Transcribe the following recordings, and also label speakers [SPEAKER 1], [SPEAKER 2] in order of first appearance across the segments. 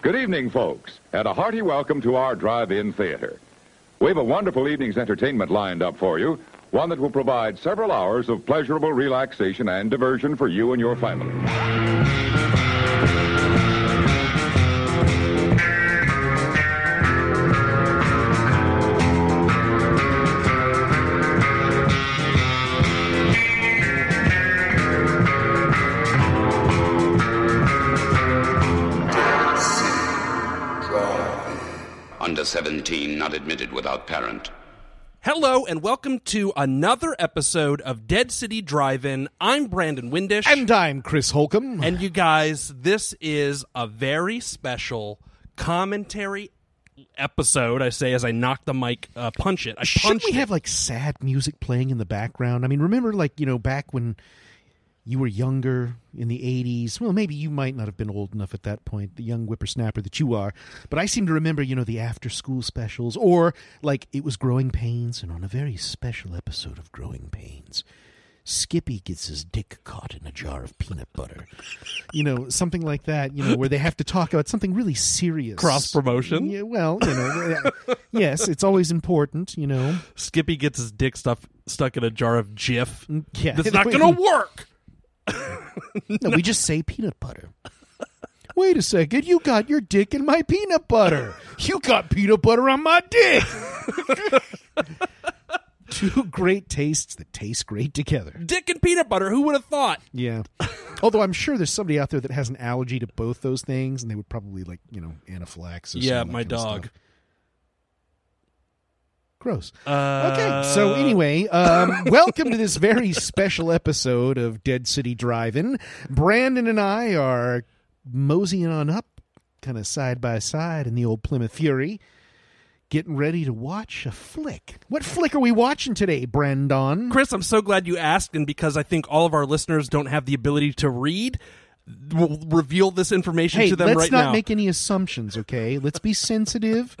[SPEAKER 1] Good evening, folks, and a hearty welcome to our drive-in theater. We have a wonderful evening's entertainment lined up for you, one that will provide several hours of pleasurable relaxation and diversion for you and your family.
[SPEAKER 2] Under 17, not admitted without parent.
[SPEAKER 3] Hello and welcome to another episode of Dead City Drive-In. I'm Brandon Windish,
[SPEAKER 4] And I'm Chris Holcomb.
[SPEAKER 3] and you guys, this is a very special commentary episode. I say as I knock the mic, uh, punch it. I
[SPEAKER 4] Shouldn't
[SPEAKER 3] punch
[SPEAKER 4] we have like sad music playing in the background? I mean, remember like, you know, back when you were younger in the 80s? Well, maybe you might not have been old enough at that point, the young whippersnapper that you are. But I seem to remember, you know, the after school specials or like it was Growing Pains. And on a very special episode of Growing Pains, Skippy gets his dick caught in a jar of peanut butter. you know, something like that, you know, where they have to talk about something really serious.
[SPEAKER 3] Cross-promotion?
[SPEAKER 4] Yeah, well, you know, yeah. yes, it's always important, you know.
[SPEAKER 3] Skippy gets his dick stuff stuck in a jar of Jif.
[SPEAKER 4] yeah.
[SPEAKER 3] that's not going to work.
[SPEAKER 4] No, we just say peanut butter. Wait a second, you got your dick in my peanut butter. You got peanut butter on my dick. Two great tastes that taste great together.
[SPEAKER 3] Dick and peanut butter. Who would have thought?
[SPEAKER 4] Yeah. Although I'm sure there's somebody out there that has an allergy to both those things, and they would probably like you know anaphylaxis.
[SPEAKER 3] yeah,
[SPEAKER 4] and all that
[SPEAKER 3] my
[SPEAKER 4] kind of
[SPEAKER 3] dog.
[SPEAKER 4] stuff. Gross.
[SPEAKER 3] Uh,
[SPEAKER 4] okay, so anyway, um, welcome to this very special episode of Dead City Drive-In. Brandon and I are moseying on up, kind of side by side in the old Plymouth Fury, getting ready to watch a flick. What flick are we watching today, Brandon?
[SPEAKER 3] Chris, I'm so glad you asked, and because I think all of our listeners don't have the ability to read, we'll reveal this information
[SPEAKER 4] Hey,
[SPEAKER 3] to them
[SPEAKER 4] let's
[SPEAKER 3] right
[SPEAKER 4] not
[SPEAKER 3] now.
[SPEAKER 4] make any assumptions, okay? Let's be sensitive.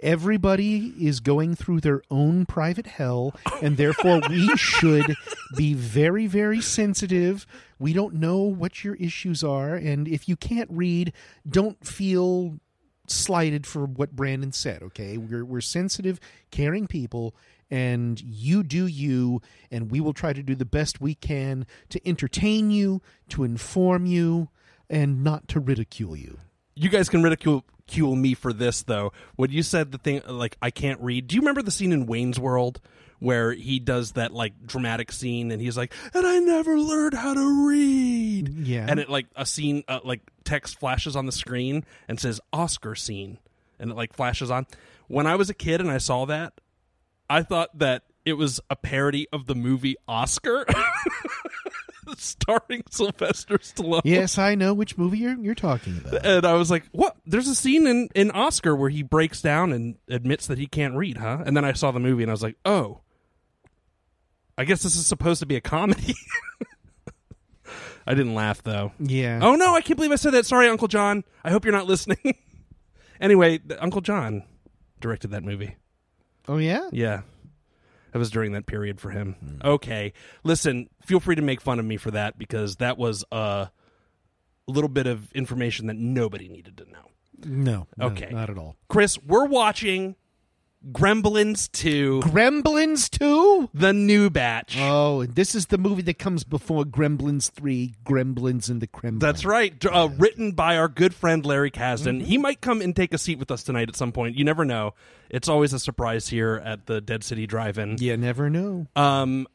[SPEAKER 4] Everybody is going through their own private hell, and therefore we should be very, very sensitive. We don't know what your issues are, and if you can't read, don't feel slighted for what Brandon said, okay? We're, we're sensitive, caring people, and you do you, and we will try to do the best we can to entertain you, to inform you, and not to ridicule you.
[SPEAKER 3] you guys can ridicule cule me for this though. When you said the thing like I can't read, do you remember the scene in Wayne's World where he does that like dramatic scene and he's like, "And I never learned how to read."
[SPEAKER 4] Yeah.
[SPEAKER 3] and it like a scene uh, like text flashes on the screen and says Oscar scene, and it like flashes on. When I was a kid and I saw that, I thought that it was a parody of the movie Oscar. Starring Sylvester Stallone.
[SPEAKER 4] Yes, I know which movie you're you're talking about.
[SPEAKER 3] and I was like, "What?" There's a scene in in Oscar where he breaks down and admits that he can't read, huh? And then I saw the movie and I was like, "Oh, I guess this is supposed to be a comedy." I didn't laugh though.
[SPEAKER 4] Yeah.
[SPEAKER 3] Oh no, I can't believe I said that. Sorry, Uncle John. I hope you're not listening. anyway, th- Uncle John directed that movie.
[SPEAKER 4] Oh yeah.
[SPEAKER 3] Yeah. That was during that period for him.
[SPEAKER 4] Hmm.
[SPEAKER 3] Okay. Listen, feel free to make fun of me for that because that was a little bit of information that nobody needed to know.
[SPEAKER 4] No. no,
[SPEAKER 3] Okay.
[SPEAKER 4] Not at all.
[SPEAKER 3] Chris, we're watching Gremlins 2,
[SPEAKER 4] Gremlins two.
[SPEAKER 3] The New Batch.
[SPEAKER 4] Oh, and this is the movie that comes before Gremlins three, Gremlins and the Kremlin.
[SPEAKER 3] That's right. d- Uh, written by our good friend Larry Kasdan.
[SPEAKER 4] Mm-hmm.
[SPEAKER 3] He might come and take a seat with us tonight at some point. You never know. It's always a surprise here at the Dead City Drive-In.
[SPEAKER 4] You never know.
[SPEAKER 3] Um,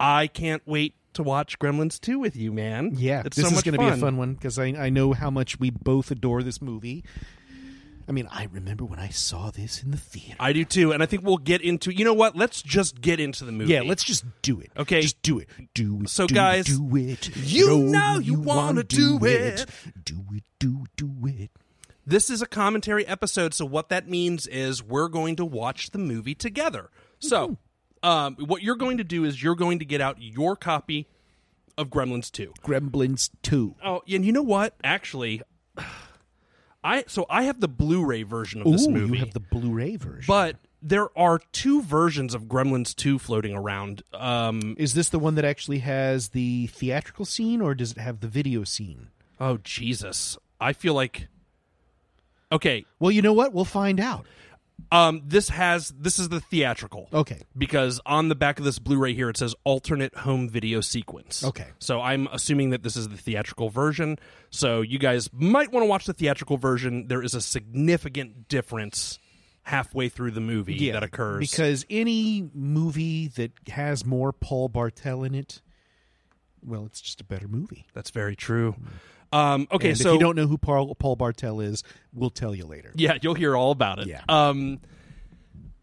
[SPEAKER 3] I can't wait to watch Gremlins 2 with you, man.
[SPEAKER 4] yeah,
[SPEAKER 3] it's
[SPEAKER 4] this
[SPEAKER 3] so
[SPEAKER 4] is
[SPEAKER 3] much
[SPEAKER 4] going to be a fun one because I I know how much we both adore this movie. I mean, I remember when I saw this in the theater.
[SPEAKER 3] I do too, and I think we'll get into. You know what? Let's just get into the movie.
[SPEAKER 4] Yeah, let's just do it.
[SPEAKER 3] Okay.
[SPEAKER 4] just do it. Do it.
[SPEAKER 3] So,
[SPEAKER 4] do
[SPEAKER 3] guys,
[SPEAKER 4] it, do it.
[SPEAKER 3] you know you wanna
[SPEAKER 4] wanna
[SPEAKER 3] do it.
[SPEAKER 4] Do it. Do do it.
[SPEAKER 3] This is a commentary episode, so what that means is we're going to watch the movie together. So, um, what you're going to do is you're going to get out your copy of Gremlins 2.
[SPEAKER 4] Gremlins two.
[SPEAKER 3] Oh, and you know what? Actually, I so I have the Blu-ray version of this
[SPEAKER 4] Ooh,
[SPEAKER 3] movie.
[SPEAKER 4] You have the Blu-ray version.
[SPEAKER 3] but there are two versions of Gremlins 2 floating around. Um,
[SPEAKER 4] is this the one that actually has the theatrical scene, or does it have the video scene?
[SPEAKER 3] oh Jesus. I feel like Okay.
[SPEAKER 4] Well, you know what? We'll find out.
[SPEAKER 3] Um, this has this is the theatrical.
[SPEAKER 4] Okay.
[SPEAKER 3] Because on the back of this Blu-ray here it says alternate home video sequence.
[SPEAKER 4] Okay.
[SPEAKER 3] So I'm assuming that this is the theatrical version. So you guys might want to watch the theatrical version. There is a significant difference halfway through the movie that occurs.
[SPEAKER 4] because any movie that has more Paul Bartel in it, well, it's just a better movie.
[SPEAKER 3] That's very true. Um, okay,
[SPEAKER 4] And
[SPEAKER 3] so
[SPEAKER 4] if you don't know who Paul, Paul Bartel is, we'll tell you later.
[SPEAKER 3] Yeah, you'll hear all about it.
[SPEAKER 4] Yeah.
[SPEAKER 3] Um,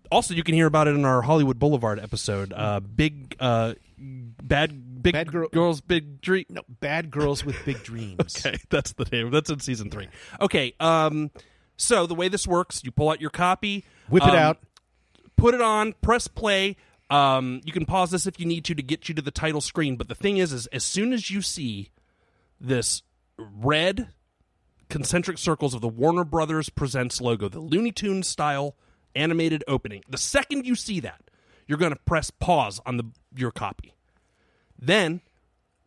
[SPEAKER 3] also, you can hear about it in our Hollywood Boulevard episode. Uh, big, uh, bad, big
[SPEAKER 4] Bad girl-
[SPEAKER 3] girls, big dream.
[SPEAKER 4] No, Bad Girls with Big Dreams.
[SPEAKER 3] Okay, that's the name. That's in season three. Okay. Um, so the way this works, you pull out your copy,
[SPEAKER 4] Whip it
[SPEAKER 3] um,
[SPEAKER 4] out.
[SPEAKER 3] put it on, press play. Um, you can pause this if you need to to get you to the title screen. But the thing is, is as soon as you see this red concentric circles of the Warner Brothers Presents logo, the Looney Tunes style animated opening, the second you see that, you're going to press pause on the your copy. Then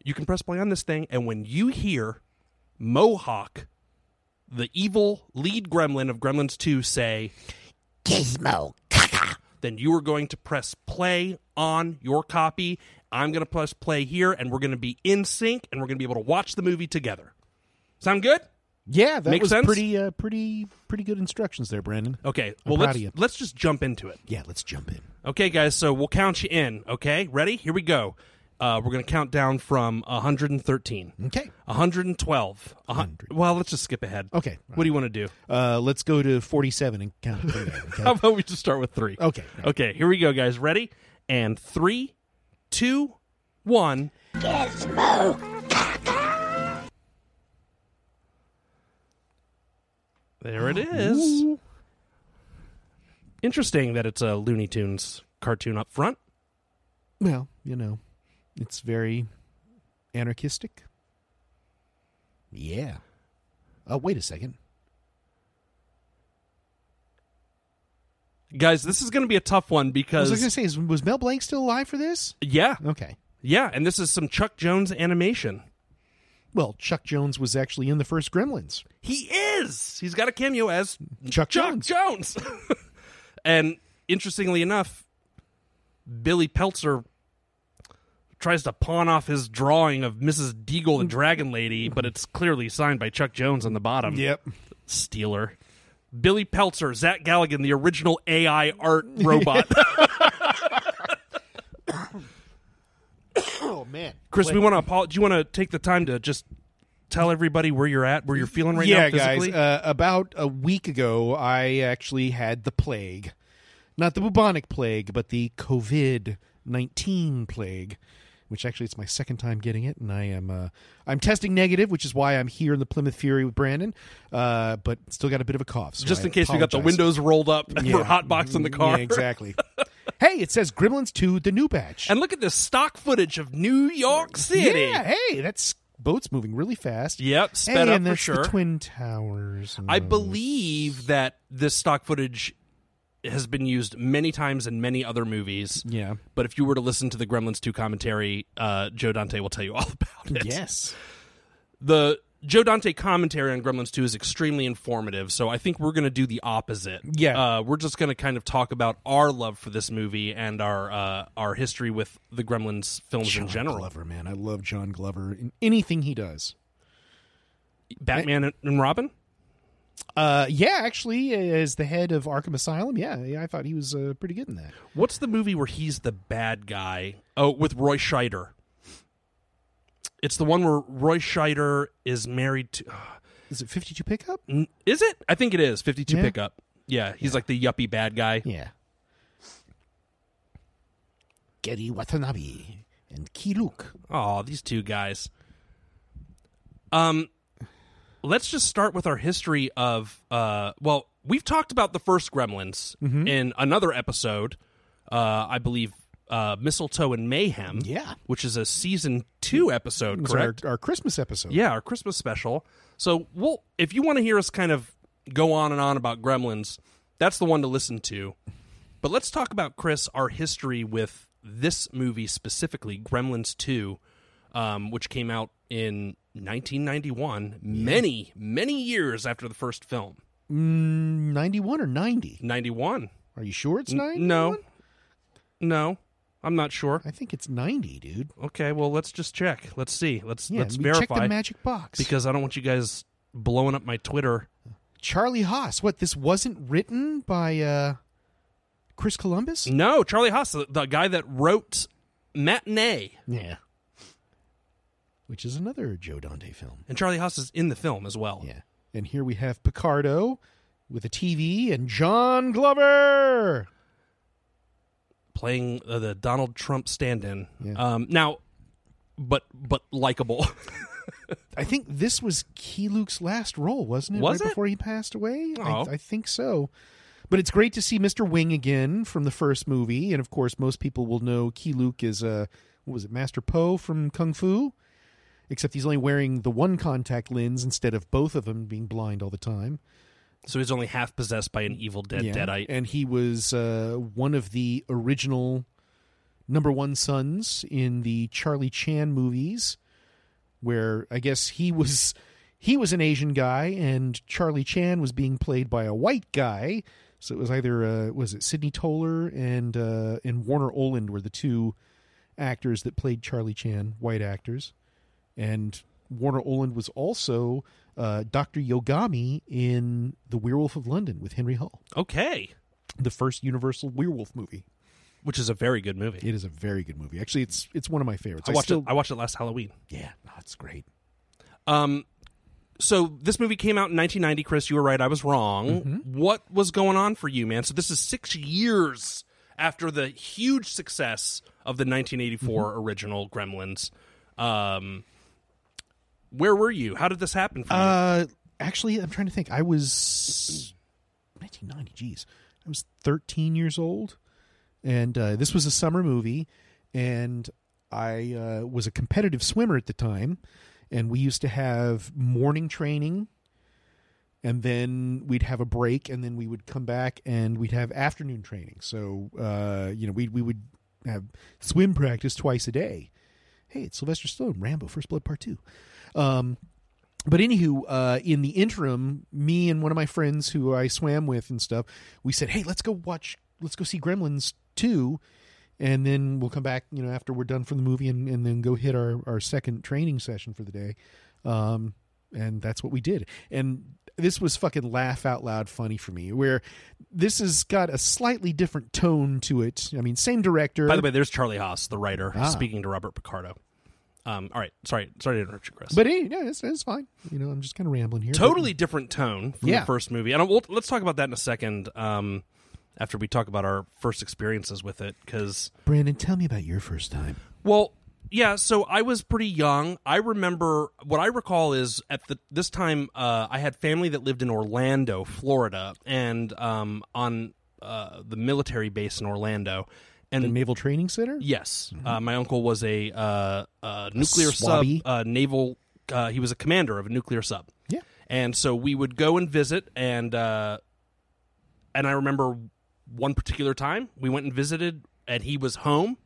[SPEAKER 3] you can press play on this thing, and when you hear Mohawk, the evil lead gremlin of Gremlins 2, say, then you are going to press play on your copy. I'm going to press play here, and we're going to be in sync, and we're going to be able to watch the movie together. Sound good?
[SPEAKER 4] Yeah, that
[SPEAKER 3] Make
[SPEAKER 4] was
[SPEAKER 3] sense?
[SPEAKER 4] pretty, uh, pretty, pretty good instructions there, Brandon.
[SPEAKER 3] Okay. Well,
[SPEAKER 4] proud
[SPEAKER 3] let's
[SPEAKER 4] of you.
[SPEAKER 3] let's just jump into it.
[SPEAKER 4] Yeah, let's jump in.
[SPEAKER 3] Okay, guys. So we'll count you in. Okay, ready? Here we go. Uh, we're going to count down from 113.
[SPEAKER 4] Okay.
[SPEAKER 3] 112. A hun- Well, let's just skip ahead.
[SPEAKER 4] Okay.
[SPEAKER 3] What do you want to do?
[SPEAKER 4] Uh, let's go to 47 and count. it from there, okay?
[SPEAKER 3] How about we just start with three?
[SPEAKER 4] Okay.
[SPEAKER 3] Okay, here we go, guys. Ready? And three, two, one. There it is. Interesting that it's a Looney Tunes cartoon up front.
[SPEAKER 4] Well, you know, it's very anarchistic. Yeah. Oh, wait a second.
[SPEAKER 3] Guys, this is going to be a tough one
[SPEAKER 4] I was going to
[SPEAKER 3] because
[SPEAKER 4] say, is, was Mel Blanc still alive for this?
[SPEAKER 3] yeah,
[SPEAKER 4] Okay.
[SPEAKER 3] yeah, and this is some Chuck Jones animation.
[SPEAKER 4] Well, Chuck Jones was actually in the first Gremlins.
[SPEAKER 3] He is. He's got a cameo as
[SPEAKER 4] Chuck
[SPEAKER 3] Chuck
[SPEAKER 4] Jones.
[SPEAKER 3] Jones. and interestingly enough, Billy Peltzer tries to pawn off his drawing of Mrs. Deagle the Dragon Lady, but it's clearly signed by Chuck Jones on the bottom. Stealer. Billy Peltzer, Zach Galligan, the original AI art robot.
[SPEAKER 4] Oh man.
[SPEAKER 3] Chris, we want to apologize. Do you want to take the time to just tell everybody where you're at, where you're feeling right
[SPEAKER 4] yeah,
[SPEAKER 3] now physically?
[SPEAKER 4] guys. Uh, about a week ago, I actually had the plague, not the bubonic plague, but the COVID nineteen plague. Which actually, it's my second time getting it, and I am uh, I'm testing negative, which is why I'm here in the Plymouth Fury with Brandon. Uh, but still got a bit of a cough. so
[SPEAKER 3] just
[SPEAKER 4] I
[SPEAKER 3] in case we got the
[SPEAKER 4] apologize. Mm-hmm.
[SPEAKER 3] windows rolled up and we're hotboxing the car.
[SPEAKER 4] Yeah, exactly. hey, it says Gremlins Two: The New Batch.
[SPEAKER 3] And look at this stock footage of New York City.
[SPEAKER 4] Yeah, hey, that's boat's moving really fast.
[SPEAKER 3] Yep,
[SPEAKER 4] Hey,
[SPEAKER 3] sped up
[SPEAKER 4] and
[SPEAKER 3] for
[SPEAKER 4] that's
[SPEAKER 3] sure.
[SPEAKER 4] The Twin Towers. and
[SPEAKER 3] I
[SPEAKER 4] those.
[SPEAKER 3] believe that this stock footage has been used many times in many other movies.
[SPEAKER 4] Yeah.
[SPEAKER 3] But if you were to listen to the Gremlins 2 commentary, uh, Joe Dante will tell you all about it.
[SPEAKER 4] Yes.
[SPEAKER 3] The Joe Dante commentary on Gremlins 2 is extremely informative, so I think we're going to do the opposite.
[SPEAKER 4] Yeah.
[SPEAKER 3] Uh, we're just going to kind of talk about our love for this movie and our uh, our history with the Gremlins films in general.
[SPEAKER 4] Glover, man, I love John Glover in anything he does.
[SPEAKER 3] Batman and- and Robin?
[SPEAKER 4] Uh, yeah, actually, as the head of Arkham Asylum, yeah, yeah I thought he was uh, pretty good in that.
[SPEAKER 3] What's the movie where he's the bad guy? Oh, with Roy Scheider. It's the one where Roy Scheider is married to.
[SPEAKER 4] Is it Fifty Two Pickup?
[SPEAKER 3] N- Is it? I think it is. 52
[SPEAKER 4] Yeah.
[SPEAKER 3] Pickup. Yeah, he's like the yuppie bad guy.
[SPEAKER 4] Yeah. Gary Watanabe and Key Luke.
[SPEAKER 3] Oh, these two guys. Um, let's just start with our history of. Uh, well, we've talked about the first Gremlins
[SPEAKER 4] Mm-hmm.
[SPEAKER 3] in another episode. Uh, I believe uh, Mistletoe and Mayhem.
[SPEAKER 4] Yeah.
[SPEAKER 3] which is a season two episode,
[SPEAKER 4] It was our-
[SPEAKER 3] correct?
[SPEAKER 4] Our, Christmas episode.
[SPEAKER 3] Yeah, our Christmas special. So we'll if you want to hear us kind of go on and on about Gremlins, that's the one to listen to. But let's talk about Chris our history with this movie specifically, Gremlins Two, um, which came out in 1991, many many years after the first film.
[SPEAKER 4] 91 Mm, or 90?
[SPEAKER 3] 91.
[SPEAKER 4] Are you sure it's 90?
[SPEAKER 3] No. No. I'm not sure.
[SPEAKER 4] I think it's 90, dude.
[SPEAKER 3] Okay, well, let's just check. Let's see. Let's
[SPEAKER 4] Yeah,
[SPEAKER 3] let's
[SPEAKER 4] we
[SPEAKER 3] verify
[SPEAKER 4] check the magic box.
[SPEAKER 3] because I don't want you guys blowing up my Twitter.
[SPEAKER 4] Charlie Haas, what this wasn't written by uh Chris Columbus?
[SPEAKER 3] No, Charlie Haas, the, the guy that wrote Matinee,
[SPEAKER 4] Yeah. Which is another Joe Dante film.
[SPEAKER 3] and Charlie Haas is in the film as well.
[SPEAKER 4] Yeah. And here we have Picardo with a TV and John Glover.
[SPEAKER 3] playing uh, the Donald Trump stand-in.
[SPEAKER 4] Yeah.
[SPEAKER 3] Um, now, but but likable.
[SPEAKER 4] I think this was Key Luke's last role, wasn't it?
[SPEAKER 3] Was
[SPEAKER 4] right
[SPEAKER 3] it?
[SPEAKER 4] before he passed away?
[SPEAKER 3] Oh.
[SPEAKER 4] I, I think so. But it's great to see Mr. Wing again from the first movie. And of course, most people will know Key Luke is, uh, what was it, Master Poe from Kung Fu? Except he's only wearing the one contact lens instead of both of them being blind all the time.
[SPEAKER 3] so he's only half possessed by an evil dead
[SPEAKER 4] Yeah.
[SPEAKER 3] deadite.
[SPEAKER 4] And he was uh, one of the original number one sons in the Charlie Chan movies, where I guess he was he was an Asian guy and Charlie Chan was being played by a white guy. So it was either uh, was it Sidney Toler and uh, and Warner Oland were the two actors that played Charlie Chan, white actors, and Warner Oland was also uh, Doctor Yogami in The Werewolf of London with Henry Hull
[SPEAKER 3] Okay,
[SPEAKER 4] the first Universal Werewolf movie.
[SPEAKER 3] which is a very good movie.
[SPEAKER 4] It is a very good movie. Actually, it's it's one of my favorites.
[SPEAKER 3] I watched
[SPEAKER 4] still,
[SPEAKER 3] it. I watched it last Halloween.
[SPEAKER 4] yeah, no, it's great.
[SPEAKER 3] Um, so this movie came out in 1990. Chris, you were right. I was wrong.
[SPEAKER 4] Mm-hmm.
[SPEAKER 3] What was going on for you, man? So this is six years after the huge success of the 1984
[SPEAKER 4] Mm-hmm.
[SPEAKER 3] original Gremlins. Um, where were you? How did this happen for you?
[SPEAKER 4] Uh, actually, I'm trying to think. I was 1990. Jeez, I was 13 years old, and uh, this was a summer movie, and I uh, was a competitive swimmer at the time, and we used to have morning training. And then we'd have a break, and then we would come back, and we'd have afternoon training. So, uh, you know, we we would have swim practice twice a day. Hey, it's Sylvester Stallone, Rambo, First Blood Part Two. Um, but anywho, uh, in the interim, me and one of my friends who I swam with and stuff, we said, "Hey, let's go watch, let's go see Gremlins two, and then we'll come back, you know, after we're done from the movie, and, and then go hit our our second training session for the day." Um, and that's what we did. And this was fucking laugh out loud funny for me. Where this has got a slightly different tone to it. I mean, same director.
[SPEAKER 3] By the way, there's Charlie Haas, the writer,
[SPEAKER 4] Ah.
[SPEAKER 3] speaking to Robert Picardo. Um, all right, sorry, sorry to interrupt you, Chris.
[SPEAKER 4] but hey, no, it's, it's fine. You know, I'm just kind of rambling here. but-
[SPEAKER 3] totally different tone from
[SPEAKER 4] Yeah.
[SPEAKER 3] the first movie, and I- we'll, let's talk about that in a second. Um, after we talk about our first experiences with it, because
[SPEAKER 4] Brandon, tell me about your first time.
[SPEAKER 3] well, yeah. So I was pretty young. I remember what I recall is at the this time uh, I had family that lived in Orlando, Florida, and um, on uh, the military base in Orlando. And
[SPEAKER 4] The Naval Training Center.
[SPEAKER 3] Yes, uh, my uncle was a, uh, uh nuclear sub,
[SPEAKER 4] swabby?
[SPEAKER 3] uh, naval. Uh, he was a commander of a nuclear sub,
[SPEAKER 4] Yeah.
[SPEAKER 3] and so we would go and visit. And uh, and I remember one particular time we went and visited, and he was home.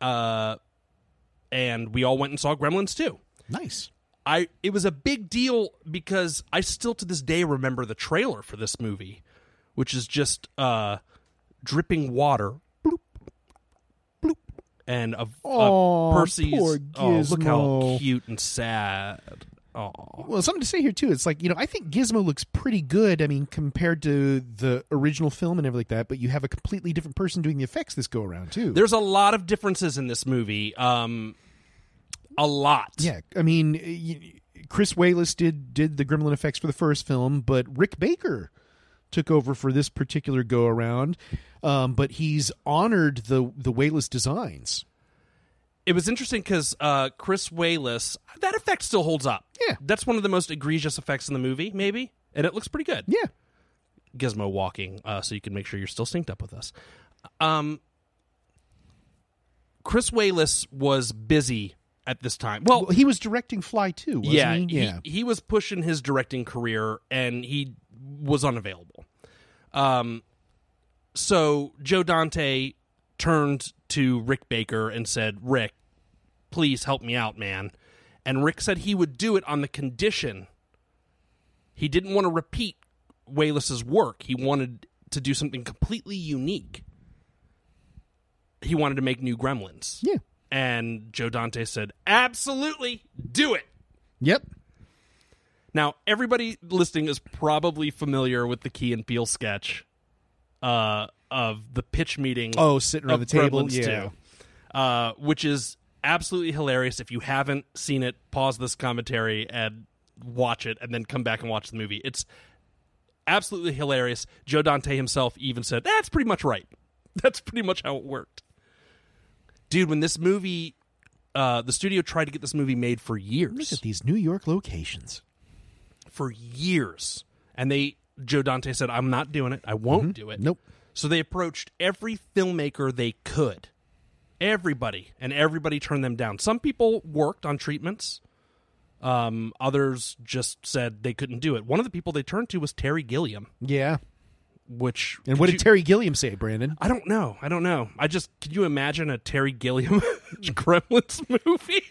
[SPEAKER 3] Uh, and we all went and saw Gremlins too.
[SPEAKER 4] Nice.
[SPEAKER 3] I it was a big deal because I still to this day remember the trailer for this movie, which is just uh, dripping water, bloop, bloop, and a,
[SPEAKER 4] Aw,
[SPEAKER 3] a Percy's.
[SPEAKER 4] poor
[SPEAKER 3] oh, look how
[SPEAKER 4] Gizmo.
[SPEAKER 3] cute and sad. Oh,
[SPEAKER 4] Well, something to say here too. It's like you know, I think Gizmo looks pretty good. I mean, compared to the original film and everything like that. But you have a completely different person doing the effects this go around too.
[SPEAKER 3] there's a lot of differences in this movie. Um, a lot.
[SPEAKER 4] yeah, I mean, y- Chris Wayless did did the Gremlin effects for the first film, but Rick Baker took over for this particular go around. Um, but he's honored the the Wayless designs.
[SPEAKER 3] it was interesting because uh, Chris Wayless, that effect still holds up.
[SPEAKER 4] Yeah.
[SPEAKER 3] that's one of the most egregious effects in the movie, maybe, and it looks pretty good.
[SPEAKER 4] Yeah,
[SPEAKER 3] Gizmo walking, uh, so you can make sure you're still synced up with us. Um, Chris Wayless was busy at this time. Well,
[SPEAKER 4] well, he was directing Fly too. Wasn't
[SPEAKER 3] yeah,
[SPEAKER 4] he?
[SPEAKER 3] he-
[SPEAKER 4] yeah.
[SPEAKER 3] He, was pushing his directing career, and he was unavailable. Um, so Joe Dante turned to Rick Baker and said, "Rick, please help me out, man." And Rick said he would do it on the condition he didn't want to repeat Wayless's work. He wanted to do something completely unique. He wanted to make new Gremlins.
[SPEAKER 4] Yeah.
[SPEAKER 3] And Joe Dante said, "Absolutely, do it."
[SPEAKER 4] Yep.
[SPEAKER 3] Now, everybody listening is probably familiar with the Key and Peele sketch uh, of the pitch meeting.
[SPEAKER 4] Oh, sitting around
[SPEAKER 3] of
[SPEAKER 4] the table,
[SPEAKER 3] Gremlins
[SPEAKER 4] yeah.
[SPEAKER 3] 2, uh, which is absolutely hilarious. If you haven't seen it, pause this commentary and watch it, and then come back and watch the movie. It's absolutely hilarious. Joe Dante himself even said, "That's pretty much right. That's pretty much how it worked." Dude, when this movie, uh, the studio tried to get this movie made for years
[SPEAKER 4] Look at these New York locations.
[SPEAKER 3] for years. And they Joe Dante said, I'm not doing it. I won't do it.
[SPEAKER 4] Mm-hmm. Nope.
[SPEAKER 3] So they approached every filmmaker they could. Everybody. And everybody turned them down. Some people worked on treatments. Um, others just said they couldn't do it. One of the people they turned to was Terry Gilliam,
[SPEAKER 4] Yeah.
[SPEAKER 3] which
[SPEAKER 4] And what
[SPEAKER 3] could
[SPEAKER 4] did
[SPEAKER 3] you-
[SPEAKER 4] Terry Gilliam say, Brandon?
[SPEAKER 3] I don't know. I don't know. I just could you imagine a Terry Gilliam Gremlins movie?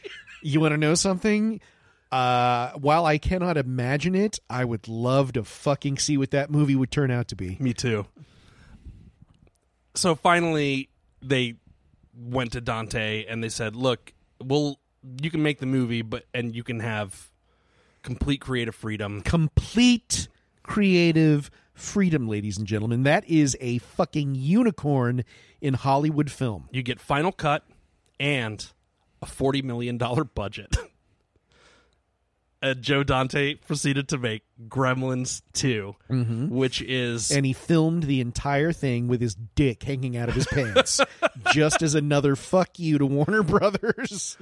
[SPEAKER 4] You want to know something? Uh, while I cannot imagine it, I would love to fucking see what that movie would turn out to be.
[SPEAKER 3] Me too. So finally, they went to Dante and they said, "Look, we'll you can make the movie, but and you can have complete creative freedom."
[SPEAKER 4] Complete creative freedom, ladies and gentlemen. That is a fucking unicorn in Hollywood film.
[SPEAKER 3] You get final cut and a forty million dollar budget. and Joe Dante proceeded to make Gremlins 2 which is
[SPEAKER 4] Mm-hmm. And he filmed the entire thing with his dick hanging out of his pants, just as another fuck you to Warner Brothers.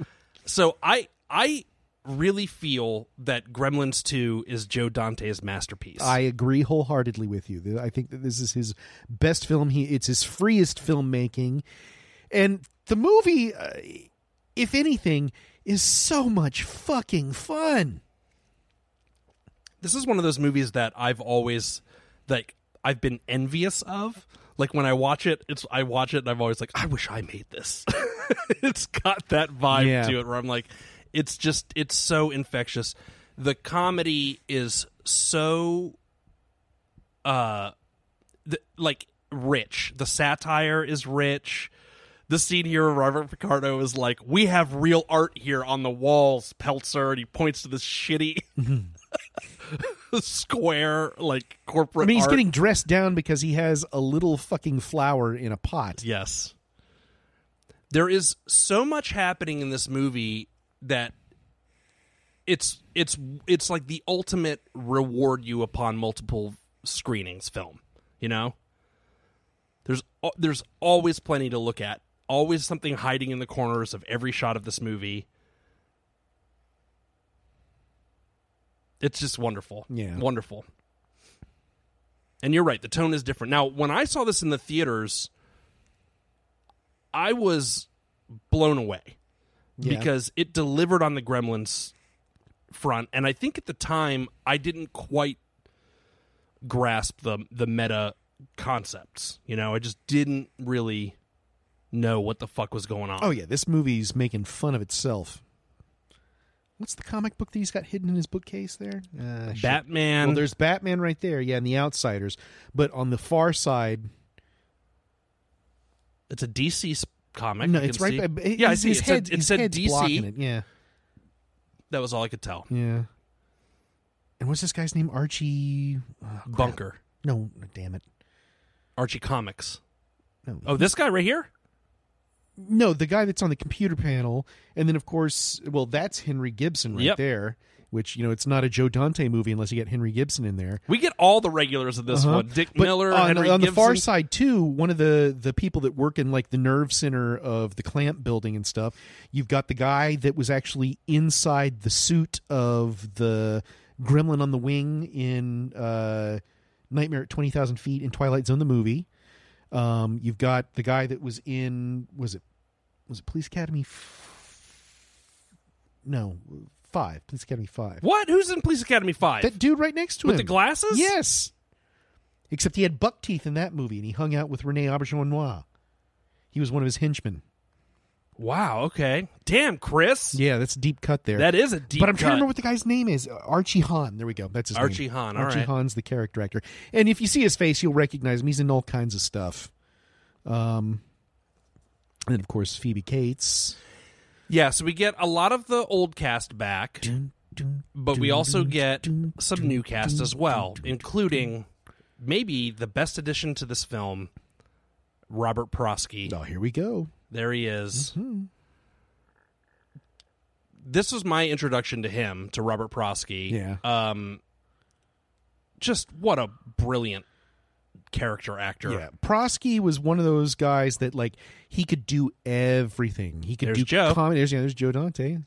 [SPEAKER 3] so I I really feel that Gremlins 2 is Joe Dante's masterpiece.
[SPEAKER 4] I agree wholeheartedly with you. Th- I think that this is his best film. He it's his freest filmmaking, and the movie, uh, if anything, is so much fucking fun.
[SPEAKER 3] this is one of those movies that I've always like I've been envious of. Like when I watch it, it's I watch it and I'm always like, I wish I made this. it's got that vibe
[SPEAKER 4] Yeah.
[SPEAKER 3] to it where I'm like, it's just it's so infectious. The comedy is so uh the, like rich. The satire is rich. The scene here where Robert Picardo is like, We have real art here on the walls, Peltzer, and he points to this shitty square like corporate.
[SPEAKER 4] I mean, he's
[SPEAKER 3] art.
[SPEAKER 4] getting dressed down because he has a little fucking flower in a pot.
[SPEAKER 3] yes. There is so much happening in this movie that it's it's it's like the ultimate reward you upon multiple screenings film. You know, there's al- there's always plenty to look at. Always something hiding in the corners of every shot of this movie. It's just wonderful.
[SPEAKER 4] Yeah.
[SPEAKER 3] Wonderful. And you're right, the tone is different. Now, when I saw this in the theaters, I was blown away
[SPEAKER 4] Yeah.
[SPEAKER 3] because it delivered on the Gremlins front, and I think at the time I didn't quite grasp the the meta concepts. You know, I just didn't really know what the fuck was going on.
[SPEAKER 4] Oh yeah, this movie's making fun of itself. What's the comic book that he's got hidden in his bookcase there? Uh, shit.
[SPEAKER 3] Batman.
[SPEAKER 4] Well, there's Batman right there, yeah, and the Outsiders. But on the far side,
[SPEAKER 3] it's a DC s- comic.
[SPEAKER 4] no,
[SPEAKER 3] I can
[SPEAKER 4] it's right.
[SPEAKER 3] see.
[SPEAKER 4] by- it-
[SPEAKER 3] yeah, I
[SPEAKER 4] his-
[SPEAKER 3] see.
[SPEAKER 4] His
[SPEAKER 3] it
[SPEAKER 4] head,
[SPEAKER 3] said, it
[SPEAKER 4] his
[SPEAKER 3] said
[SPEAKER 4] head's blocking
[SPEAKER 3] DC.
[SPEAKER 4] it, Oh, Yeah,
[SPEAKER 3] That was all I could tell.
[SPEAKER 4] yeah. And what's this guy's name? Archie? oh, crap.
[SPEAKER 3] Bunker.
[SPEAKER 4] No, damn it.
[SPEAKER 3] Archie Comics.
[SPEAKER 4] No.
[SPEAKER 3] Oh, this guy right here?
[SPEAKER 4] No, the guy that's on the computer panel, and then of course, well, that's Henry Gibson right
[SPEAKER 3] Yep.
[SPEAKER 4] there. Which you know, it's not a Joe Dante movie unless you get Henry Gibson in there.
[SPEAKER 3] We get all the regulars of this
[SPEAKER 4] Uh-huh.
[SPEAKER 3] one. Dick
[SPEAKER 4] But
[SPEAKER 3] Miller,
[SPEAKER 4] on,
[SPEAKER 3] Henry
[SPEAKER 4] on the
[SPEAKER 3] Gibson.
[SPEAKER 4] far side too. One of the the people that work in like the nerve center of the clamp building and stuff. You've got the guy that was actually inside the suit of the gremlin on the wing in uh, Nightmare at Twenty Thousand Feet in Twilight Zone the movie. Um, you've got the guy that was in was it was it Police Academy? F- no, five Police Academy five.
[SPEAKER 3] What? Who's in Police Academy 5?
[SPEAKER 4] That dude right next to
[SPEAKER 3] With
[SPEAKER 4] him
[SPEAKER 3] the glasses?
[SPEAKER 4] Yes. Except he had buck teeth in that movie, and he hung out with Rene Auberjonois. He was one of his henchmen.
[SPEAKER 3] Wow. Okay. Damn, Chris.
[SPEAKER 4] Yeah, that's a deep cut there.
[SPEAKER 3] That is a deep.
[SPEAKER 4] but I'm trying
[SPEAKER 3] cut.
[SPEAKER 4] to remember what the guy's name is. Archie Hahn. There we go. That's his
[SPEAKER 3] Archie
[SPEAKER 4] name.
[SPEAKER 3] Hahn, all
[SPEAKER 4] Archie
[SPEAKER 3] right.
[SPEAKER 4] Hahn's the character actor. And if you see his face, you'll recognize him. He's in all kinds of stuff. Um, and of course, Phoebe Cates.
[SPEAKER 3] Yeah. So we get a lot of the old cast back, but we also get some new cast as well, including maybe the best addition to this film, Robert Prosky.
[SPEAKER 4] Oh, here we go.
[SPEAKER 3] There he is.
[SPEAKER 4] Mm-hmm.
[SPEAKER 3] This was my introduction to him, to Robert Prosky.
[SPEAKER 4] Yeah.
[SPEAKER 3] Um, just what a brilliant character actor.
[SPEAKER 4] Yeah, Prosky was one of those guys that like he could do everything. He could
[SPEAKER 3] There's
[SPEAKER 4] do
[SPEAKER 3] Joe.
[SPEAKER 4] comedy. There's, yeah, there's Joe Dante.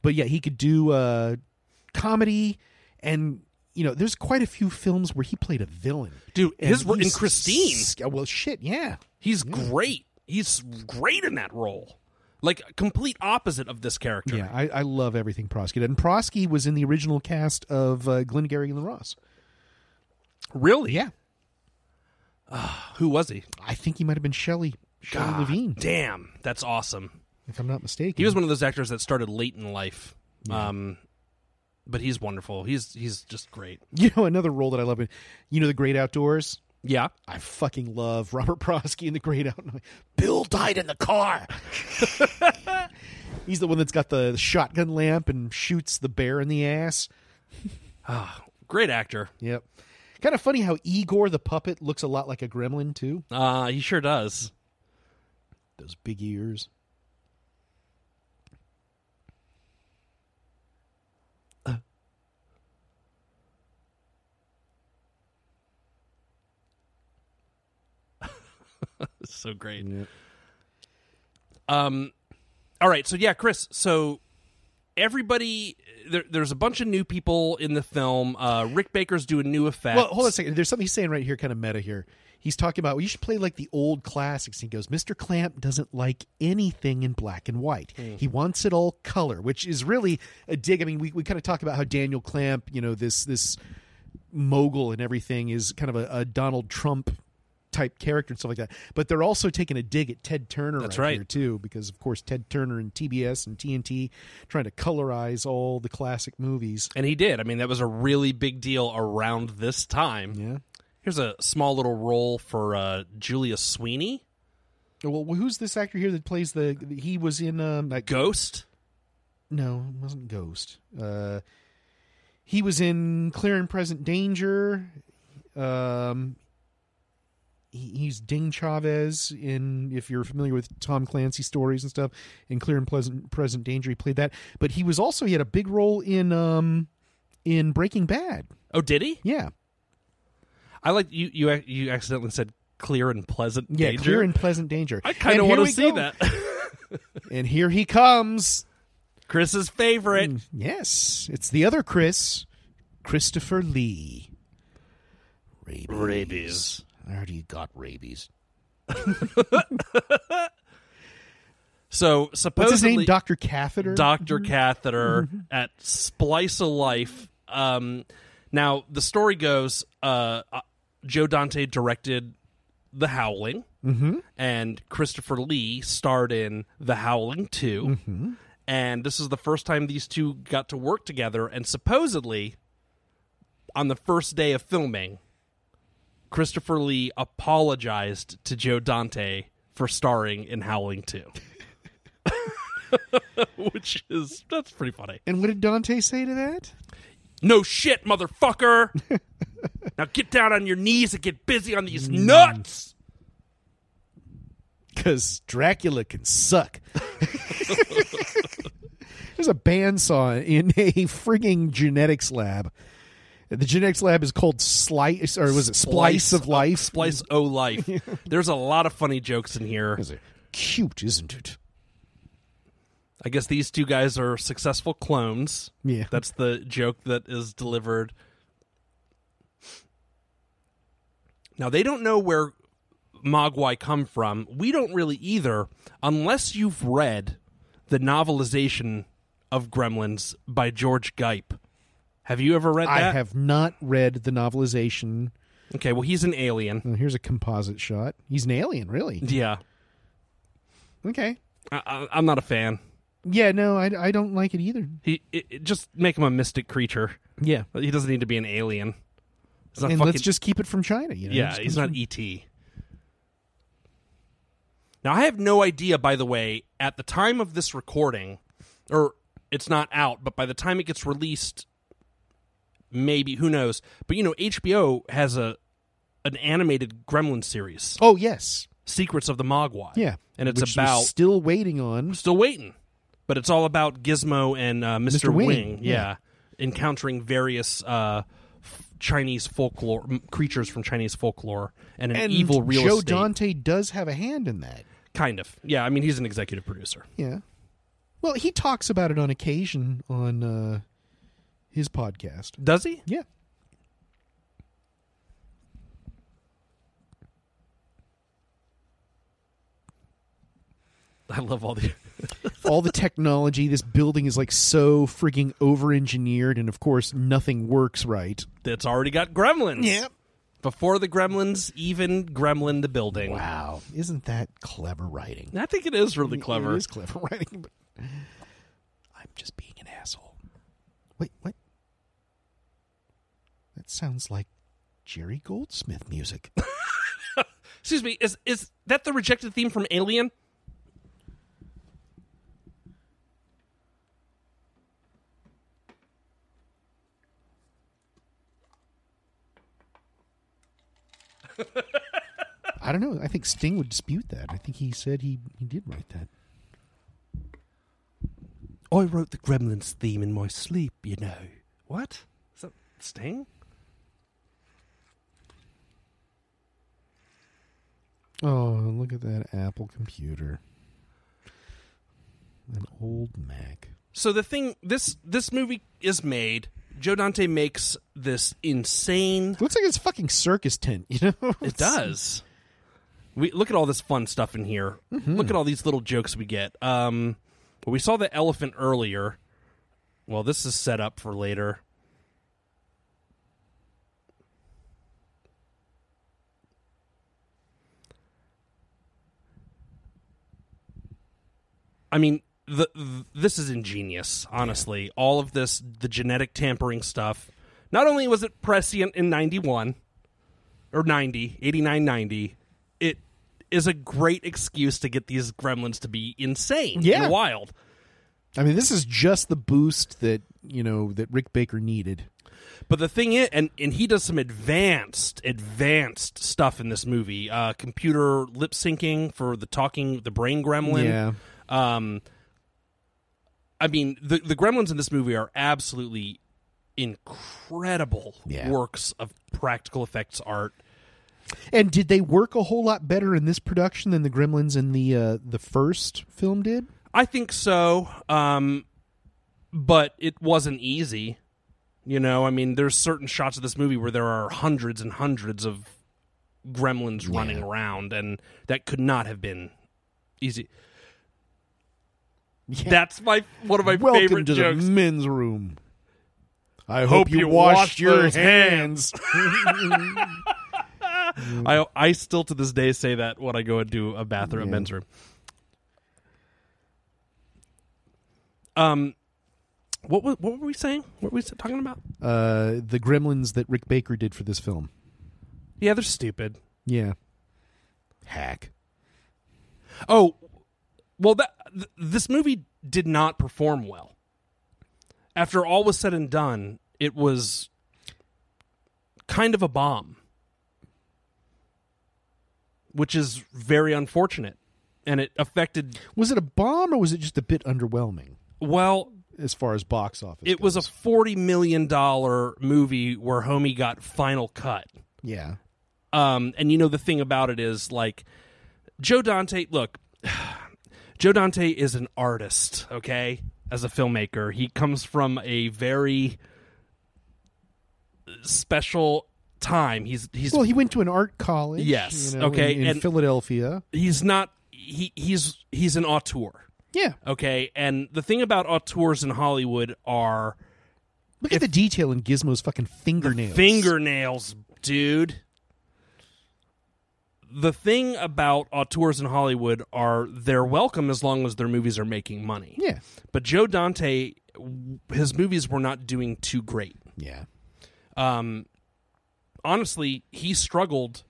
[SPEAKER 4] But yeah, he could do uh, comedy, and you know, there's quite a few films where he played a villain.
[SPEAKER 3] Dude,
[SPEAKER 4] And
[SPEAKER 3] his in
[SPEAKER 4] he's-
[SPEAKER 3] Christine,
[SPEAKER 4] Well, shit, yeah.
[SPEAKER 3] he's great. He's great in that role. Like complete opposite of this character.
[SPEAKER 4] Yeah, I, I love everything Prosky did. And Prosky was in the original cast of uh, Glengarry and the Ross.
[SPEAKER 3] Really?
[SPEAKER 4] Yeah,
[SPEAKER 3] Who was he?
[SPEAKER 4] I think he might have been Shelley, Shelley
[SPEAKER 3] God
[SPEAKER 4] Levine,
[SPEAKER 3] Damn, that's awesome.
[SPEAKER 4] if I'm not mistaken.
[SPEAKER 3] He was one of those actors that started late in life. Um but he's wonderful. He's he's just great.
[SPEAKER 4] you know, another role that I love. You know, The Great Outdoors.
[SPEAKER 3] Yeah.
[SPEAKER 4] I fucking love Robert Prosky in The Great Outdoors. Bill died in the car. He's the one that's got the shotgun lamp and shoots the bear in the ass.
[SPEAKER 3] Ah, Great actor.
[SPEAKER 4] Yep. Kind of funny how Igor the puppet looks a lot like a gremlin too.
[SPEAKER 3] Uh he sure does.
[SPEAKER 4] Those big ears.
[SPEAKER 3] It's so great. Um all right, so yeah, Chris, so everybody there, there's a bunch of new people in the film. Uh Rick Baker's doing new effects.
[SPEAKER 4] Well, hold on a second. There's something he's saying right here, kind of meta here. He's talking about well, you should play like the old classics. He goes, Mr. Clamp doesn't like anything in black and white.
[SPEAKER 3] Hmm.
[SPEAKER 4] He wants it all color, which is really a dig. I mean, we, we kind of talk about how Daniel Clamp, you know, this this mogul and everything is kind of a, a Donald Trump type character and stuff like that. But they're also taking a dig at Ted Turner
[SPEAKER 3] That's
[SPEAKER 4] right,
[SPEAKER 3] right.
[SPEAKER 4] here too, because of course Ted Turner and TBS and TNT trying to colorize all the classic movies.
[SPEAKER 3] And he did. I mean, that was a really big deal around this time.
[SPEAKER 4] Yeah.
[SPEAKER 3] Here's a small little role for uh, Julia Sweeney,
[SPEAKER 4] Well, who's this actor here that plays the? He was in um, like
[SPEAKER 3] Ghost.
[SPEAKER 4] no, it wasn't Ghost. Uh, he was in Clear and Present Danger. Um, he, he's Ding Chavez in if you're familiar with Tom Clancy stories and stuff. In Clear and Pleasant Present Danger, he played that. But he was also he had a big role in um in Breaking Bad.
[SPEAKER 3] Oh, did he?
[SPEAKER 4] Yeah,
[SPEAKER 3] I like you. You ac- you accidentally said clear and pleasant.
[SPEAKER 4] yeah,
[SPEAKER 3] danger.
[SPEAKER 4] Clear and Pleasant Danger.
[SPEAKER 3] I kind
[SPEAKER 4] And
[SPEAKER 3] of
[SPEAKER 4] here
[SPEAKER 3] want
[SPEAKER 4] we
[SPEAKER 3] to see
[SPEAKER 4] go.
[SPEAKER 3] that.
[SPEAKER 4] And here he comes.
[SPEAKER 3] Chris's
[SPEAKER 4] Hmm.
[SPEAKER 3] favorite.
[SPEAKER 4] Yes, it's the other Chris, Christopher Lee. Rabies.
[SPEAKER 3] Rabies.
[SPEAKER 4] I heard he got rabies.
[SPEAKER 3] So
[SPEAKER 4] What's
[SPEAKER 3] supposedly
[SPEAKER 4] his name? Doctor Catheter.
[SPEAKER 3] Dr. Catheter at Splice of Life. Um, now, the story goes uh, uh, Joe Dante directed The Howling, and Christopher Lee starred in The Howling 2. And this is the first time these two got to work together. And supposedly, on the first day of filming, Christopher Lee apologized to Joe Dante for starring in Howling 2. Which is, that's pretty funny.
[SPEAKER 4] and what did Dante say to that?
[SPEAKER 3] No shit, motherfucker. now get down on your knees and get busy on these nuts.
[SPEAKER 4] Because Dracula can suck. There's a bandsaw in a frigging genetics lab. The genetics lab is called Slice, or was it Splice, of Life?
[SPEAKER 3] Splice O Life. There's a lot of funny jokes in here.
[SPEAKER 4] Is it Cute, isn't it?
[SPEAKER 3] I guess these two guys are successful clones.
[SPEAKER 4] Yeah.
[SPEAKER 3] That's the joke that is delivered. Now, they don't know where Mogwai come from. We don't really either, unless you've read the novelization of Gremlins by George Gipe. Have you ever read that?
[SPEAKER 4] I have not read the novelization.
[SPEAKER 3] Okay, well, he's an alien.
[SPEAKER 4] Uh, Here's a composite shot. He's an alien, really.
[SPEAKER 3] Yeah.
[SPEAKER 4] Okay.
[SPEAKER 3] I, I, I'm not a fan.
[SPEAKER 4] Yeah, no, I, I don't like it either.
[SPEAKER 3] He it, it- just make him a mystic creature.
[SPEAKER 4] Yeah,
[SPEAKER 3] He doesn't need to be an alien. He's not
[SPEAKER 4] and
[SPEAKER 3] fucking-
[SPEAKER 4] let's just keep it from China. You know?
[SPEAKER 3] yeah,
[SPEAKER 4] Just-
[SPEAKER 3] he's not E ET. Now I have no idea. By the way, at the time of this recording, or it's not out, but by the time it gets released, maybe who knows? But you know, HBO has a an animated Gremlin series,
[SPEAKER 4] Oh yes,
[SPEAKER 3] Secrets of the Mogwai.
[SPEAKER 4] yeah,
[SPEAKER 3] and it's
[SPEAKER 4] Which we're
[SPEAKER 3] about
[SPEAKER 4] still waiting on.
[SPEAKER 3] still waiting, but it's all about Gizmo and uh, Mr.
[SPEAKER 4] Mr. Wing,
[SPEAKER 3] Wing, yeah. encountering various uh, f- Chinese folklore m- creatures from Chinese folklore and an
[SPEAKER 4] And
[SPEAKER 3] evil real
[SPEAKER 4] Joe
[SPEAKER 3] estate
[SPEAKER 4] Dante does have a hand in that.
[SPEAKER 3] kind of. Yeah, I mean he's an executive producer.
[SPEAKER 4] Yeah. Well, he talks about it on occasion on uh, his podcast.
[SPEAKER 3] Does he?
[SPEAKER 4] Yeah.
[SPEAKER 3] I love all the.
[SPEAKER 4] All the technology, this building is like so frigging over engineered, and of course, nothing works right.
[SPEAKER 3] That's already got gremlins. Before the gremlins even gremlin the building.
[SPEAKER 4] Wow. Isn't that clever writing?
[SPEAKER 3] I think it is really clever.
[SPEAKER 4] It is clever writing, but I'm just being an asshole. Wait, what? That sounds like Jerry Goldsmith music.
[SPEAKER 3] Excuse me, is is that the rejected theme from Alien?
[SPEAKER 4] I don't know. I think Sting would dispute that. I think he said he, he did write that.
[SPEAKER 3] I wrote the Gremlins theme in my sleep, you know. What? Is that Sting?
[SPEAKER 4] Oh, look at that Apple computer. An old Mac.
[SPEAKER 3] So the thing this this movie is made. Joe Dante makes this insane
[SPEAKER 4] Looks like it's a fucking circus tent, you know?
[SPEAKER 3] It does. We look at all this fun stuff in here. Look at all these little jokes we get. Um, we saw the elephant earlier. Well, this is set up for later. I mean, the, th this is ingenious, honestly. All of this, the genetic tampering stuff. Not only was it prescient in 91, or 90, 89, 90, it is a great excuse to get these gremlins to be insane
[SPEAKER 4] Yeah.
[SPEAKER 3] and wild.
[SPEAKER 4] I mean, this is just the boost that, you know, that Rick Baker needed.
[SPEAKER 3] But the thing is, and, and he does some advanced, advanced stuff in this movie. Uh, computer lip syncing for the talking, the brain gremlin.
[SPEAKER 4] Yeah.
[SPEAKER 3] Um, I mean, the the gremlins in this movie are absolutely incredible
[SPEAKER 4] Yeah.
[SPEAKER 3] works of practical effects art.
[SPEAKER 4] And did they work a whole lot better in this production than the Gremlins in the uh, the first film did?
[SPEAKER 3] I think so. Um, but it wasn't easy. You know, I mean, there's certain shots of this movie where there are hundreds and hundreds of gremlins running around, and that could not have been easy. That's my one of my
[SPEAKER 4] Welcome
[SPEAKER 3] favorite
[SPEAKER 4] to
[SPEAKER 3] jokes.
[SPEAKER 4] the men's room. I hope,
[SPEAKER 3] Hope
[SPEAKER 4] you,
[SPEAKER 3] you
[SPEAKER 4] washed,
[SPEAKER 3] washed
[SPEAKER 4] your
[SPEAKER 3] those
[SPEAKER 4] hands.
[SPEAKER 3] I I still to this day say that when I go into a bathroom, a men's room. Um, what wa- what were we saying? What were we talking about?
[SPEAKER 4] uh, the Gremlins that Rick Baker did for this film.
[SPEAKER 3] Yeah, they're stupid.
[SPEAKER 4] Yeah. Hack.
[SPEAKER 3] Oh, well, that th- this movie did not perform well. After all was said and done, it was kind of a bomb, which is very unfortunate, and it affected.
[SPEAKER 4] Was it a bomb or was it just a bit underwhelming
[SPEAKER 3] Well,
[SPEAKER 4] as far as box office?
[SPEAKER 3] it was a forty million dollar movie where Homie got final cut.
[SPEAKER 4] yeah.
[SPEAKER 3] Um, and you know the thing about it is like Joe Dante. Look, Joe Dante is an artist. Okay, as a filmmaker, he comes from a very special time. He's he's
[SPEAKER 4] Well, he went to an art college.
[SPEAKER 3] Yes,
[SPEAKER 4] you know,
[SPEAKER 3] okay,
[SPEAKER 4] in, in
[SPEAKER 3] and-
[SPEAKER 4] Philadelphia.
[SPEAKER 3] he's not he he's he's an auteur.
[SPEAKER 4] Yeah,
[SPEAKER 3] Okay, and the thing about auteurs in Hollywood are
[SPEAKER 4] look at the detail in Gizmo's fucking fingernails.
[SPEAKER 3] fingernails, dude. the thing about auteurs in Hollywood are they're welcome as long as their movies are making money.
[SPEAKER 4] Yeah.
[SPEAKER 3] But Joe Dante, w- his movies were not doing too great.
[SPEAKER 4] Yeah.
[SPEAKER 3] Honestly, he struggled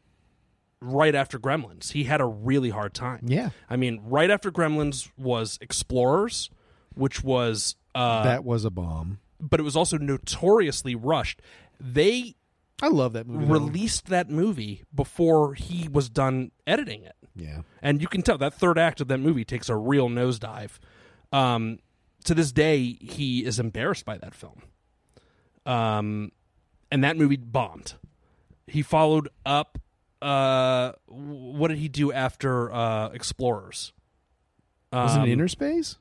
[SPEAKER 3] right after Gremlins. He had a really hard time.
[SPEAKER 4] Yeah.
[SPEAKER 3] I mean, right after Gremlins was Explorers, which was uh
[SPEAKER 4] that was a bomb.
[SPEAKER 3] but it was also notoriously rushed. They
[SPEAKER 4] I love that movie. though.
[SPEAKER 3] released that movie before he was done editing it.
[SPEAKER 4] Yeah.
[SPEAKER 3] And you can tell that third act of that movie takes a real nosedive. Um, to this day, he is embarrassed by that film. Um, and that movie bombed. He followed up. Uh, w- what did he do after uh, Explorers? Um,
[SPEAKER 4] Was it Inner Space?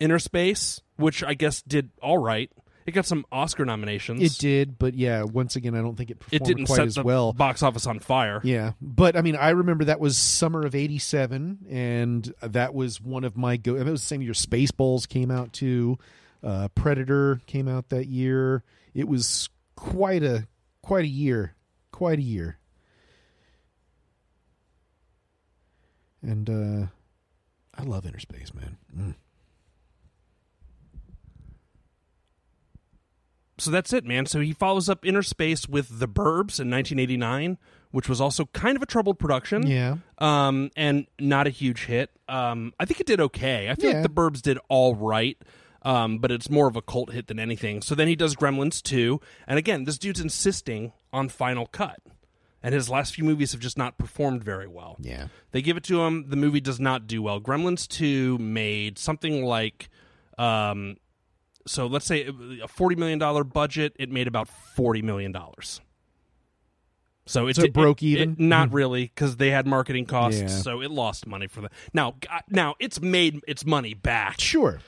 [SPEAKER 3] Inner Space, which I guess did all right. It got some Oscar nominations.
[SPEAKER 4] It did, but yeah, once again, I don't think it performed
[SPEAKER 3] It didn't
[SPEAKER 4] quite
[SPEAKER 3] set
[SPEAKER 4] as
[SPEAKER 3] the
[SPEAKER 4] well.
[SPEAKER 3] box office on fire.
[SPEAKER 4] Yeah, but I mean, I remember that was summer of '87, and that was one of my go. And it was the same year Spaceballs came out too. Uh, Predator came out that year. It was quite a quite a year, quite a year. And uh, I love Interspace, man. Mm.
[SPEAKER 3] so that's it, man. So he follows up Inner Space with The Burbs in 1989, which was also kind of a troubled production.
[SPEAKER 4] Yeah.
[SPEAKER 3] Um, and not a huge hit. Um, I think it did okay. I feel
[SPEAKER 4] Yeah.
[SPEAKER 3] like The Burbs did all right. Um, but it's more of a cult hit than anything. So then he does Gremlins 2. And again, this dude's insisting on Final Cut. And his last few movies have just not performed very well.
[SPEAKER 4] Yeah.
[SPEAKER 3] They give it to him. The movie does not do well. Gremlins 2 made something like um so let's say a 40 million dollar budget, it made about 40 million dollars. So it,
[SPEAKER 4] So it
[SPEAKER 3] di-
[SPEAKER 4] broke even? Mm-hmm.
[SPEAKER 3] it- not really cuz they had marketing costs,
[SPEAKER 4] Yeah.
[SPEAKER 3] so it lost money for that. Now g- now it's made its money back,
[SPEAKER 4] Sure.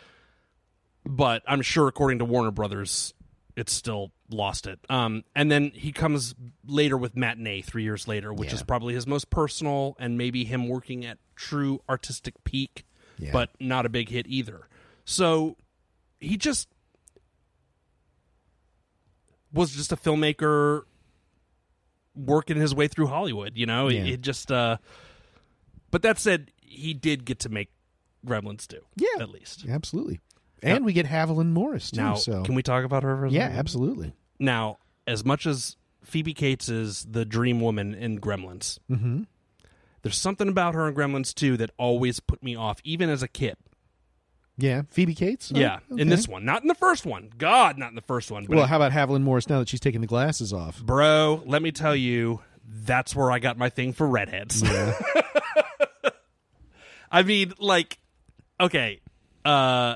[SPEAKER 3] but I'm sure according to Warner Brothers it's still lost it. Um and then he comes later with Matinee 3 years later, which
[SPEAKER 4] Yeah.
[SPEAKER 3] is probably his most personal and maybe him working at true artistic peak,
[SPEAKER 4] Yeah.
[SPEAKER 3] but not a big hit either. So he just was just a filmmaker working his way through Hollywood, you know?
[SPEAKER 4] Yeah.
[SPEAKER 3] It, it just uh but that said, he did get to make Gremlins do.
[SPEAKER 4] Yeah.
[SPEAKER 3] At least.
[SPEAKER 4] Absolutely. And we get Haviland Morris too.
[SPEAKER 3] Now,
[SPEAKER 4] so
[SPEAKER 3] can we talk about her? For a
[SPEAKER 4] yeah,
[SPEAKER 3] second?
[SPEAKER 4] absolutely.
[SPEAKER 3] Now, as much as Phoebe Cates is the dream woman in Gremlins,
[SPEAKER 4] Mhm.
[SPEAKER 3] there's something about her in Gremlins too that always put me off, even as a kid.
[SPEAKER 4] Yeah, Phoebe Cates. Oh,
[SPEAKER 3] yeah, in
[SPEAKER 4] okay.
[SPEAKER 3] this one, not in the first one. God, not in the first one. But
[SPEAKER 4] Well, how about Haviland Morris now that she's taking the glasses off?
[SPEAKER 3] bro, let me tell you, that's where I got my thing for redheads. I mean, like, okay, uh,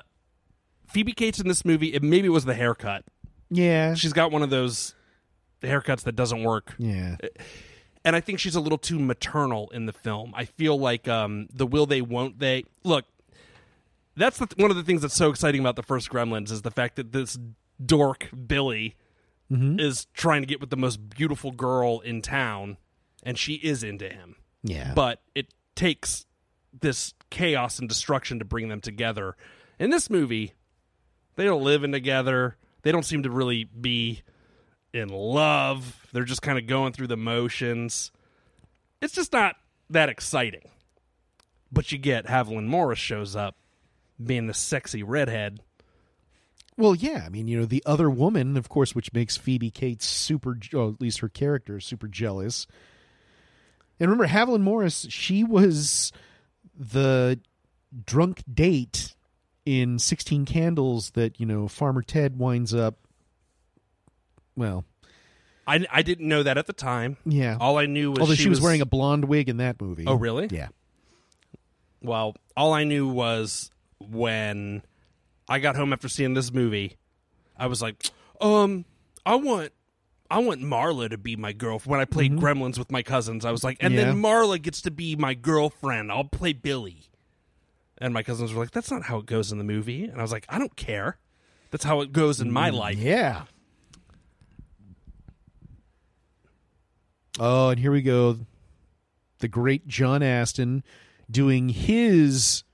[SPEAKER 3] Phoebe Cates in this movie, it, maybe it was the haircut.
[SPEAKER 4] Yeah.
[SPEAKER 3] She's got one of those haircuts that doesn't work.
[SPEAKER 4] yeah.
[SPEAKER 3] and I think she's a little too maternal in the film. I feel like um, the will they, won't they. Look, that's the one of the things that's so exciting about the first Gremlins is the fact that this dork Billy is trying to get with the most beautiful girl in town, and she is into him.
[SPEAKER 4] Yeah.
[SPEAKER 3] But it takes this chaos and destruction to bring them together. In this movie, they are living together. They don't seem to really be in love. They're just kind of going through the motions. It's just not that exciting. But you get Haviland Morris shows up being the sexy redhead.
[SPEAKER 4] well, yeah. I mean, you know, the other woman, of course, which makes Phoebe Cates super, or at least her character, is super jealous. And remember, Haviland Morris, she was the drunk date in 16 Candles that, you know, Farmer Ted winds up. Well,
[SPEAKER 3] I, I didn't know that at the time.
[SPEAKER 4] yeah.
[SPEAKER 3] All I knew was
[SPEAKER 4] Although
[SPEAKER 3] she,
[SPEAKER 4] she was, wearing a blonde wig in that movie.
[SPEAKER 3] Oh, really?
[SPEAKER 4] Yeah.
[SPEAKER 3] Well, all I knew was when I got home after seeing this movie, I was like, um, I want I want Marla to be my girlfriend. When I played Gremlins with my cousins, I was like, and
[SPEAKER 4] Yeah.
[SPEAKER 3] then Marla gets to be my girlfriend. I'll play Billy. And my cousins were like, that's not how it goes in the movie. And I was like, I don't care. That's how it goes in my life.
[SPEAKER 4] Yeah. Oh, and here we go. The great John Aston doing his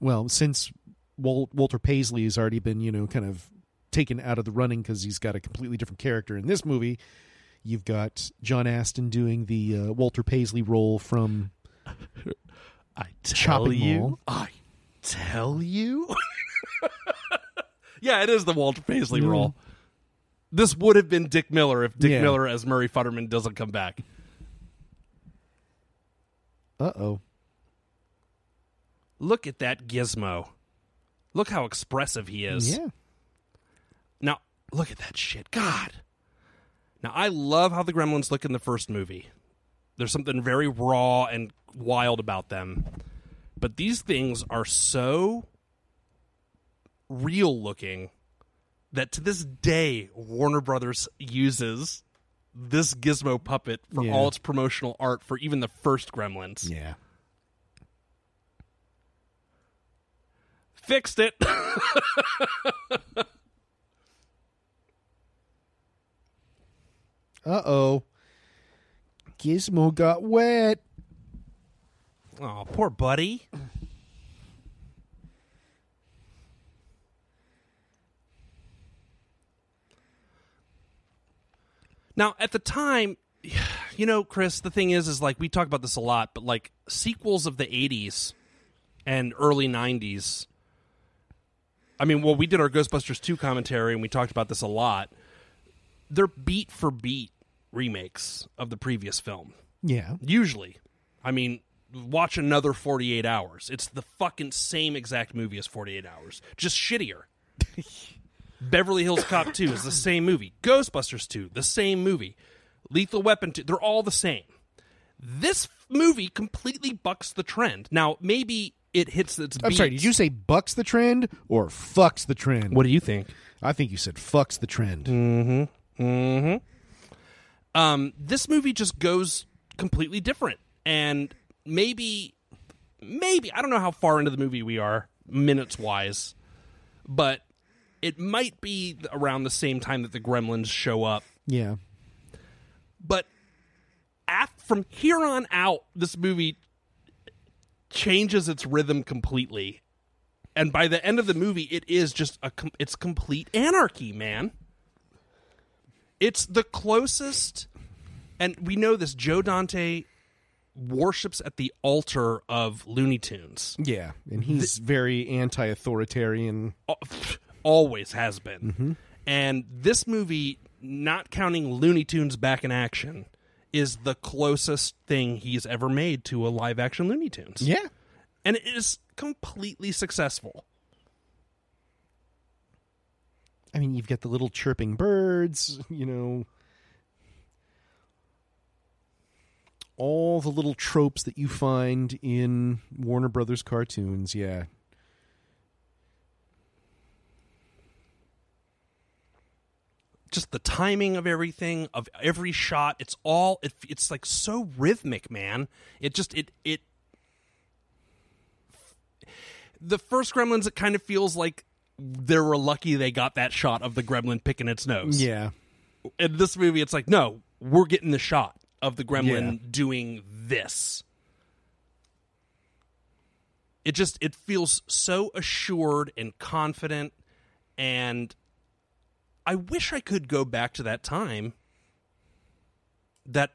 [SPEAKER 4] well, since Wal- Walter Paisley has already been, you know, kind of taken out of the running cuz he's got a completely different character in this movie, You've got John Aston doing the uh, Walter Paisley role from
[SPEAKER 3] I tell
[SPEAKER 4] Chopping
[SPEAKER 3] you.
[SPEAKER 4] mall.
[SPEAKER 3] I tell you. yeah, it is the Walter Paisley role. This would have been Dick Miller if Dick
[SPEAKER 4] Yeah.
[SPEAKER 3] Miller as Murray Futterman doesn't come back.
[SPEAKER 4] Uh oh.
[SPEAKER 3] Look at that gizmo. Look how expressive he is.
[SPEAKER 4] Yeah.
[SPEAKER 3] Now, look at that shit. God. Now, I love how the gremlins look in the first movie. There's something very raw and wild about them. But these things are so real looking that to this day, Warner Brothers uses this gizmo puppet for
[SPEAKER 4] Yeah.
[SPEAKER 3] all its promotional art for even the first gremlins.
[SPEAKER 4] Yeah.
[SPEAKER 3] Fixed it.
[SPEAKER 4] Uh oh. Gizmo got wet.
[SPEAKER 3] oh, poor buddy. Now, at the time, you know, Chris, the thing is, is like we talk about this a lot, but like sequels of the 80s and early 90s. I mean, well, we did our Ghostbusters 2 commentary and we talked about this a lot. They're beat for beat remakes of the previous film.
[SPEAKER 4] Yeah.
[SPEAKER 3] Usually. I mean, watch another 48 hours. It's the fucking same exact movie as 48 hours, just shittier. Beverly Hills Cop 2 is the same movie. Ghostbusters 2, the same movie. Lethal Weapon 2, they're all the same. This f- movie completely bucks the trend. Now, maybe it hits its
[SPEAKER 4] I'm sorry. Did you say bucks the trend or fucks the trend?
[SPEAKER 3] What do you think?
[SPEAKER 4] I think you said fucks the trend.
[SPEAKER 3] um, this movie just goes completely different and maybe maybe i don't know how far into the movie we are minutes wise but it might be around the same time that the gremlins show up
[SPEAKER 4] Yeah.
[SPEAKER 3] but af- from here on out this movie changes its rhythm completely and by the end of the movie it is just a com- it's complete anarchy man it's the closest and we know this joe dante worships at the altar of looney tunes
[SPEAKER 4] Yeah. And he's very anti authoritarian.
[SPEAKER 3] al- always has been.
[SPEAKER 4] Mm-hmm.
[SPEAKER 3] And this movie, not counting Looney Tunes back in action, is the closest thing he's ever made to a live action Looney Tunes.
[SPEAKER 4] Yeah.
[SPEAKER 3] And it is completely successful.
[SPEAKER 4] I mean, you've got the little chirping birds, you know, all the little tropes that you find in Warner Brothers cartoons. Yeah.
[SPEAKER 3] Just the timing of everything, of every shot, it's all it, it's like so rhythmic, man. It just it it the first Gremlins it kind of feels like they were lucky they got that shot of the gremlin picking its nose.
[SPEAKER 4] Yeah.
[SPEAKER 3] in this movie it's like no we're getting the shot of the gremlin doing this it just it feels so assured and confident and i wish i could go back to that time that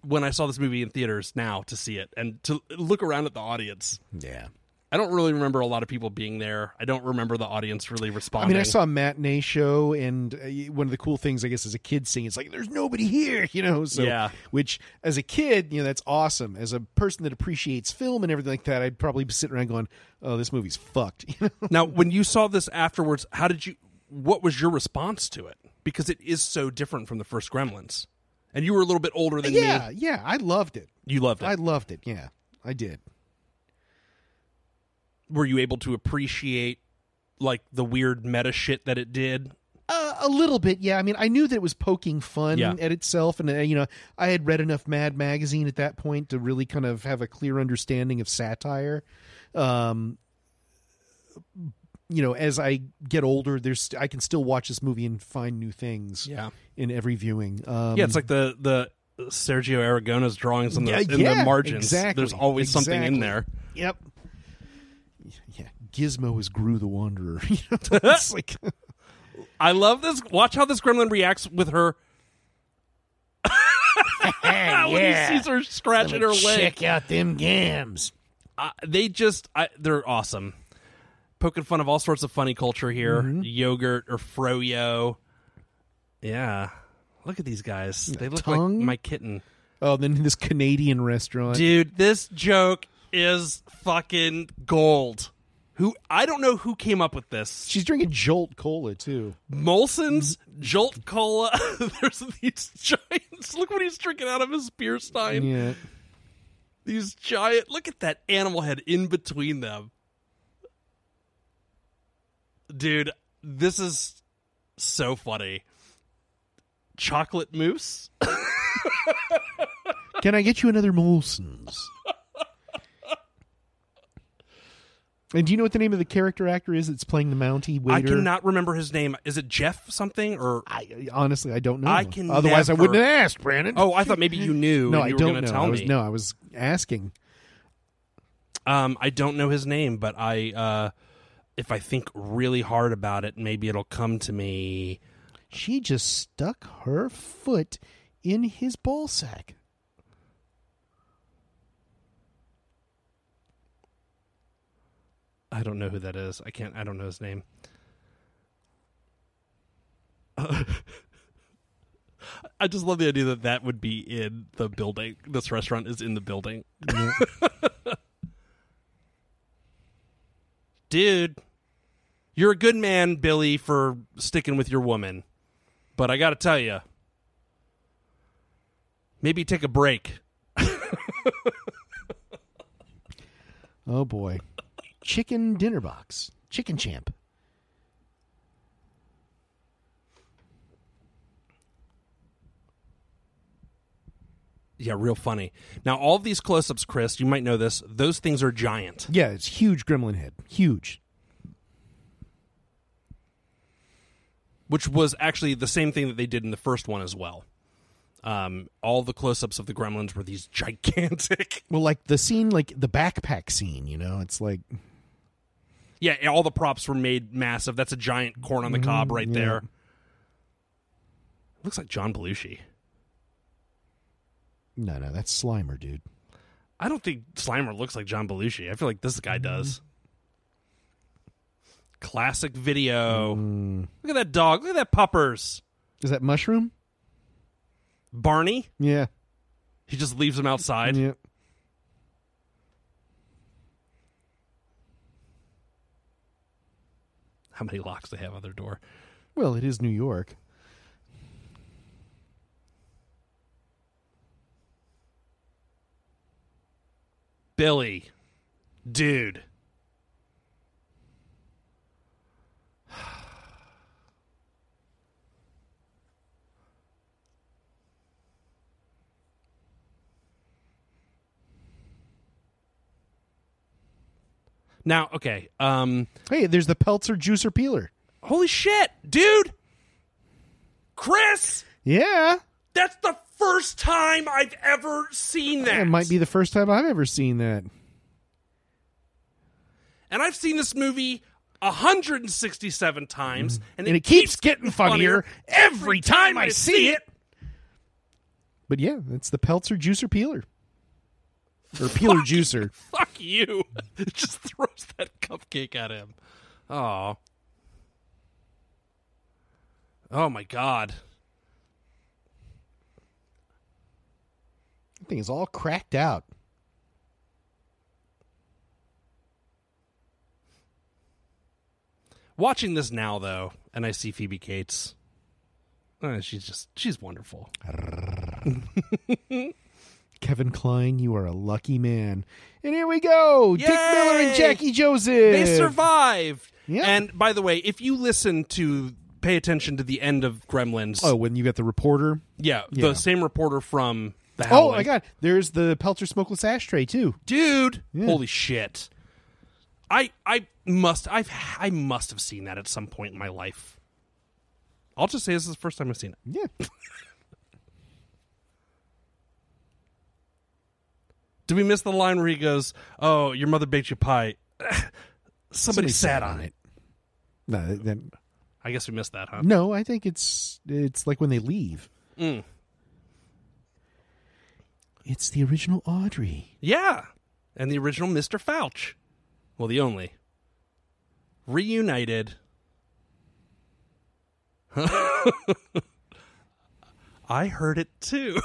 [SPEAKER 3] when i saw this movie in theaters now to see it and to look around at the audience
[SPEAKER 4] Yeah.
[SPEAKER 3] i don't really remember a lot of people being there i don't remember the audience really
[SPEAKER 4] I
[SPEAKER 3] responding
[SPEAKER 4] mean, I saw a matinee show, and uh, one of the cool things, I guess, as a kid seeing it's like there's nobody here, you know. So,
[SPEAKER 3] Yeah.
[SPEAKER 4] which as a kid, you know, that's awesome. As a person that appreciates film and everything like that, I'd probably be sitting around going, "Oh, this movie's fucked," you know.
[SPEAKER 3] Now, when you saw this afterwards, how did you? What was your response to it? Because it is so different from the first Gremlins, and you were a little bit older than
[SPEAKER 4] yeah,
[SPEAKER 3] me.
[SPEAKER 4] yeah, I loved it.
[SPEAKER 3] You loved it.
[SPEAKER 4] I loved it. Yeah, I did.
[SPEAKER 3] were you able to appreciate like the weird meta shit that it did?
[SPEAKER 4] Uh, a little bit, yeah. I mean, I knew that it was poking fun
[SPEAKER 3] Yeah.
[SPEAKER 4] at itself, and uh, you know, I had read enough Mad Magazine at that point to really kind of have a clear understanding of satire. Um, you know, as I get older, there's I can still watch this movie and find new things.
[SPEAKER 3] Yeah.
[SPEAKER 4] in every viewing. Um,
[SPEAKER 3] yeah, it's like the the Sergio Aragona's drawings in the
[SPEAKER 4] Yeah,
[SPEAKER 3] in
[SPEAKER 4] yeah,
[SPEAKER 3] the margins.
[SPEAKER 4] exactly,
[SPEAKER 3] There's always something in
[SPEAKER 4] exactly.
[SPEAKER 3] there.
[SPEAKER 4] yep. Yeah, Gizmo is Gru the Wanderer. You know, it's like
[SPEAKER 3] I love this. Watch how this gremlin reacts with her Ah,
[SPEAKER 4] yeah.
[SPEAKER 3] when he sees her scratching her leg.
[SPEAKER 4] out them gams.
[SPEAKER 3] Uh, they just, I, they're awesome. Poking fun of all sorts of funny culture here. Yogurt or froyo. Yeah. Look at these guys. They look
[SPEAKER 4] tongue?
[SPEAKER 3] like my kitten.
[SPEAKER 4] Oh, then this Canadian restaurant.
[SPEAKER 3] Dude, this joke is fucking gold. Who I don't know who came up with this.
[SPEAKER 4] She's drinking Jolt Cola too.
[SPEAKER 3] Molson's Jolt Cola. There's these giants. Look what he's drinking out of his beer stein.
[SPEAKER 4] Yeah.
[SPEAKER 3] These giant. Look at that animal head in between them. Dude, this is so funny. Chocolate mousse.
[SPEAKER 4] Can I get you another Molson's? and do you know what the name of the character actor is that's playing the Mountie waiter?
[SPEAKER 3] I cannot remember his name. Is it Jeff something or
[SPEAKER 4] I, honestly, I don't know.
[SPEAKER 3] I can
[SPEAKER 4] Otherwise,
[SPEAKER 3] never-
[SPEAKER 4] I wouldn't have asked, Brandon.
[SPEAKER 3] Oh, I thought maybe you knew.
[SPEAKER 4] no,
[SPEAKER 3] and
[SPEAKER 4] I
[SPEAKER 3] you were
[SPEAKER 4] don't
[SPEAKER 3] gonna
[SPEAKER 4] know.
[SPEAKER 3] Tell
[SPEAKER 4] I was,
[SPEAKER 3] me.
[SPEAKER 4] No, I was asking.
[SPEAKER 3] Um, I don't know his name, but I, uh, if I think really hard about it, maybe it'll come to me.
[SPEAKER 4] She just stuck her foot in his ball sack.
[SPEAKER 3] I don't know who that is. I can't. I don't know his name. I just love the idea that that would be in the building. This restaurant is in the building. Dude, you're a good man, Billy, for sticking with your woman. But I got to tell you, maybe take a break.
[SPEAKER 4] Oh boy. Chicken dinner box. Chicken champ.
[SPEAKER 3] Yeah, real funny. Now, all of these close ups, Chris, you might know this, those things are giant.
[SPEAKER 4] Yeah, it's huge gremlin head. Huge.
[SPEAKER 3] which was actually the same thing that they did in the first one as well. Um, all the close-ups of the gremlins were these gigantic.
[SPEAKER 4] Well, like the scene, like the backpack scene, you know, it's like
[SPEAKER 3] yeah, and all the props were made massive. That's a giant corn on the cob right there. Looks like John Belushi.
[SPEAKER 4] no, no, that's Slimer, dude.
[SPEAKER 3] I don't think Slimer looks like John Belushi. I feel like this guy does. Classic video. Look at that dog. Look at that puppers.
[SPEAKER 4] Is that mushroom?
[SPEAKER 3] Barney.
[SPEAKER 4] Yeah.
[SPEAKER 3] He just leaves him outside.
[SPEAKER 4] yeah.
[SPEAKER 3] How many locks they have on their door?
[SPEAKER 4] Well, it is New York.
[SPEAKER 3] Billy, dude. Now, okay. Um
[SPEAKER 4] Hey, there's the Peltzer juicer peeler.
[SPEAKER 3] holy shit, dude. Chris,
[SPEAKER 4] Yeah.
[SPEAKER 3] that's the first time I've ever seen that.
[SPEAKER 4] It might be the first time I've ever seen that.
[SPEAKER 3] and I've seen this movie 167 times, and,
[SPEAKER 4] Mm. And it keeps getting funnier every time I see it. But yeah, it's the Peltzer juicer peeler. Or peeler juicer.
[SPEAKER 3] Fuck you! It just throws that cupcake at him. Oh, oh my god!
[SPEAKER 4] That thing is all cracked out.
[SPEAKER 3] Watching this now though, and I see Phoebe Cates. Uh, she's just she's wonderful.
[SPEAKER 4] Kevin Klein, you are a lucky man. And here we go. Dick
[SPEAKER 3] Yay!
[SPEAKER 4] Miller and Jackie Joseph.
[SPEAKER 3] They survived.
[SPEAKER 4] Yeah.
[SPEAKER 3] And by the way, if you listen to pay attention to the end of Gremlins,
[SPEAKER 4] Oh, when you got the reporter.
[SPEAKER 3] yeah,
[SPEAKER 4] yeah.
[SPEAKER 3] the same reporter from the
[SPEAKER 4] Oh
[SPEAKER 3] Howling.
[SPEAKER 4] my god, there's the Pelter smokeless ashtray too.
[SPEAKER 3] dude
[SPEAKER 4] Yeah.
[SPEAKER 3] holy shit i i must i've i must have seen that at some point in my life i'll just say this is the first time i've seen it
[SPEAKER 4] Yeah.
[SPEAKER 3] did we miss the line where he goes oh your mother baked you pie somebody, sat, on it.
[SPEAKER 4] No, that- that-
[SPEAKER 3] i guess we missed that huh
[SPEAKER 4] no,
[SPEAKER 3] Mm.
[SPEAKER 4] I think it's it's like when they leave. It's the original Audrey.
[SPEAKER 3] Yeah. And the original Mr. Fouch. Well, the only. Reunited. I heard it too.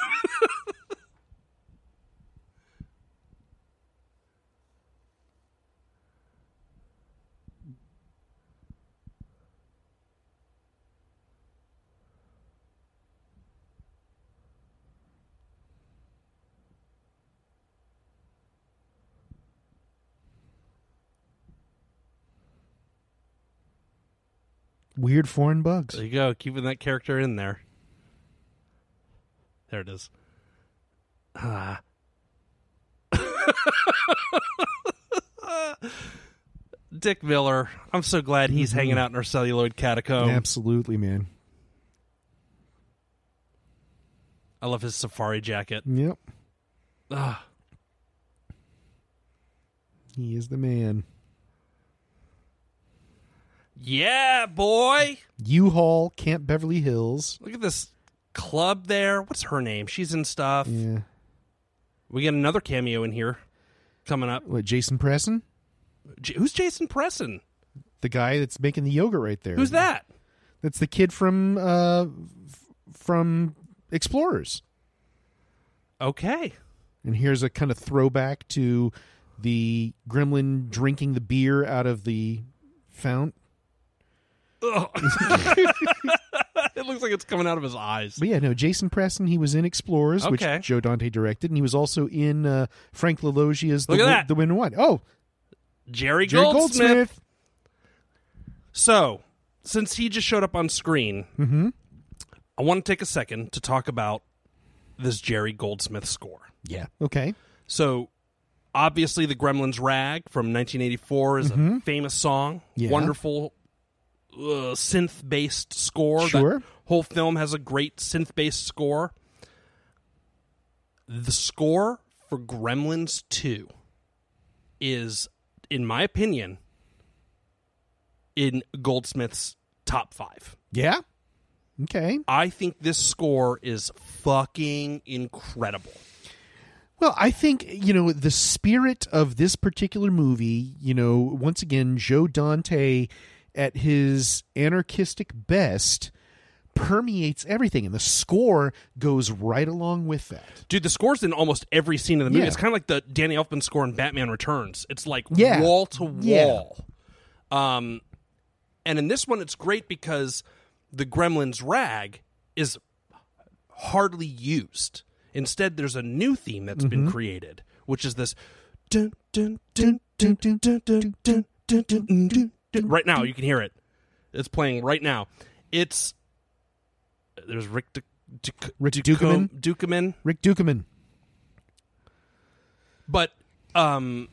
[SPEAKER 4] Weird foreign bugs.
[SPEAKER 3] there you go, keeping that character in there. There it is. Ah. Dick Miller, I'm so glad he's
[SPEAKER 4] Mm-hmm.
[SPEAKER 3] hanging out in our celluloid catacomb.
[SPEAKER 4] Absolutely, man.
[SPEAKER 3] I love his safari jacket.
[SPEAKER 4] Yep.
[SPEAKER 3] Ah.
[SPEAKER 4] He is the man.
[SPEAKER 3] Yeah, boy.
[SPEAKER 4] U-Haul, Camp Beverly Hills.
[SPEAKER 3] Look at this club there. What's her name? She's in stuff.
[SPEAKER 4] Yeah.
[SPEAKER 3] We get another cameo in here coming up.
[SPEAKER 4] What, Jason Presson?
[SPEAKER 3] J- who's Jason Presson?
[SPEAKER 4] The guy that's making the yoga right there.
[SPEAKER 3] Who's that?
[SPEAKER 4] That's the kid from uh f- from Explorers.
[SPEAKER 3] Okay.
[SPEAKER 4] And here's a kind of throwback to the gremlin drinking the beer out of the fount.
[SPEAKER 3] Ugh. it looks like it's coming out of his eyes.
[SPEAKER 4] But yeah, no, Jason Preston, he was in Explorers,
[SPEAKER 3] Okay.
[SPEAKER 4] which Joe Dante directed, and he was also in uh, Frank LaLogia's The,
[SPEAKER 3] Look at
[SPEAKER 4] Wi-
[SPEAKER 3] that.
[SPEAKER 4] the Win What. Oh,
[SPEAKER 3] Jerry,
[SPEAKER 4] Jerry
[SPEAKER 3] Goldsmith.
[SPEAKER 4] Goldsmith.
[SPEAKER 3] So, since he just showed up on screen,
[SPEAKER 4] Mm-hmm.
[SPEAKER 3] I want to take a second to talk about this Jerry Goldsmith score.
[SPEAKER 4] Yeah. Okay.
[SPEAKER 3] So obviously the Gremlins rag from 1984 is a famous song.
[SPEAKER 4] Mm-hmm. Yeah.
[SPEAKER 3] Wonderful uh, synth-based score. That
[SPEAKER 4] Sure.
[SPEAKER 3] whole film has a great synth-based score. The score for Gremlins 2 is in my opinion in Goldsmith's top 5.
[SPEAKER 4] Yeah. Okay.
[SPEAKER 3] I think this score is fucking incredible.
[SPEAKER 4] Well, I think, you know, the spirit of this particular movie, you know, once again, Joe Dante at his anarchistic best permeates everything, and the score goes right along with that.
[SPEAKER 3] Dude, the score's in almost every scene of the movie.
[SPEAKER 4] Yeah.
[SPEAKER 3] It's kind of like the Danny Elfman score in Batman Returns. It's like
[SPEAKER 4] Yeah.
[SPEAKER 3] wall to wall. Um, and in this one, it's great because the Gremlins rag is hardly used. Instead, there's a new theme that's
[SPEAKER 4] Mm-hmm.
[SPEAKER 3] been created, which is this. dun, dun, dun, dun, dun, dun, dun, dun, dun, dun, dun, dun. Right now, you can hear it. It's playing right now. It's there's Rick Duc- Duc-
[SPEAKER 4] Rick
[SPEAKER 3] Ducom- Dukeman
[SPEAKER 4] Rick Dukeman.
[SPEAKER 3] but um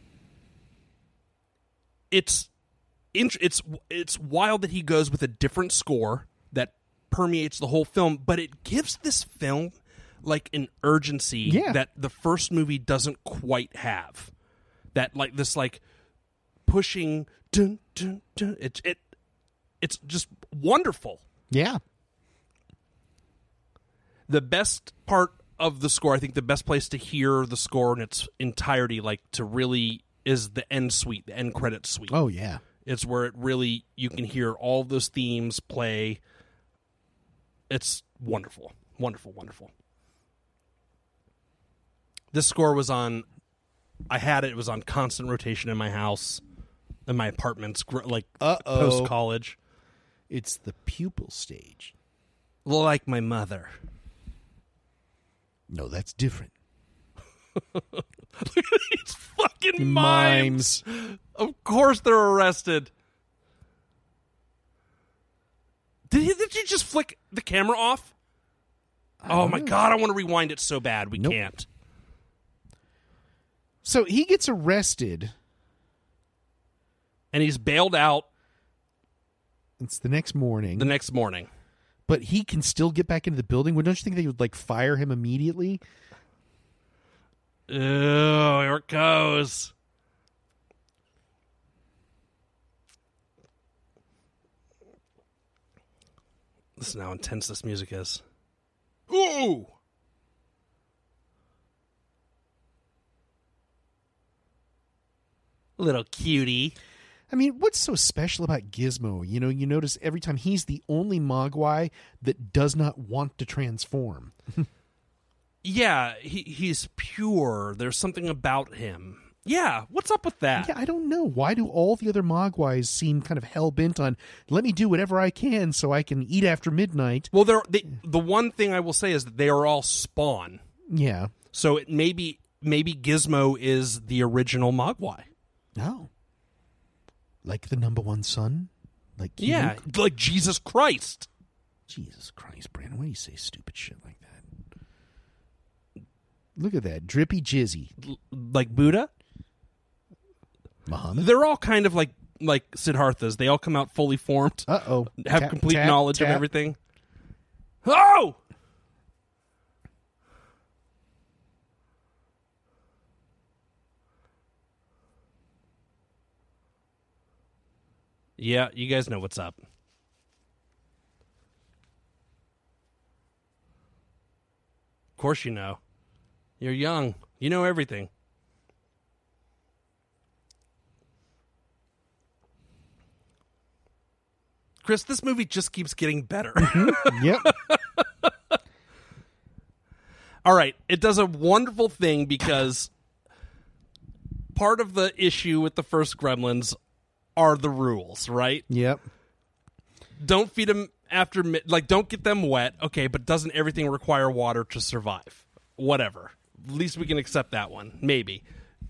[SPEAKER 3] it's int- it's it's wild that he goes with a different score that permeates the whole film but it gives this film like an urgency
[SPEAKER 4] Yeah.
[SPEAKER 3] that the first movie doesn't quite have that like this like pushing dun, dun, dun, it, it it's just wonderful
[SPEAKER 4] Yeah.
[SPEAKER 3] the best part of the score, I think the best place to hear the score in its entirety, like to really, is the end suite, the end credit suite.
[SPEAKER 4] Oh, yeah.
[SPEAKER 3] It's where it really, you can hear all those themes play. It's wonderful. Wonderful, wonderful. This score was on, I had it, it was on constant rotation in my house, in my apartments, gr- like
[SPEAKER 4] Uh-oh.
[SPEAKER 3] post college.
[SPEAKER 4] It's the pupil stage.
[SPEAKER 3] Like my mother.
[SPEAKER 4] No, that's different.
[SPEAKER 3] it's fucking mimes. Of course they're arrested. Did, he, did you just flick the camera off? Oh my god, I want to rewind it so bad. We
[SPEAKER 4] Nope.
[SPEAKER 3] can't.
[SPEAKER 4] So he gets arrested.
[SPEAKER 3] And he's bailed out
[SPEAKER 4] It's the next morning,
[SPEAKER 3] the next morning.
[SPEAKER 4] but he can still get back into the building. Well, don't you think they would like fire him immediately?
[SPEAKER 3] Oh, here it goes. Listen how intense this music is. Ooh! Little cutie.
[SPEAKER 4] I mean, what's so special about Gizmo? You know, you notice every time he's the only Mogwai that does not want to transform.
[SPEAKER 3] Yeah, he, he's pure. There's something about him. Yeah, what's up with that?
[SPEAKER 4] Yeah, I don't know. Why do all the other Mogwais seem kind of hell bent on, let me do whatever I can so I can eat after midnight?
[SPEAKER 3] Well, they're, they, the one thing I will say is that they are all spawn.
[SPEAKER 4] Yeah.
[SPEAKER 3] So it maybe maybe Gizmo is the original Mogwai.
[SPEAKER 4] No. Like the number one son? Like
[SPEAKER 3] Yeah,
[SPEAKER 4] Luke?
[SPEAKER 3] like Jesus Christ.
[SPEAKER 4] Jesus Christ, Brandon, why do you say stupid shit like that? Look at that. Drippy Jizzy.
[SPEAKER 3] L- like Buddha.
[SPEAKER 4] Muhammad.
[SPEAKER 3] They're all kind of like like Siddharthas. They all come out fully formed,
[SPEAKER 4] Uh oh.
[SPEAKER 3] have complete knowledge of everything. Oh! Yeah, you guys know what's up. Of course you know. You're young. You know everything. Chris, this movie just keeps getting better.
[SPEAKER 4] yep.
[SPEAKER 3] All right, it does a wonderful thing because part of the issue with the first Gremlins are the rules, right?
[SPEAKER 4] Yep.
[SPEAKER 3] Don't feed them after mi- like don't get them wet. Okay, but doesn't everything require water to survive? Whatever. At least we can accept that one. Maybe.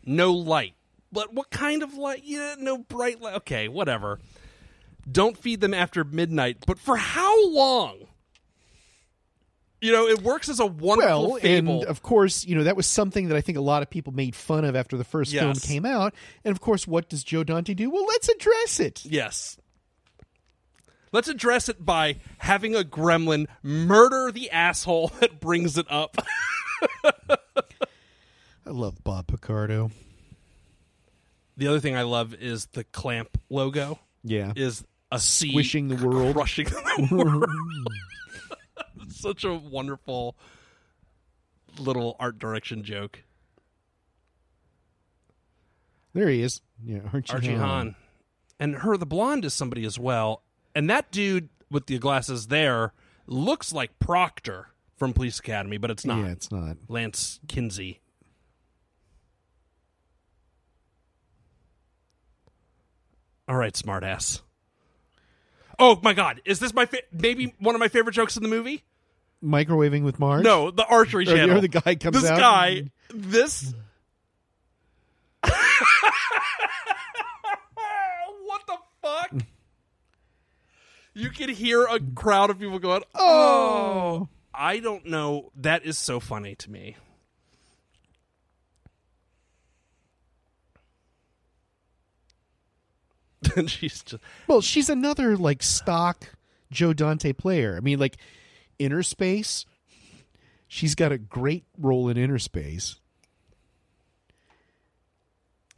[SPEAKER 3] No light. But what kind of light? Yeah, no bright light. Okay, whatever. Don't feed them after midnight, but for how long? You know, it works as a wonderful
[SPEAKER 4] Well,
[SPEAKER 3] fable.
[SPEAKER 4] and of course, you know, that was something that I think a lot of people made fun of after the first film
[SPEAKER 3] Yes.
[SPEAKER 4] came out. And of course, what does Joe Dante do? Well, let's address it.
[SPEAKER 3] Yes. Let's address it by having a gremlin murder the asshole that brings it up.
[SPEAKER 4] I love Bob Picardo.
[SPEAKER 3] the other thing I love is the clamp logo
[SPEAKER 4] Yeah.
[SPEAKER 3] is a sea
[SPEAKER 4] Squishing the world.
[SPEAKER 3] crushing the world. Such a wonderful little art direction joke.
[SPEAKER 4] There he is. Yeah, Archie,
[SPEAKER 3] Archie Hahn. And her, the blonde, is somebody as well. And that dude with the glasses there looks like Proctor from Police Academy, but it's not.
[SPEAKER 4] Yeah, it's not.
[SPEAKER 3] Lance Kinsey. All right, smartass. Oh my God! Is this my fa- maybe one of my favorite jokes in the movie?
[SPEAKER 4] Microwaving with Marge?
[SPEAKER 3] No, the archery
[SPEAKER 4] Oh, you know,
[SPEAKER 3] channel.
[SPEAKER 4] the guy comes
[SPEAKER 3] This
[SPEAKER 4] out
[SPEAKER 3] guy.
[SPEAKER 4] and-
[SPEAKER 3] This. what the fuck? You can hear a crowd of people going, "Oh!" I don't know. That is so funny to me. And she's just
[SPEAKER 4] Well, she's another like stock Joe Dante player. I mean, like Inner Space. She's got a great role in Inner Space.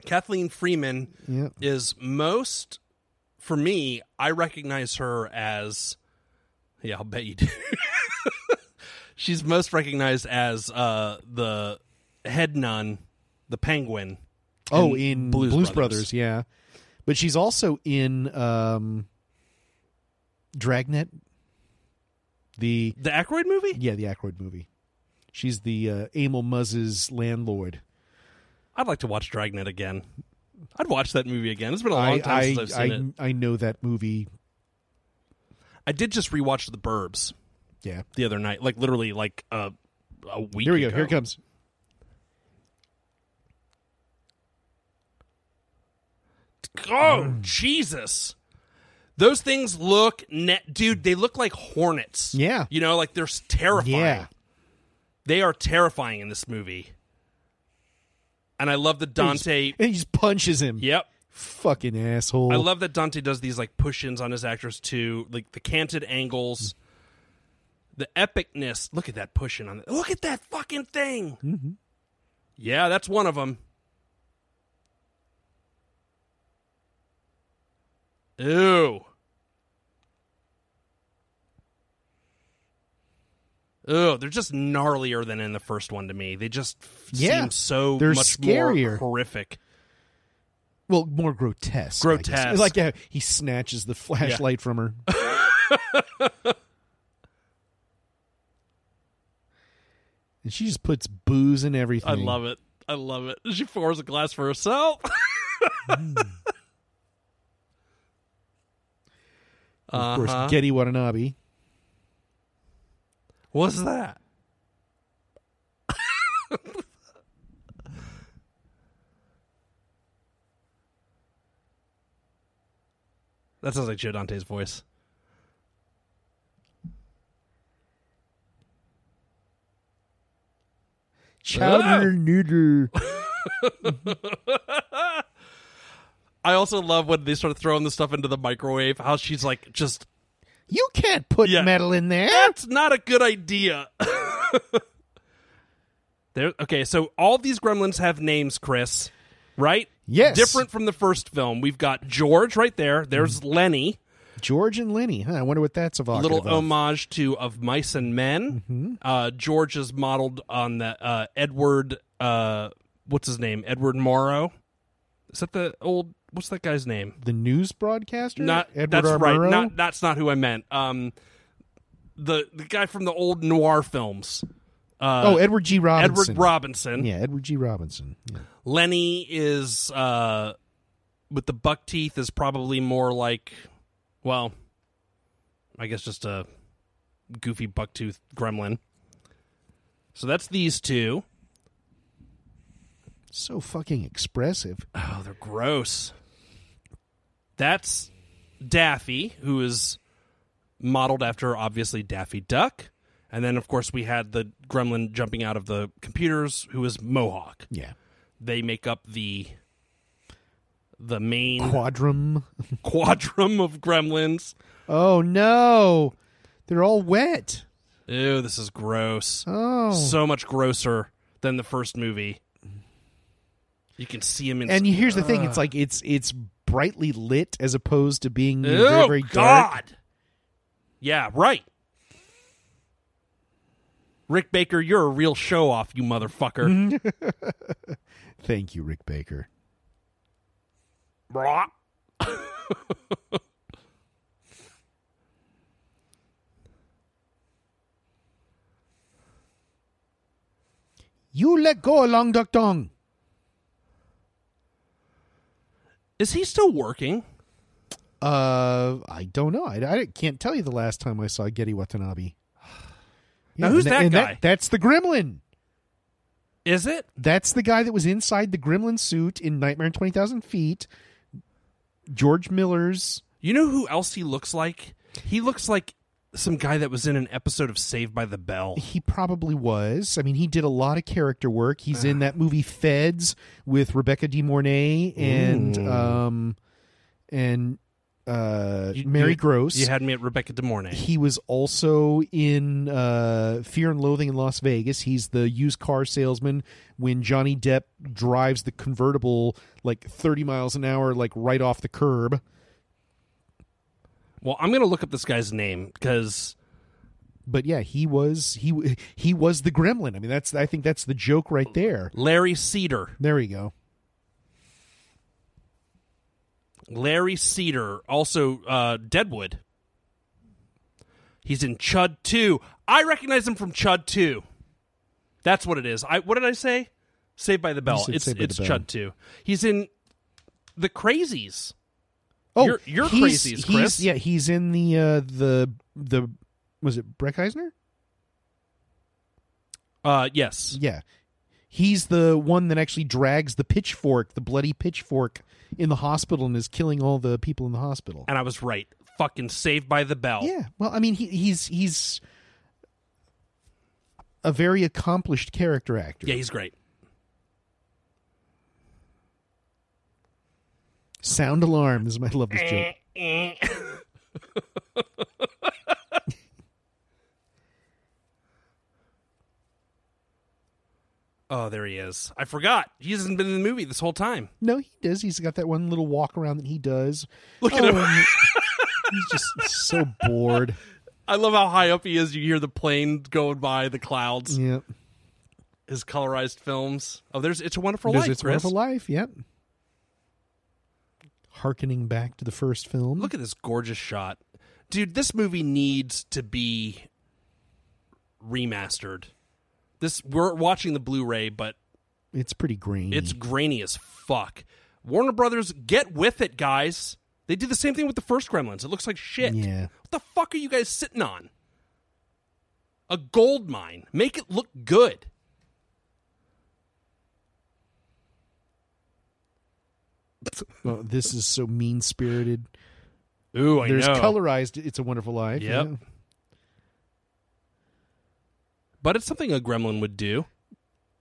[SPEAKER 3] Kathleen Freeman
[SPEAKER 4] Yeah.
[SPEAKER 3] is most for me, I recognize her as yeah, I'll bet you do. She's most recognized as uh the head nun, the penguin.
[SPEAKER 4] Oh, in Blues,
[SPEAKER 3] Blues
[SPEAKER 4] Brothers.
[SPEAKER 3] Brothers.
[SPEAKER 4] yeah. But she's also in um, Dragnet. The
[SPEAKER 3] The Aykroyd movie?
[SPEAKER 4] yeah, the Aykroyd movie. She's the uh, Emil Muzz's landlord.
[SPEAKER 3] I'd like to watch Dragnet again. I'd watch that movie again. It's been a long
[SPEAKER 4] I
[SPEAKER 3] time
[SPEAKER 4] I
[SPEAKER 3] since I've
[SPEAKER 4] I,
[SPEAKER 3] seen it.
[SPEAKER 4] I know that movie.
[SPEAKER 3] I did just rewatch The Burbs
[SPEAKER 4] Yeah.
[SPEAKER 3] the other night, like literally like a a week.
[SPEAKER 4] Here we go.
[SPEAKER 3] ago.
[SPEAKER 4] Here it comes.
[SPEAKER 3] Oh
[SPEAKER 4] Mm.
[SPEAKER 3] Jesus! Those things look net, dude. They look like hornets.
[SPEAKER 4] Yeah.
[SPEAKER 3] you know, like they're s- terrifying.
[SPEAKER 4] Yeah.
[SPEAKER 3] They are terrifying in this movie. And I love that Dante.
[SPEAKER 4] And he just punches him.
[SPEAKER 3] Yep,
[SPEAKER 4] Fucking asshole.
[SPEAKER 3] I love that Dante does these like push-ins on his actors too, like the canted angles, the epicness. Look at that push-in on. The, look at that fucking thing.
[SPEAKER 4] Mm-hmm.
[SPEAKER 3] Yeah, that's one of them. Ew. Ew, they're just gnarlier than in the first one to me. They just f-
[SPEAKER 4] Yeah,
[SPEAKER 3] seem so
[SPEAKER 4] they're
[SPEAKER 3] much
[SPEAKER 4] scarier.
[SPEAKER 3] more horrific.
[SPEAKER 4] well, more grotesque. I guess.
[SPEAKER 3] Grotesque.
[SPEAKER 4] Like uh, he snatches the flashlight from her. and she just puts booze in everything.
[SPEAKER 3] I love it. I love it. She pours a glass for herself.
[SPEAKER 4] Of course,
[SPEAKER 3] Uh-huh.
[SPEAKER 4] Getty Watanabe.
[SPEAKER 3] What's that? that sounds like Joe Dante's voice.
[SPEAKER 4] Chowder neuter.
[SPEAKER 3] I also love when they start throwing the stuff into the microwave. How she's like, just
[SPEAKER 4] You can't put
[SPEAKER 3] Yeah.
[SPEAKER 4] metal in there.
[SPEAKER 3] that's not a good idea. there. Okay, so all these gremlins have names, Chris. Right?
[SPEAKER 4] Yes.
[SPEAKER 3] Different from the first film. We've got George right there. There's Lenny.
[SPEAKER 4] George and Lenny. Huh, Mm-hmm. I Mm-hmm. wonder what that's about.
[SPEAKER 3] little homage to of mice and men. Uh, George is modeled on the uh, Edward. Uh, what's his name? Edward Morrow. Is that the old? What's that guy's name?
[SPEAKER 4] the news broadcaster.
[SPEAKER 3] Not
[SPEAKER 4] Edward
[SPEAKER 3] that's
[SPEAKER 4] R.
[SPEAKER 3] right.
[SPEAKER 4] Murrow?
[SPEAKER 3] Not that's not who I meant. Um, the the guy from the old noir films. Uh,
[SPEAKER 4] oh, Edward G. Robinson.
[SPEAKER 3] Edward Robinson.
[SPEAKER 4] Yeah, Edward G. Robinson. Yeah.
[SPEAKER 3] Lenny is uh, with the buck teeth is probably more like, well, I guess just a goofy bucktooth gremlin. So that's these two.
[SPEAKER 4] So fucking expressive.
[SPEAKER 3] Oh, they're gross. That's Daffy, who is modeled after obviously Daffy Duck. And then, of course, we had the gremlin jumping out of the computers, who is Mohawk.
[SPEAKER 4] Yeah.
[SPEAKER 3] They make up the the main
[SPEAKER 4] Quadrum.
[SPEAKER 3] quadrum of gremlins.
[SPEAKER 4] Oh no, they're all wet.
[SPEAKER 3] Ew, this is gross.
[SPEAKER 4] Oh,
[SPEAKER 3] So much grosser than the first movie. You can see him in.
[SPEAKER 4] and here's the thing: it's like it's it's brightly lit as opposed to being you
[SPEAKER 3] Ew,
[SPEAKER 4] know, very very dark.
[SPEAKER 3] Oh, God. Yeah, right. Rick Baker, you're a real show off, you
[SPEAKER 4] Mm-hmm.
[SPEAKER 3] motherfucker.
[SPEAKER 4] Thank you, Rick Baker.
[SPEAKER 3] Blah.
[SPEAKER 4] You let go along Duck Dong.
[SPEAKER 3] Is he still working?
[SPEAKER 4] Uh, I don't know. I, I can't tell you the last time I saw Getty Watanabe.
[SPEAKER 3] Now,
[SPEAKER 4] Yeah,
[SPEAKER 3] who's
[SPEAKER 4] and
[SPEAKER 3] that
[SPEAKER 4] and
[SPEAKER 3] guy?
[SPEAKER 4] that's the Gremlin.
[SPEAKER 3] Is it?
[SPEAKER 4] That's the guy that was inside the Gremlin suit in Nightmare on Twenty Thousand Feet. George Miller's
[SPEAKER 3] You know who else he looks like? He looks like some guy that was in an episode of Saved by the Bell.
[SPEAKER 4] He probably was. I mean, he did a lot of character work. He's in that movie Feds with Rebecca De Mornay and um and uh
[SPEAKER 3] You-
[SPEAKER 4] Mary
[SPEAKER 3] you-
[SPEAKER 4] Gross.
[SPEAKER 3] You had me at Rebecca De Mornay.
[SPEAKER 4] he was also in uh, Fear and Loathing in Las Vegas. He's the used car salesman when Johnny Depp drives the convertible like 30 miles an hour, like right off the curb.
[SPEAKER 3] Well, I'm going to look up this guy's name because
[SPEAKER 4] But yeah, he was he he was the gremlin. I mean, that's I think that's the joke right there.
[SPEAKER 3] Larry Cedar.
[SPEAKER 4] There we go.
[SPEAKER 3] Larry Cedar, also uh, Deadwood. He's in Chud 2. I recognize him from Chud 2. That's what it is. I what did I say? Saved by the Bell.
[SPEAKER 4] said
[SPEAKER 3] It's
[SPEAKER 4] Saved by
[SPEAKER 3] it's
[SPEAKER 4] the Bell.
[SPEAKER 3] Chud 2. He's in The Crazies.
[SPEAKER 4] Oh,
[SPEAKER 3] You're- you're
[SPEAKER 4] he's-
[SPEAKER 3] crazies,
[SPEAKER 4] he's-
[SPEAKER 3] Chris.
[SPEAKER 4] Yeah, he's in the uh, the the was it Breck Eisner?
[SPEAKER 3] Uh yes.
[SPEAKER 4] Yeah, he's the one that actually drags the pitchfork, the bloody pitchfork, in the hospital and is killing all the people in the hospital.
[SPEAKER 3] And I was right. Fucking Saved by the Bell.
[SPEAKER 4] Yeah, well, I mean, he, he's he's a very accomplished character actor.
[SPEAKER 3] Yeah, he's great.
[SPEAKER 4] Sound alarm. This is my I love this joke.
[SPEAKER 3] Oh, there he is. I forgot. He hasn't been in the movie this whole time.
[SPEAKER 4] No, he does. He's got that one little walk around that he does. Oh,
[SPEAKER 3] Look at him.
[SPEAKER 4] and he's just so bored.
[SPEAKER 3] I love how high up he is. You hear the plane going by, the clouds,
[SPEAKER 4] Yeah.
[SPEAKER 3] his colorized films. Oh, there's It's a Wonderful
[SPEAKER 4] Does
[SPEAKER 3] Life,
[SPEAKER 4] it's
[SPEAKER 3] Chris.
[SPEAKER 4] wonderful life. Yep. harkening back to the first film.
[SPEAKER 3] Look at this gorgeous shot. Dude, this movie needs to be remastered. This we're watching the Blu-ray, but
[SPEAKER 4] it's pretty grainy.
[SPEAKER 3] it's grainy as fuck. Warner Brothers, get with it, guys. They did the same thing with the first Gremlins. It looks like shit.
[SPEAKER 4] Yeah.
[SPEAKER 3] What the fuck are you guys sitting on? A gold mine. Make it look good.
[SPEAKER 4] Well, Oh, this is so mean spirited.
[SPEAKER 3] Ooh, I
[SPEAKER 4] There's
[SPEAKER 3] know.
[SPEAKER 4] colorized. It's a Wonderful Life.
[SPEAKER 3] Yep. But it's something a gremlin would do.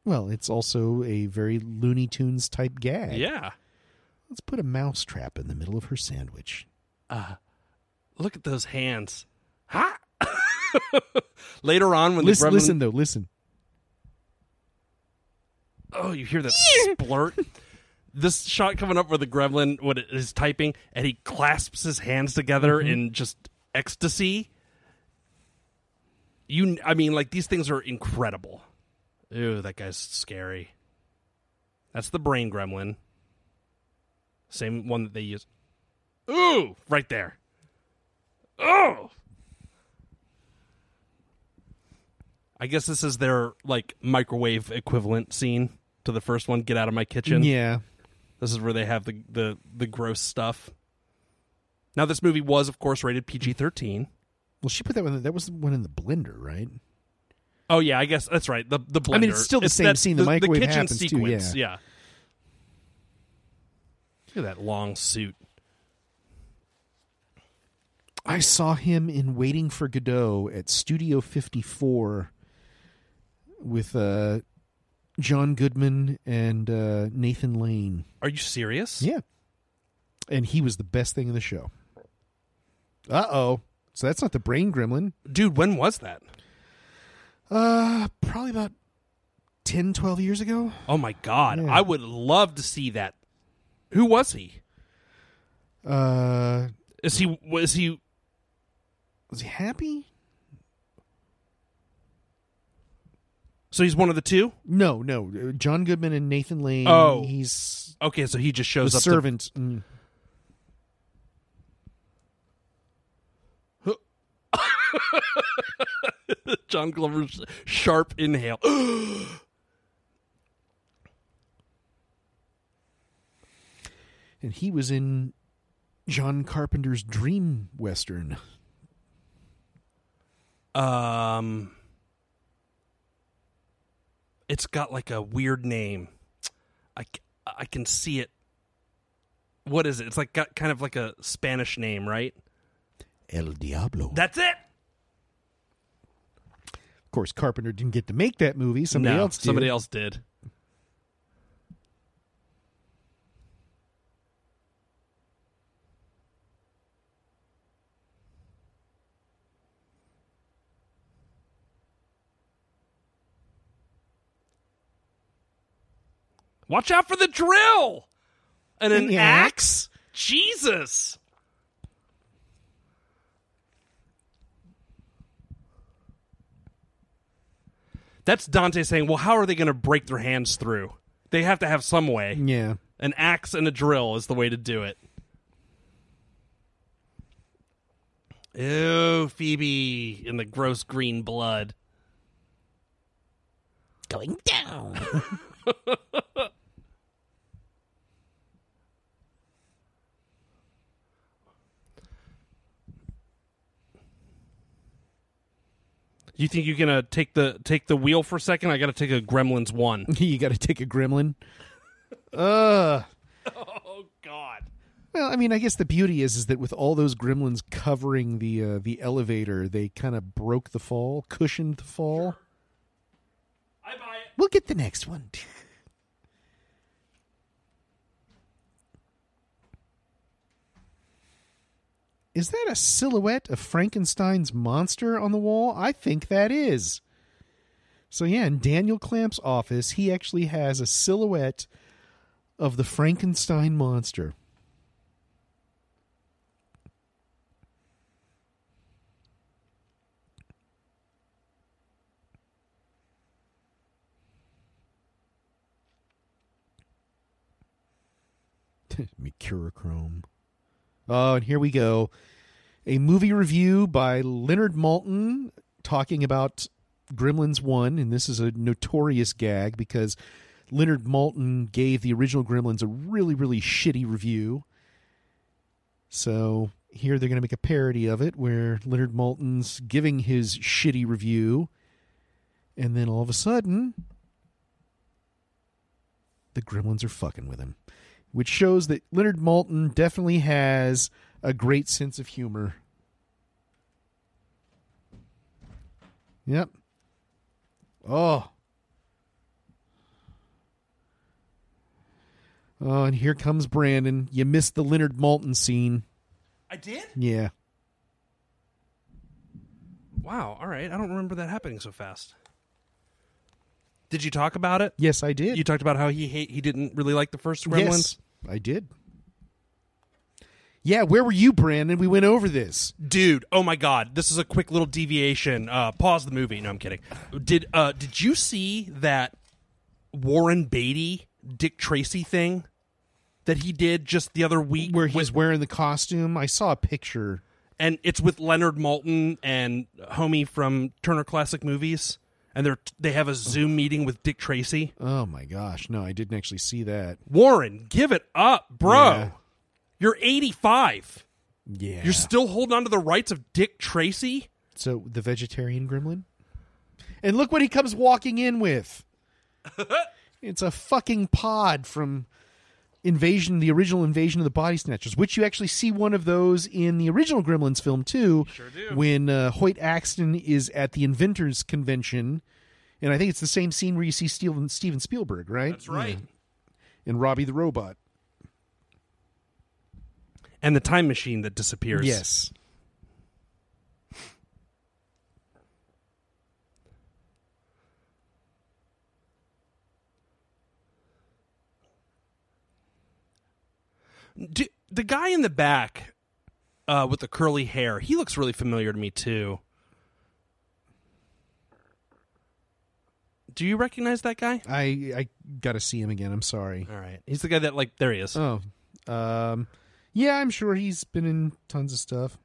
[SPEAKER 4] Well, it's also a very Looney Tunes type gag.
[SPEAKER 3] Yeah.
[SPEAKER 4] Let's put a mouse trap in the middle of her sandwich.
[SPEAKER 3] Look at those hands. Ha! Later on, when
[SPEAKER 4] Listen,
[SPEAKER 3] the gremlin,
[SPEAKER 4] listen though, listen.
[SPEAKER 3] oh, you hear that splurt. This shot coming up where the gremlin what it is typing and he clasps his hands together in just ecstasy. You, I mean, like these things are incredible. Ew, that guy's scary. That's the brain gremlin. Same one that they use. Ooh, right there. Oh. I guess this is their like microwave equivalent scene to the first one. Get out of my kitchen.
[SPEAKER 4] Yeah.
[SPEAKER 3] This is where they have the the the gross stuff. Now this movie was, of course, rated PG thirteen.
[SPEAKER 4] Well, she put that one. That was the one in the blender, right?
[SPEAKER 3] Oh yeah, I guess that's right. The the blender.
[SPEAKER 4] I mean, it's still the same
[SPEAKER 3] that-
[SPEAKER 4] scene. The microwave
[SPEAKER 3] kitchen
[SPEAKER 4] happens too,
[SPEAKER 3] sequence.
[SPEAKER 4] yeah.
[SPEAKER 3] yeah. Look at that long suit.
[SPEAKER 4] I saw him in Waiting for Godot at Studio 54 with uh, John Goodman and uh, Nathan Lane.
[SPEAKER 3] Are you serious?
[SPEAKER 4] Yeah. And he was the best thing in the show. Uh oh. So that's not the brain gremlin.
[SPEAKER 3] dude. When was that?
[SPEAKER 4] Uh, probably about 10, 12 years ago.
[SPEAKER 3] Oh my god,
[SPEAKER 4] Yeah.
[SPEAKER 3] I would love to see that. Who was he?
[SPEAKER 4] Uh,
[SPEAKER 3] Is he was he
[SPEAKER 4] was he happy?
[SPEAKER 3] so he's one of the two?
[SPEAKER 4] No, no. Uh, John Goodman and Nathan Lane.
[SPEAKER 3] Oh.
[SPEAKER 4] He's
[SPEAKER 3] Okay, so he just
[SPEAKER 4] the
[SPEAKER 3] shows up to-
[SPEAKER 4] servant. Mm.
[SPEAKER 3] John Glover's sharp inhale.
[SPEAKER 4] and he was in John Carpenter's dream western.
[SPEAKER 3] um It's got like a weird name. I c- I can see it. What is it? It's like got kind of like a Spanish name, right?
[SPEAKER 4] El Diablo.
[SPEAKER 3] That's it.
[SPEAKER 4] of course, Carpenter didn't get to make that movie. Somebody
[SPEAKER 3] No,
[SPEAKER 4] else did.
[SPEAKER 3] Somebody else did. Watch out for the drill and an
[SPEAKER 4] Yeah.
[SPEAKER 3] axe. Jesus. That's Dante saying, "Well, how are they going to break their hands through? They have to have some way.
[SPEAKER 4] Yeah.
[SPEAKER 3] An axe and a drill is the way to do it." Ew, Phoebe in the gross green blood.
[SPEAKER 5] going down.
[SPEAKER 3] You think you're gonna take the take the wheel for a second? I gotta take a Gremlins one.
[SPEAKER 4] you got to take a gremlin. Uh
[SPEAKER 3] Oh God.
[SPEAKER 4] well, I mean, I guess the beauty is is that with all those gremlins covering the uh, the elevator, they kind of broke the fall, cushioned the fall.
[SPEAKER 3] I buy it.
[SPEAKER 4] We'll get the next one. Is that a silhouette of Frankenstein's monster on the wall? I think that is. So, yeah, in Daniel Clamp's office, he actually has a silhouette of the Frankenstein monster. Mercurochrome. Oh, and here we go. A movie review by Leonard Malton talking about Gremlins 1. And this is a notorious gag because Leonard Malton gave the original Gremlins a really, really shitty review. So here they're going to make a parody of it where Leonard Malton's giving his shitty review. And then all of a sudden, the gremlins are fucking with him, which shows that Leonard Malton definitely has a great sense of humor. Yep. Oh. Oh, and here comes Brandon. You missed the Leonard Malton scene.
[SPEAKER 3] I did?
[SPEAKER 4] Yeah.
[SPEAKER 3] Wow. All right. I don't remember that happening so fast. Did you talk about it?
[SPEAKER 4] Yes, I did.
[SPEAKER 3] You talked about how he hate, he didn't really like the first Gremlins.
[SPEAKER 4] Yes, I did. Yeah, where were you, Brandon? We went over this.
[SPEAKER 3] Dude, oh my god, this is a quick little deviation. Uh, pause the movie. No, I'm kidding. Did uh, did you see that Warren Beatty Dick Tracy thing that he did just the other week?
[SPEAKER 4] Where he's wearing the costume. I saw a picture.
[SPEAKER 3] and it's with Leonard Malton and homie from Turner Classic Movies, and they're they have a Zoom meeting with Dick Tracy.
[SPEAKER 4] Oh my gosh, no, I didn't actually see that.
[SPEAKER 3] Warren, give it up, bro.
[SPEAKER 4] Yeah.
[SPEAKER 3] You're 85.
[SPEAKER 4] Yeah.
[SPEAKER 3] You're still holding on to the rights of Dick Tracy.
[SPEAKER 4] so the vegetarian gremlin? And look what he comes walking in with. it's a fucking pod from Invasion, the original Invasion of the Body Snatchers, which you actually see one of those in the original Gremlins film too. Sure do. When uh, Hoyt Axton is at the Inventors Convention, and I think it's the same scene where you see Steven, Steven Spielberg, right? And Robbie the robot.
[SPEAKER 3] And the time machine that disappears.
[SPEAKER 4] Yes.
[SPEAKER 3] Do, the guy in the back uh, with the curly hair, he looks really familiar to me too. Do you recognize that guy?
[SPEAKER 4] I I got to see him again. I'm sorry.
[SPEAKER 3] All right. He's the guy that like there he is.
[SPEAKER 4] Oh, um, yeah, I'm sure he's been in tons of stuff.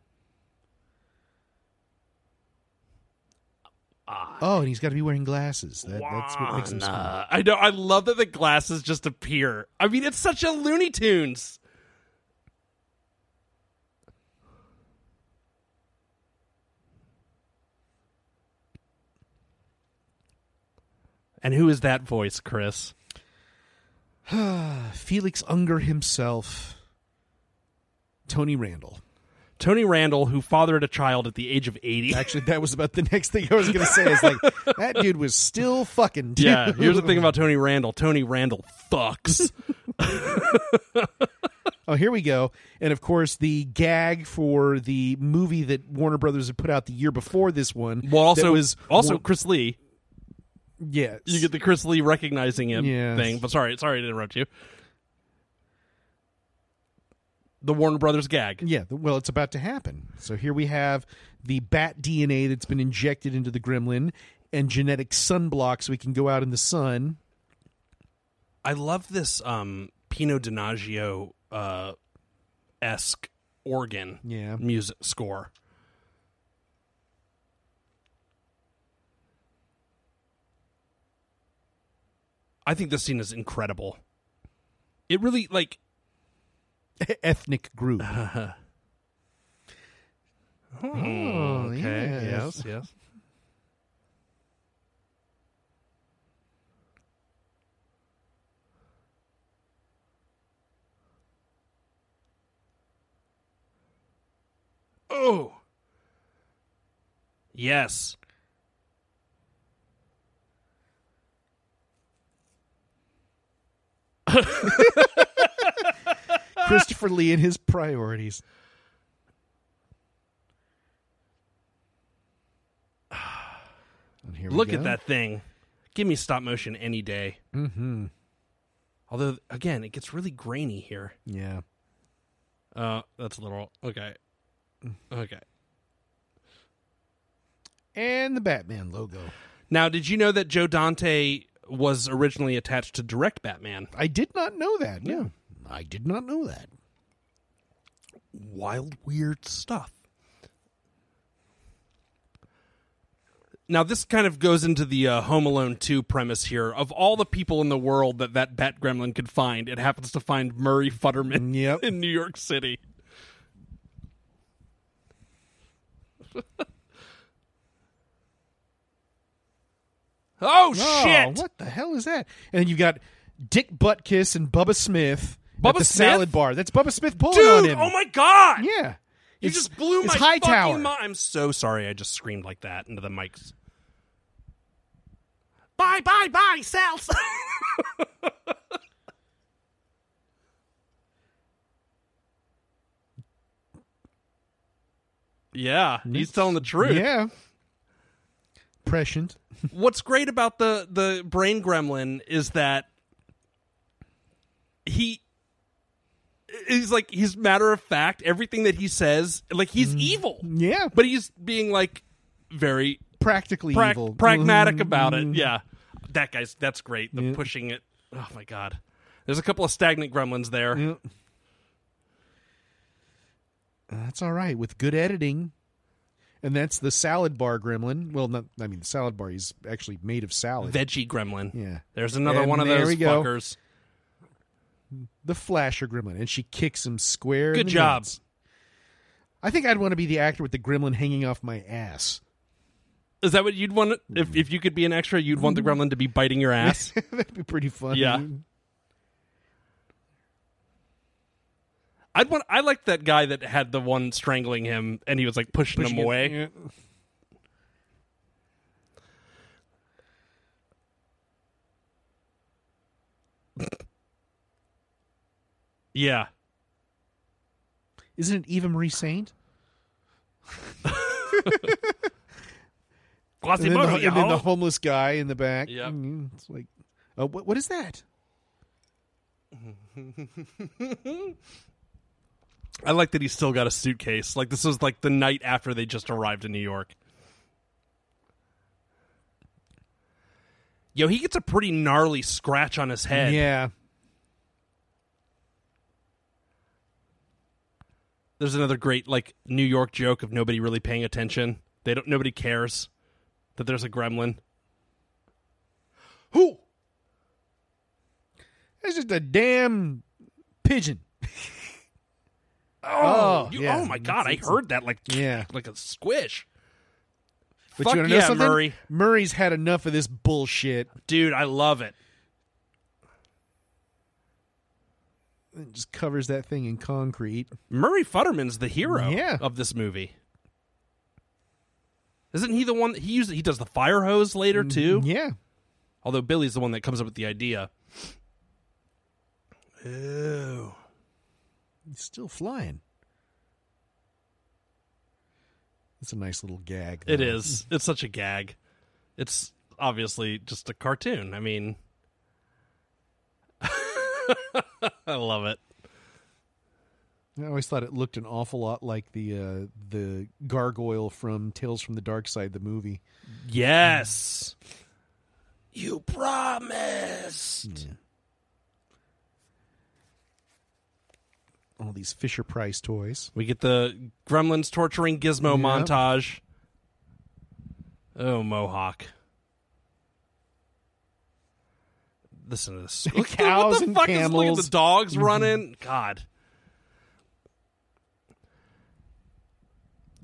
[SPEAKER 3] Ah.
[SPEAKER 4] oh, and he's got to be wearing glasses. That, that's what makes him. Smart.
[SPEAKER 3] Uh, I know. I love that the glasses just appear. I mean, it's such a Looney Tunes. And who is that voice, Chris?
[SPEAKER 4] Felix Unger himself, Tony Randall.
[SPEAKER 3] Tony Randall, who fathered a child at the age of 80.
[SPEAKER 4] Actually, that was about the next thing I was going to say. Is like that dude was still fucking. Dude.
[SPEAKER 3] Yeah, here's the thing about Tony Randall. Tony Randall fucks.
[SPEAKER 4] Oh, here we go. And of course, the gag for the movie that Warner Brothers had put out the year before this one.
[SPEAKER 3] well, also,
[SPEAKER 4] that was
[SPEAKER 3] also
[SPEAKER 4] Wa-
[SPEAKER 3] Chris Lee.
[SPEAKER 4] yes.
[SPEAKER 3] You get the Chris Lee recognizing him
[SPEAKER 4] Yes.
[SPEAKER 3] thing. But sorry, sorry to interrupt you. The Warner Brothers gag.
[SPEAKER 4] Yeah, th- well, it's about to happen. So here we have the bat DNA that's been injected into the gremlin and genetic sunblock so we can go out in the sun.
[SPEAKER 3] I love this um Pino Donaggio uh esque organ
[SPEAKER 4] Yeah.
[SPEAKER 3] music score. I think this scene is incredible. It really like
[SPEAKER 4] Ethnic group.
[SPEAKER 3] Oh, okay.
[SPEAKER 4] yes.
[SPEAKER 3] Yes, yes. Oh. Yes.
[SPEAKER 4] Christopher Lee and his priorities. And here we
[SPEAKER 3] Look
[SPEAKER 4] go.
[SPEAKER 3] at that thing. Give me stop motion any day. Mm-hmm. Although again, it gets really grainy here.
[SPEAKER 4] Yeah.
[SPEAKER 3] Uh, that's a little okay. Okay.
[SPEAKER 4] And the Batman logo.
[SPEAKER 3] Now, did you know that Joe Dante was originally attached to direct Batman?
[SPEAKER 4] I did not know that. No. I did not know that.
[SPEAKER 3] wild, weird stuff. Now, this kind of goes into the uh, Home Alone 2 premise here. Of all the people in the world that that bat gremlin could find, it happens to find Murray Futterman
[SPEAKER 4] Yep.
[SPEAKER 3] in New York City. oh,
[SPEAKER 4] Oh,
[SPEAKER 3] shit!
[SPEAKER 4] What the hell is that? And then you've got Dick Buttkiss and Bubba Smith at
[SPEAKER 3] Bubba
[SPEAKER 4] the
[SPEAKER 3] Smith?
[SPEAKER 4] salad bar. That's Bubba Smith pulling on
[SPEAKER 3] Dude,
[SPEAKER 4] him.
[SPEAKER 3] oh my god!
[SPEAKER 4] yeah.
[SPEAKER 3] You
[SPEAKER 4] It's-
[SPEAKER 3] just blew
[SPEAKER 4] it's
[SPEAKER 3] my
[SPEAKER 4] high tower.
[SPEAKER 3] fucking mind. I'm so sorry I just screamed like that into the mics. Bye, bye, bye, Salsa. yeah, he's telling the truth.
[SPEAKER 4] Yeah. Prescient.
[SPEAKER 3] What's great about the the brain gremlin is that he he's like he's matter of fact everything that he says like he's
[SPEAKER 4] Mm-hmm.
[SPEAKER 3] evil
[SPEAKER 4] Yeah.
[SPEAKER 3] but he's being like very
[SPEAKER 4] Practically
[SPEAKER 3] prac-
[SPEAKER 4] evil. Mm-hmm.
[SPEAKER 3] pragmatic about it. Yeah, that guy's that's great. The pushing it. Oh my god, there's a couple of stagnant gremlins there.
[SPEAKER 4] Yeah. Uh, That's all right with good editing. And that's the salad bar gremlin. Well, not I mean the salad bar is actually made of salad.
[SPEAKER 3] Veggie gremlin.
[SPEAKER 4] Yeah.
[SPEAKER 3] there's another
[SPEAKER 4] And
[SPEAKER 3] one of
[SPEAKER 4] there
[SPEAKER 3] those
[SPEAKER 4] we go.
[SPEAKER 3] fuckers.
[SPEAKER 4] the flasher gremlin and she kicks him square. in
[SPEAKER 3] Good
[SPEAKER 4] the
[SPEAKER 3] job.
[SPEAKER 4] nuts. I think I'd want to be the actor with the gremlin hanging off my ass.
[SPEAKER 3] Is that what you'd want? it- If if you could be an extra, you'd want the
[SPEAKER 4] Mm-hmm.
[SPEAKER 3] gremlin to be biting your ass.
[SPEAKER 4] That'd be pretty funny.
[SPEAKER 3] Yeah. I'd want. I liked that guy that had the one strangling him, and he was like pushing,
[SPEAKER 4] Pushing
[SPEAKER 3] him
[SPEAKER 4] it-
[SPEAKER 3] away.
[SPEAKER 4] yeah.
[SPEAKER 3] yeah.
[SPEAKER 4] Isn't it Eva Marie Saint?
[SPEAKER 3] Glossy
[SPEAKER 4] And then,
[SPEAKER 3] mojo,
[SPEAKER 4] the, and then the
[SPEAKER 3] y'all.
[SPEAKER 4] homeless guy in the back.
[SPEAKER 3] Yep.
[SPEAKER 4] Mm, It's like, uh, what, what is that?
[SPEAKER 3] I like that he's still got a suitcase. Like this was like the night after they just arrived in New York. Yo, he gets a pretty gnarly scratch on his head.
[SPEAKER 4] Yeah.
[SPEAKER 3] There's another great like New York joke of nobody really paying attention. They don't nobody cares that there's a gremlin. Who?
[SPEAKER 4] It's just a damn pigeon.
[SPEAKER 3] Oh,
[SPEAKER 4] Oh,
[SPEAKER 3] you-
[SPEAKER 4] yeah.
[SPEAKER 3] oh my god, I heard that like
[SPEAKER 4] Yeah.
[SPEAKER 3] like a squish.
[SPEAKER 4] But
[SPEAKER 3] Fuck
[SPEAKER 4] you wanna know
[SPEAKER 3] yeah,
[SPEAKER 4] something?
[SPEAKER 3] Murray.
[SPEAKER 4] Murray's had enough of this bullshit.
[SPEAKER 3] Dude, I love it.
[SPEAKER 4] It just covers that thing in concrete.
[SPEAKER 3] Murray Futterman's the hero
[SPEAKER 4] Yeah.
[SPEAKER 3] of this movie. Isn't he the one that he uses? He does the fire hose later too.
[SPEAKER 4] Mm, Yeah.
[SPEAKER 3] Although Billy's the one that comes up with the idea. Ew.
[SPEAKER 4] He's still flying. It's a nice little gag.
[SPEAKER 3] It
[SPEAKER 4] though.
[SPEAKER 3] is. It's such a gag. It's obviously just a cartoon. I mean, I love it.
[SPEAKER 4] I always thought it looked an awful lot like the uh, the gargoyle from Tales from the Dark Side, the movie.
[SPEAKER 3] Yes. You promised.
[SPEAKER 4] All these Fisher Price toys.
[SPEAKER 3] We get the Gremlins torturing Gizmo
[SPEAKER 4] Yep.
[SPEAKER 3] montage. Oh, Mohawk. Listen to this. Look,
[SPEAKER 4] Cows
[SPEAKER 3] what the
[SPEAKER 4] and
[SPEAKER 3] fuck is- look at
[SPEAKER 4] camels. Mm-hmm.
[SPEAKER 3] the dogs running. God.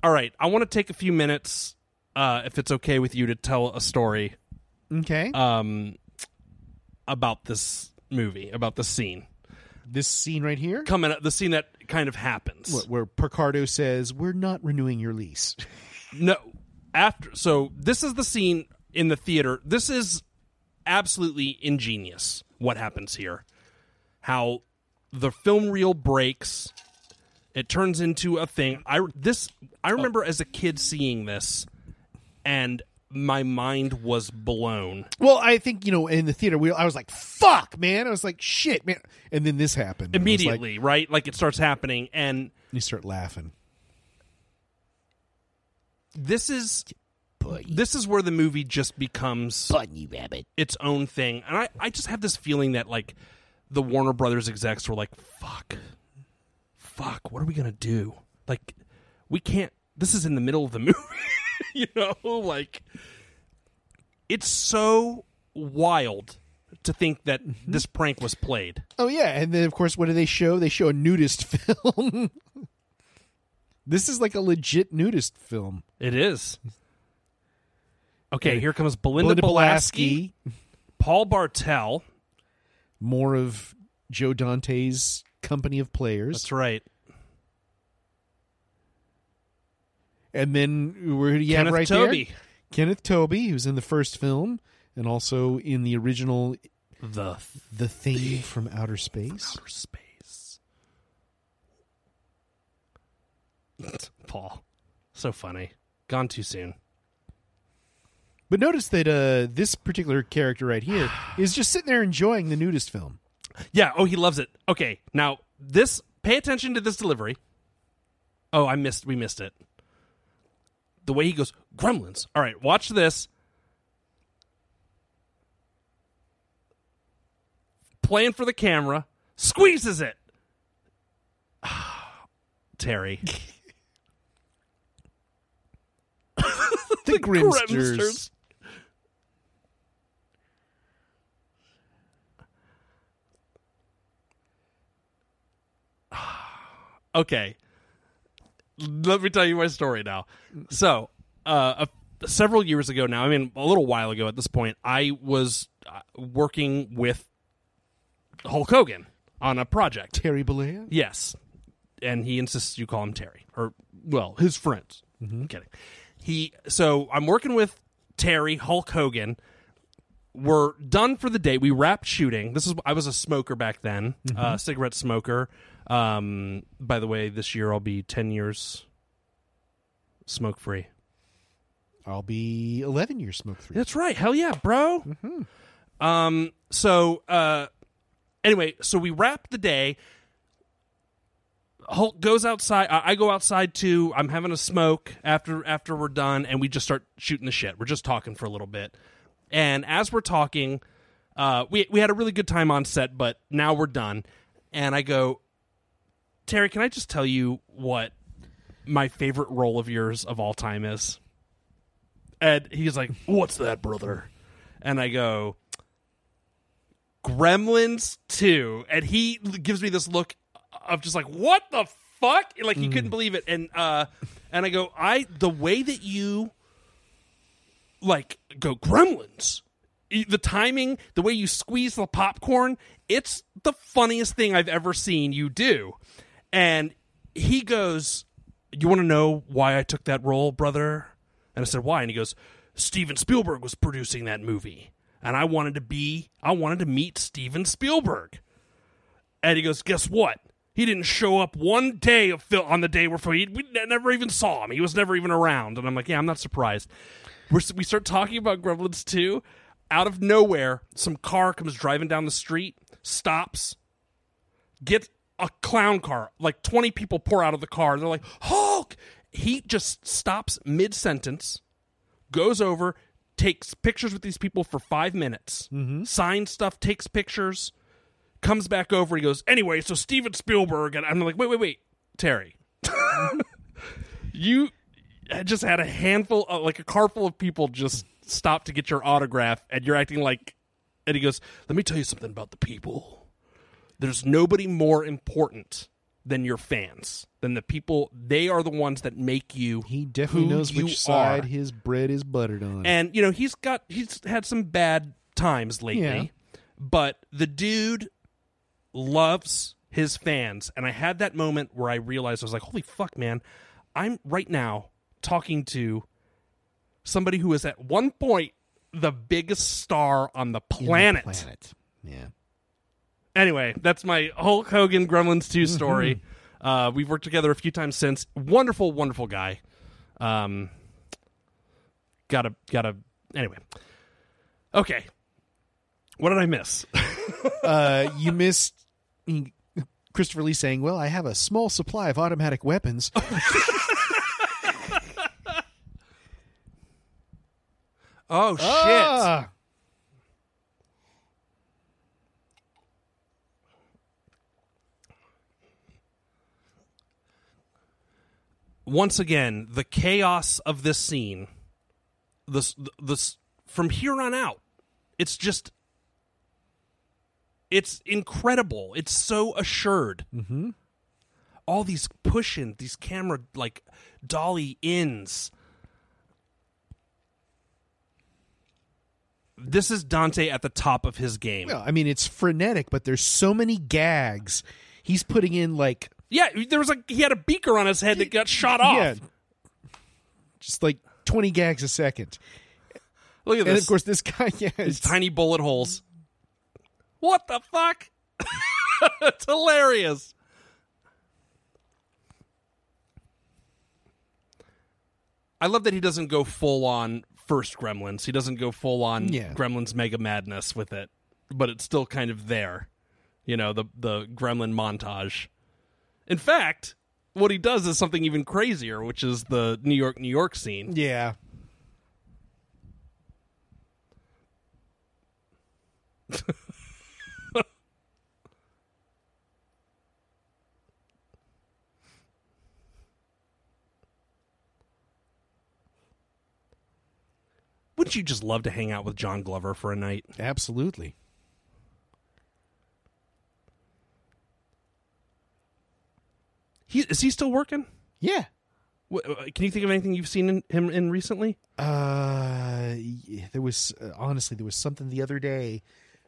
[SPEAKER 3] All right, I want to take a few minutes, uh, if it's okay with you, to tell a story
[SPEAKER 4] Okay.
[SPEAKER 3] um, about this movie, about the scene
[SPEAKER 4] this scene right here,
[SPEAKER 3] coming up, the scene that kind of happens.
[SPEAKER 4] wh- where Picardo says, "We're not renewing your lease."
[SPEAKER 3] No. After so this is the scene in the theater. This is absolutely ingenious what happens here. How the film reel breaks. It turns into a thing. I this I remember as a kid seeing this and my mind was blown.
[SPEAKER 4] well, I think you know, in the theater, we, I was like, "Fuck, man!" I was like, "Shit, man!" And then this happened I was like-
[SPEAKER 3] Immediately, right? Like it starts happening and
[SPEAKER 4] you start laughing.
[SPEAKER 3] this is
[SPEAKER 5] Bunny,
[SPEAKER 3] this is where the movie just becomes
[SPEAKER 5] bunny rabbit.
[SPEAKER 3] its own thing. And I, I just have this feeling that like the Warner Brothers execs were like, "Fuck, fuck, what are we gonna do? Like, we can't. This is in the middle of the movie, you know. Like, it's so wild to think that this prank was played.
[SPEAKER 4] Oh yeah, and then of course, what do they show? They show a nudist film. this is like a legit nudist film.
[SPEAKER 3] It is. Okay, here comes Belinda, Pulaski, Paul Bartel.
[SPEAKER 4] more of Joe Dante's company of players,
[SPEAKER 3] That's right.
[SPEAKER 4] and then where do you have
[SPEAKER 3] Kenneth
[SPEAKER 4] right
[SPEAKER 3] Toby,
[SPEAKER 4] there? Kenneth Toby, who's in the first film and also in the original
[SPEAKER 3] the
[SPEAKER 4] The Thing from Outer Space.
[SPEAKER 3] outer space. Paul, so funny. Gone too soon.
[SPEAKER 4] But notice that uh, this particular character right here is just sitting there enjoying the nudist film.
[SPEAKER 3] Yeah. Oh, he loves it. Okay. Now this. Pay attention to this delivery. Oh, I missed. We missed it. The way he goes, Gremlins. All right, watch this. Playing for the camera, squeezes it. Terry,
[SPEAKER 4] The, Grimsters.
[SPEAKER 3] Grimsters. okay. Let me tell you my story now. So, uh, a, several years ago now, I mean, a little while ago at this point, I was uh, working with Hulk Hogan on a project.
[SPEAKER 4] Terry Bollea.
[SPEAKER 3] Yes. And he insists you call him Terry, or well, his friends. I'm kidding. He so I'm working with Terry Hulk Hogan. We're done for the day. We wrapped shooting. This is I was a smoker back then, uh, cigarette smoker. Um, by the way, this year I'll be ten years smoke free.
[SPEAKER 4] I'll be 11 years smoke free.
[SPEAKER 3] That's right. Hell yeah, bro. Um. So, uh, anyway, so we wrap the day. Hulk goes outside. I, I go outside too. I'm having a smoke after after we're done, and we just start shooting the shit. We're just talking for a little bit, and as we're talking, uh, we we had a really good time on set, but now we're done, and I go, Terry, can I just tell you what my favorite role of yours of all time is? And he's like, What's that, brother? And I go, Gremlins 2. And he gives me this look of just like, What the fuck? Like he couldn't believe it. And uh and I go, I the way that you like go gremlins E- the timing the way you squeeze the popcorn it's the funniest thing i've ever seen you do and he goes you want to know why i took that role brother and i said why and he goes steven spielberg was producing that movie and i wanted to be i wanted to meet steven spielberg and he goes, "Guess what? He didn't show up one day of fil- on the day we're filming. We n- never even saw him. He was never even around." And I'm like, "Yeah, I'm not surprised." We're, s- we start talking about Gremlins 2. Out of nowhere, some car comes driving down the street, stops, gets a clown car. Like 20 people pour out of the car. They're like, "Hulk!" He just stops mid sentence goes over, takes pictures with these people for five minutes,
[SPEAKER 4] Mm-hmm.
[SPEAKER 3] signs stuff, takes pictures, comes back over. He goes, anyway, so Steven Spielberg, and I'm like, wait, wait, wait, Terry, you just had a handful, of, like a car full of people just stop to get your autograph, and you're acting like, and he goes, let me tell you something about the people there's nobody more important than your fans than the people they are the ones that make you
[SPEAKER 4] He definitely
[SPEAKER 3] who
[SPEAKER 4] knows
[SPEAKER 3] you
[SPEAKER 4] which side
[SPEAKER 3] are.
[SPEAKER 4] his bread is buttered on.
[SPEAKER 3] And you know, he's got he's had some bad times lately.
[SPEAKER 4] Yeah.
[SPEAKER 3] But the dude loves his fans. And I had that moment where I realized I was like, holy fuck, man, I'm right now talking to somebody who is at one point the biggest star on the
[SPEAKER 4] In the
[SPEAKER 3] planet.
[SPEAKER 4] planet. Yeah.
[SPEAKER 3] Anyway, that's my Hulk Hogan Gremlins 2 story. Uh, we've worked together a few times since. Wonderful, wonderful guy. Um, gotta, gotta. Anyway, okay. What did I miss?
[SPEAKER 4] uh, you missed Christopher Lee saying, "Well, I have a small supply of automatic weapons."
[SPEAKER 3] Ah, Oh shit!
[SPEAKER 4] Ah!
[SPEAKER 3] once again, the chaos of this scene, this this from here on out, it's just it's incredible. It's so assured. Mm-hmm. All these push ins, these camera like dolly ins. This is Dante at the top of his game.
[SPEAKER 4] Well, I mean, it's frenetic, but there's so many gags. He's putting in like
[SPEAKER 3] Yeah, there was a he had a beaker on his head that got shot off.
[SPEAKER 4] yeah, just like twenty gags a second.
[SPEAKER 3] Look at
[SPEAKER 4] And
[SPEAKER 3] this.
[SPEAKER 4] of course, this guy, yeah,
[SPEAKER 3] These
[SPEAKER 4] it's-
[SPEAKER 3] tiny bullet holes. What the fuck? it's hilarious. I love that he doesn't go full on first Gremlins. He doesn't go full on
[SPEAKER 4] Yeah.
[SPEAKER 3] Gremlins Mega Madness with it, but it's still kind of there. You know, the the Gremlin montage. In fact, what he does is something even crazier, which is the New York New York scene.
[SPEAKER 4] yeah.
[SPEAKER 3] Wouldn't you just love to hang out with John Glover for a night?
[SPEAKER 4] Absolutely.
[SPEAKER 3] He is he still working?
[SPEAKER 4] Yeah.
[SPEAKER 3] Wh- uh, Can you think of anything you've seen in, him in recently?
[SPEAKER 4] Uh, y- there was uh, honestly there was something the other day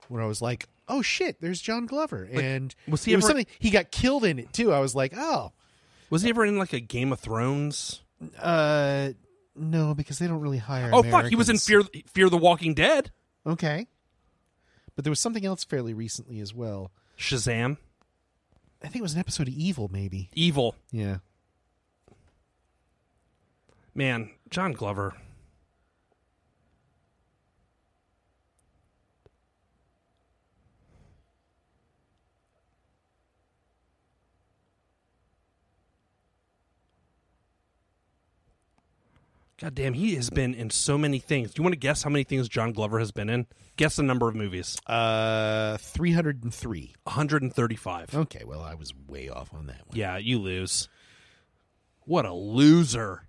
[SPEAKER 4] where I was like, "Oh shit, there's John Glover," and
[SPEAKER 3] was he
[SPEAKER 4] it was
[SPEAKER 3] ever-
[SPEAKER 4] something he got killed in it too. I was like, "Oh,
[SPEAKER 3] Was he ever in like a Game of Thrones?
[SPEAKER 4] uh, no," because they don't really hire.
[SPEAKER 3] Oh fuck, he was in
[SPEAKER 4] Americans.
[SPEAKER 3] Fear Fear the Walking Dead.
[SPEAKER 4] Okay, but there was something else fairly recently as well.
[SPEAKER 3] Shazam,
[SPEAKER 4] I think it was an episode of Evil, maybe.
[SPEAKER 3] Evil,
[SPEAKER 4] Yeah,
[SPEAKER 3] man, John Glover. God damn, he has been in so many things. Do you want to guess how many things John Glover has been in? Guess the number of movies.
[SPEAKER 4] uh, three hundred and three.
[SPEAKER 3] 135.
[SPEAKER 4] Okay, well, I was way off on that one.
[SPEAKER 3] Yeah, you lose. What a loser.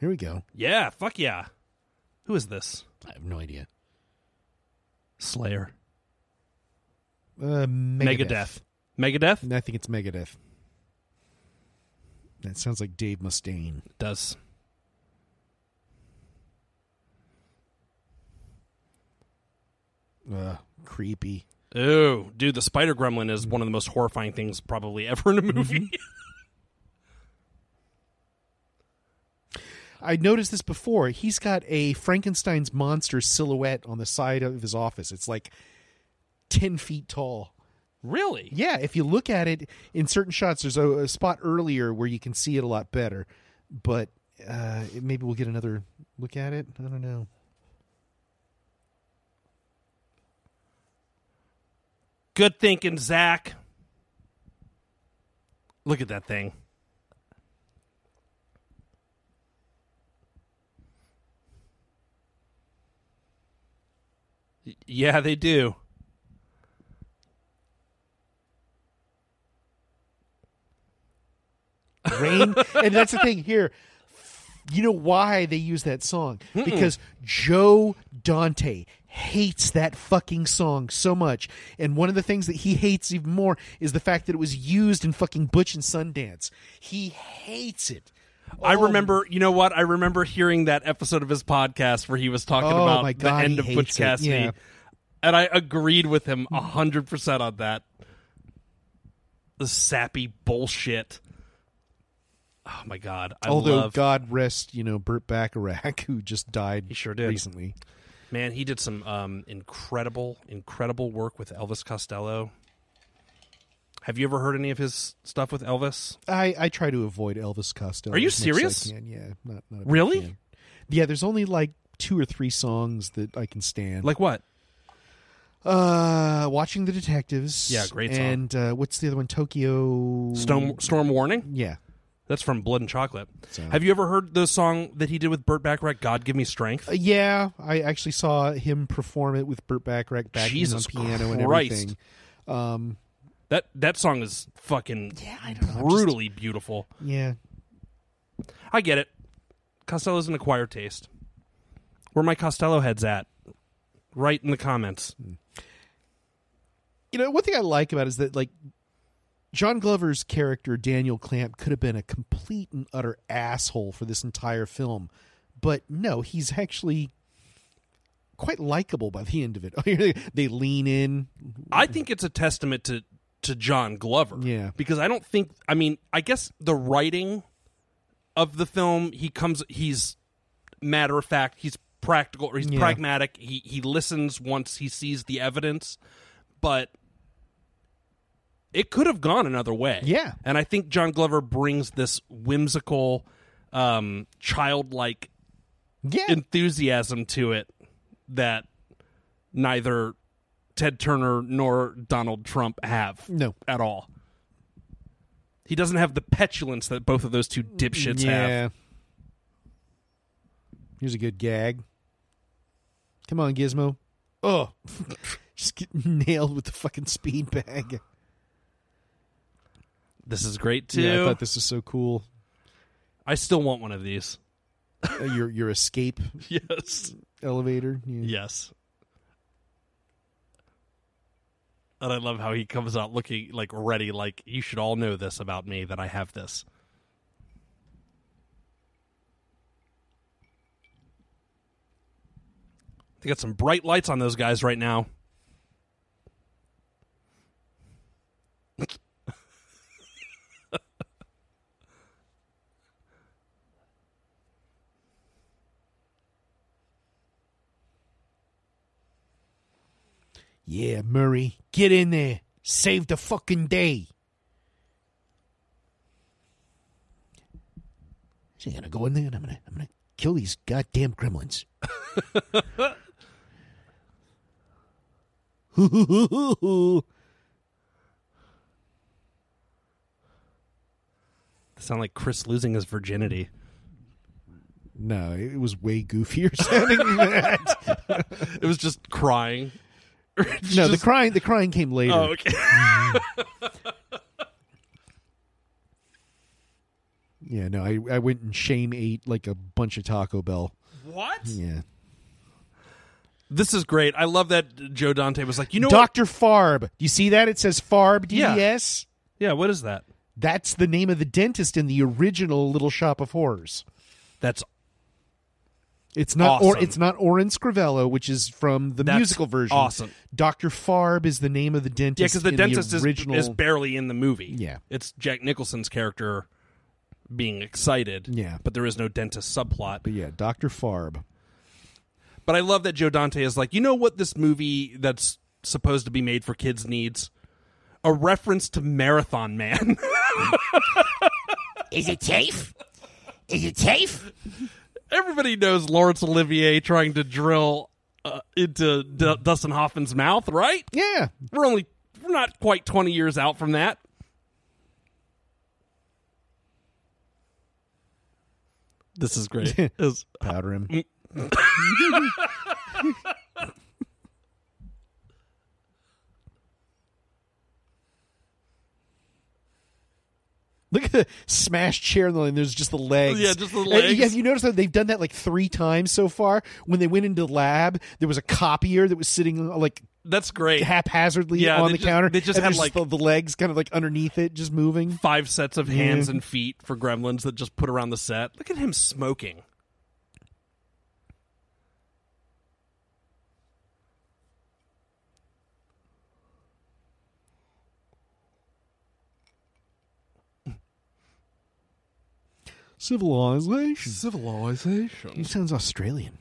[SPEAKER 4] Here we go.
[SPEAKER 3] Yeah, fuck yeah. Who is this?
[SPEAKER 4] I have no idea.
[SPEAKER 3] Slayer.
[SPEAKER 4] Uh,
[SPEAKER 3] Megadeth. Megadeth?
[SPEAKER 4] I think it's Megadeth. That sounds like Dave Mustaine.
[SPEAKER 3] does.
[SPEAKER 4] Uh, creepy.
[SPEAKER 3] Ooh, dude, the spider gremlin is one of the most horrifying things probably ever in a movie.
[SPEAKER 4] I noticed this before. He's got a Frankenstein's monster silhouette on the side of his office. It's like 10 feet tall.
[SPEAKER 3] really?
[SPEAKER 4] Yeah, if you look at it in certain shots, there's a, a spot earlier where you can see it a lot better. But uh, it- maybe we'll get another look at it. I don't know.
[SPEAKER 3] Good thinking, Zach. Look at that thing. Y- Yeah, they do.
[SPEAKER 4] rain and that's the thing here you know why they use that song because joe dante hates that fucking song so much and one of the things that he hates even more is the fact that it was used in fucking butch and sundance he hates it
[SPEAKER 3] I
[SPEAKER 4] Oh.
[SPEAKER 3] remember, you know what? I remember hearing that episode of his podcast where he was talking
[SPEAKER 4] Oh,
[SPEAKER 3] about
[SPEAKER 4] my
[SPEAKER 3] the
[SPEAKER 4] God,
[SPEAKER 3] end
[SPEAKER 4] he
[SPEAKER 3] of
[SPEAKER 4] hates
[SPEAKER 3] Butch
[SPEAKER 4] it.
[SPEAKER 3] Cassidy,
[SPEAKER 4] Yeah.
[SPEAKER 3] and I agreed with him hundred percent on that. The sappy bullshit. Oh my god! I
[SPEAKER 4] although
[SPEAKER 3] love
[SPEAKER 4] god rest you know burt bacharach who just died he
[SPEAKER 3] sure did.
[SPEAKER 4] recently
[SPEAKER 3] man. He did some um, incredible, incredible work with Elvis Costello. Have you ever heard any of his stuff with Elvis?
[SPEAKER 4] I, I try to avoid Elvis Costello.
[SPEAKER 3] Are you
[SPEAKER 4] as much as I
[SPEAKER 3] serious?
[SPEAKER 4] can. Yeah, not, not a big
[SPEAKER 3] Really?
[SPEAKER 4] fan. Yeah, there's only like two or three songs that I can stand.
[SPEAKER 3] Like what?
[SPEAKER 4] uh, watching the detectives.
[SPEAKER 3] Yeah, great song.
[SPEAKER 4] And uh, what's the other one? Tokyo.
[SPEAKER 3] Storm, Storm Warning.
[SPEAKER 4] Yeah.
[SPEAKER 3] That's from Blood and Chocolate.
[SPEAKER 4] So-
[SPEAKER 3] Have you ever heard the song that he did with Burt Bacharach, "God Give Me Strength"?
[SPEAKER 4] Uh, yeah, I actually saw him perform it with Burt Bacharach backing
[SPEAKER 3] Jesus
[SPEAKER 4] on piano and
[SPEAKER 3] Christ.
[SPEAKER 4] everything.
[SPEAKER 3] That that song is fucking
[SPEAKER 4] Um, Yeah, I don't know, I'm
[SPEAKER 3] brutally beautiful.
[SPEAKER 4] Yeah.
[SPEAKER 3] I get it. Costello's an acquired taste. Where my Costello head's at? Right in the comments.
[SPEAKER 4] You know, one thing I like about it is that like John Glover's character Daniel Clamp could have been a complete and utter asshole for this entire film, but no, he's actually quite likable by the end of it. they lean in.
[SPEAKER 3] I think it's a testament to to John Glover.
[SPEAKER 4] Yeah.
[SPEAKER 3] Because I don't think I mean, I guess the writing of the film, he comes he's matter of fact, he's practical or he's
[SPEAKER 4] Yeah.
[SPEAKER 3] pragmatic. He he listens once he sees the evidence, but it could have gone another way.
[SPEAKER 4] Yeah.
[SPEAKER 3] And I think John Glover brings this whimsical um childlike
[SPEAKER 4] Yeah,
[SPEAKER 3] enthusiasm to it that neither Ted Turner nor Donald Trump have
[SPEAKER 4] No.
[SPEAKER 3] at all. He doesn't have the petulance that both of those two dipshits have.
[SPEAKER 4] yeah. Here's a good gag. Come on, Gizmo. Oh, just get nailed with the fucking speed bag.
[SPEAKER 3] This is great too.
[SPEAKER 4] Yeah, I thought this was so cool.
[SPEAKER 3] I still want one of these.
[SPEAKER 4] Uh, your your escape
[SPEAKER 3] Yes.
[SPEAKER 4] elevator. Yeah.
[SPEAKER 3] Yes. And I love how he comes out looking like ready, like you should all know this about me that I have this. They got some bright lights on those guys right now.
[SPEAKER 4] Yeah, Murray, get in there. Save the fucking day. So I'm gonna go in there and I'm gonna I'm gonna kill these goddamn gremlins.
[SPEAKER 3] They sound like Chris losing his virginity.
[SPEAKER 4] no, it was way goofier sounding than that.
[SPEAKER 3] It was just crying.
[SPEAKER 4] no, the crying the crying came later.
[SPEAKER 3] Oh, okay.
[SPEAKER 4] Yeah, no, I, I went and shame ate like a bunch of Taco Bell.
[SPEAKER 3] what?
[SPEAKER 4] Yeah.
[SPEAKER 3] This is great. I love that Joe Dante was like, you know what?
[SPEAKER 4] Dr. Farb. Do you see that? It says Farb E
[SPEAKER 3] Yeah.
[SPEAKER 4] DDS.
[SPEAKER 3] Yeah, what is that?
[SPEAKER 4] That's the name of the dentist in the original Little Shop of Horrors.
[SPEAKER 3] That's
[SPEAKER 4] It's not or
[SPEAKER 3] Awesome.
[SPEAKER 4] it's not Orin Scrivello, which is from the
[SPEAKER 3] That's
[SPEAKER 4] musical version.
[SPEAKER 3] awesome.
[SPEAKER 4] Dr. Farb is the name of the dentist.
[SPEAKER 3] Yeah, because the
[SPEAKER 4] in
[SPEAKER 3] dentist
[SPEAKER 4] the original...
[SPEAKER 3] is, is barely in the movie.
[SPEAKER 4] Yeah.
[SPEAKER 3] It's Jack Nicholson's character being excited.
[SPEAKER 4] Yeah.
[SPEAKER 3] But there is no dentist subplot.
[SPEAKER 4] But
[SPEAKER 3] But,
[SPEAKER 4] yeah, Dr. Farb.
[SPEAKER 3] I love that Joe Dante is like, you know what this movie that's supposed to be made for kids needs? A reference to Marathon Man.
[SPEAKER 5] Is it safe? Is it safe?
[SPEAKER 3] Everybody knows Laurence Olivier trying to drill uh, into D- Dustin Hoffman's mouth, right?
[SPEAKER 4] Yeah.
[SPEAKER 3] We're only we're not quite 20 years out from that. This is great. It's-
[SPEAKER 4] Powder him.
[SPEAKER 3] Mm.
[SPEAKER 4] Look at the smashed chair in the line. There's just the legs.
[SPEAKER 3] Yeah, just the
[SPEAKER 4] And
[SPEAKER 3] legs.
[SPEAKER 4] Have you noticed that they've done that like three times so far? When they went into the lab, there was a copier that was sitting like
[SPEAKER 3] That's great.
[SPEAKER 4] haphazardly
[SPEAKER 3] Yeah,
[SPEAKER 4] on
[SPEAKER 3] they
[SPEAKER 4] the
[SPEAKER 3] just-
[SPEAKER 4] counter.
[SPEAKER 3] they just
[SPEAKER 4] and
[SPEAKER 3] had,
[SPEAKER 4] there's
[SPEAKER 3] like-
[SPEAKER 4] the, the legs kind of like underneath it, just moving.
[SPEAKER 3] Five sets of hands and feet for gremlins that just put around the set. Look at him smoking.
[SPEAKER 4] Civilization. He
[SPEAKER 3] Civilization.
[SPEAKER 4] sounds Australian.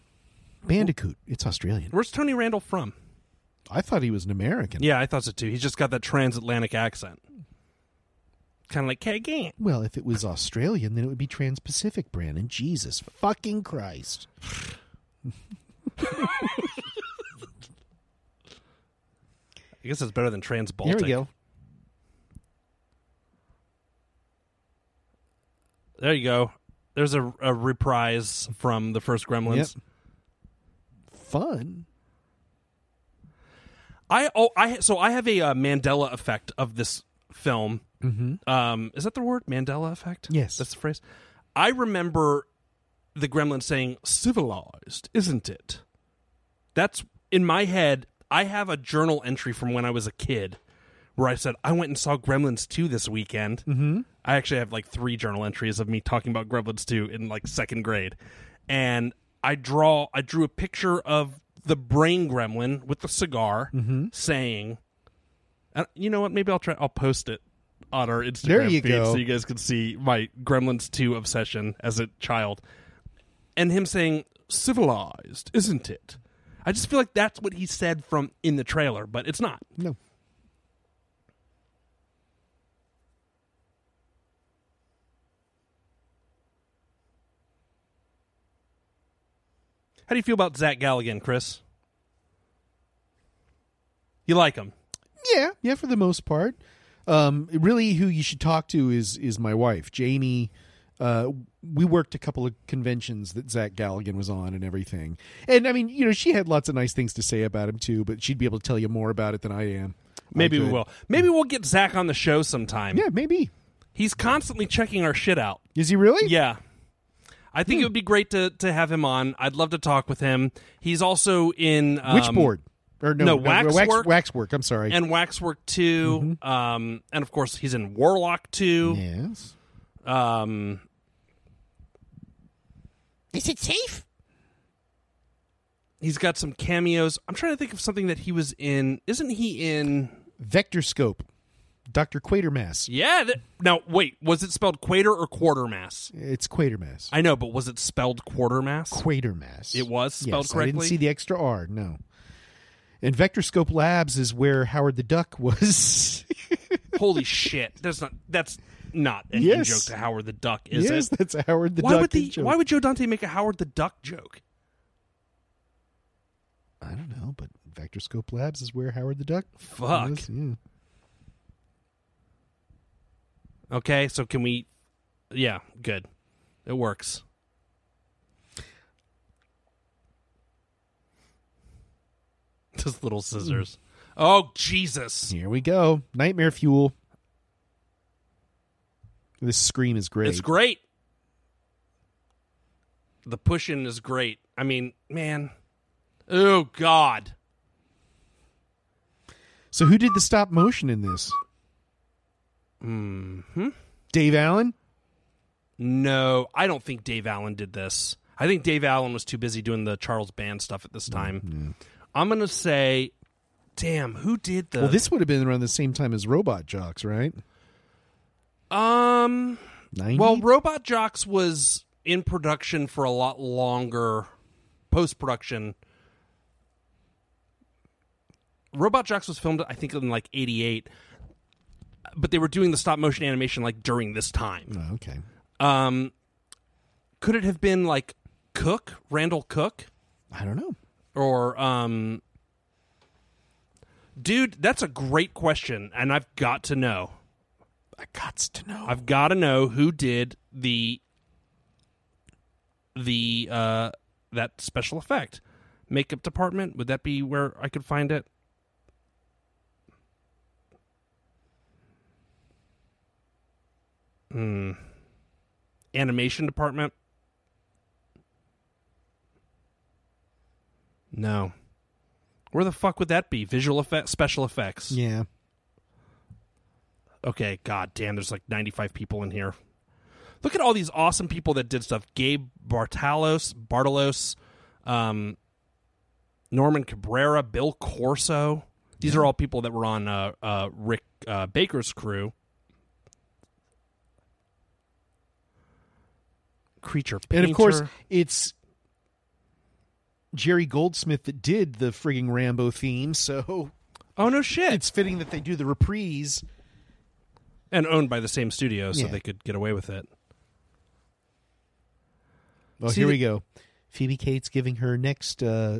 [SPEAKER 4] Bandicoot. It's Australian.
[SPEAKER 3] Where's Tony Randall from?
[SPEAKER 4] I thought he was an American.
[SPEAKER 3] Yeah, I thought so too. He's just got that transatlantic accent. Kind of like Kagan.
[SPEAKER 4] Well, if it was Australian, then it would be Trans-Pacific, Brandon. Jesus fucking Christ.
[SPEAKER 3] I guess it's better than Trans
[SPEAKER 4] Here
[SPEAKER 3] Baltic.
[SPEAKER 4] we go.
[SPEAKER 3] There you go. There's a, a reprise from the first Gremlins.
[SPEAKER 4] Yep. Fun.
[SPEAKER 3] I oh I so I have a uh, Mandela effect of this film. Mm-hmm. Um, is that the word Mandela effect?
[SPEAKER 4] Yes.
[SPEAKER 3] that's the phrase. I remember the Gremlin saying "civilized," isn't it? That's in my head. I have a journal entry from when I was a kid where I said I went and saw Gremlins two this weekend. Mm-hmm. I actually have like three journal entries of me talking about Gremlins two in like second grade, and I draw I drew a picture of the brain gremlin with the cigar
[SPEAKER 4] Mm-hmm.
[SPEAKER 3] saying, uh, "You know what? Maybe I'll try. I'll post it." On our Instagram
[SPEAKER 4] There you
[SPEAKER 3] feed
[SPEAKER 4] go.
[SPEAKER 3] so you guys can see my Gremlins 2 obsession as a child and him saying civilized isn't it i just feel like that's what he said from in the trailer but it's not
[SPEAKER 4] No.
[SPEAKER 3] how do you feel about zach galligan chris you like him
[SPEAKER 4] Yeah, yeah, for the most part. Um, really, who you should talk to is is my wife, Jamie. Uh, we worked a couple of conventions that Zach Galligan was on and everything. And I mean, you know, she had lots of nice things to say about him too, but she'd be able to tell you more about it than I am.
[SPEAKER 3] maybe
[SPEAKER 4] I
[SPEAKER 3] we
[SPEAKER 4] could.
[SPEAKER 3] will maybe we'll get zach on the show sometime
[SPEAKER 4] Yeah, maybe.
[SPEAKER 3] he's constantly checking our shit out
[SPEAKER 4] Is he really?
[SPEAKER 3] Yeah. I think it would be great to, to have him on. I'd love to talk with him. He's also in um,
[SPEAKER 4] Which board? Or no,
[SPEAKER 3] no,
[SPEAKER 4] wax,
[SPEAKER 3] Waxwork.
[SPEAKER 4] waxwork. I'm sorry.
[SPEAKER 3] and Waxwork 2 um, and of course he's in Warlock two.
[SPEAKER 4] yes.
[SPEAKER 3] Um,
[SPEAKER 5] Is it safe?
[SPEAKER 3] he's got some cameos. I'm trying to think of something that he was in. Isn't he in?
[SPEAKER 4] Vector scope. Dr. Quatermass.
[SPEAKER 3] Yeah. That, now wait, was it spelled Quater or Quartermass?
[SPEAKER 4] It's Quatermass.
[SPEAKER 3] I know, but was it spelled Quartermass?
[SPEAKER 4] Quatermass.
[SPEAKER 3] It was spelled
[SPEAKER 4] yes, I didn't
[SPEAKER 3] correctly?
[SPEAKER 4] see the extra R. No. And Vectorscope Labs is where Howard the Duck was.
[SPEAKER 3] Holy shit! That's not. That's not an
[SPEAKER 4] Yes.
[SPEAKER 3] in joke to Howard the Duck, is
[SPEAKER 4] yes,
[SPEAKER 3] it?
[SPEAKER 4] that's Howard the
[SPEAKER 3] why
[SPEAKER 4] Duck.
[SPEAKER 3] would the
[SPEAKER 4] in joke.
[SPEAKER 3] Why would Joe Dante make a Howard the Duck joke?
[SPEAKER 4] I don't know, but Vectorscope Labs is where Howard the Duck
[SPEAKER 3] Fuck.
[SPEAKER 4] was. Yeah.
[SPEAKER 3] Okay, so can we? Yeah, good. It works. Just little scissors. Oh Jesus!
[SPEAKER 4] Here we go. Nightmare Fuel. This scream is great.
[SPEAKER 3] It's great. The pushing is great. I mean, man. Oh God.
[SPEAKER 4] So who did the stop motion in this? Mm-hmm.
[SPEAKER 3] Mm-hmm.
[SPEAKER 4] Dave Allen?
[SPEAKER 3] No, I don't think Dave Allen did this. I think Dave Allen was too busy doing the Charles Band stuff at this
[SPEAKER 4] Mm,
[SPEAKER 3] time. I'm gonna say, damn, who did the?
[SPEAKER 4] Well, this would have been around the same time as Robot Jocks, right?
[SPEAKER 3] um.
[SPEAKER 4] 90?
[SPEAKER 3] Well, Robot Jocks was in production for a lot longer, post production. Robot Jocks was filmed, I think, in like '88, but they were doing the stop motion animation like during this time.
[SPEAKER 4] Oh, okay.
[SPEAKER 3] Um, could it have been like Cook, Randall Cook,
[SPEAKER 4] I don't know.
[SPEAKER 3] or um, dude? That's a great question, and I've got to know.
[SPEAKER 4] I got to know.
[SPEAKER 3] I've got to know who did the the uh that special effect makeup department. Would that be where I could find it? Hmm. Animation department. No. Where the fuck would that be? Visual effect, special effects
[SPEAKER 4] yeah.
[SPEAKER 3] okay, god damn, there's like 95 people in here. Look at all these awesome people that did stuff. Gabe Bartalos, Bartalos, um, Norman Cabrera, Bill Corso. These are all people that were on uh, uh, Rick uh, Baker's crew. Creature painter.
[SPEAKER 4] And of course, it's Jerry Goldsmith that did the frigging Rambo theme, so
[SPEAKER 3] oh no shit!
[SPEAKER 4] it's fitting that they do the reprise.
[SPEAKER 3] and owned by the same studio, so
[SPEAKER 4] Yeah.
[SPEAKER 3] they could get away with it.
[SPEAKER 4] Oh,
[SPEAKER 3] See
[SPEAKER 4] here
[SPEAKER 3] the-
[SPEAKER 4] we go. Phoebe Cates giving her next uh,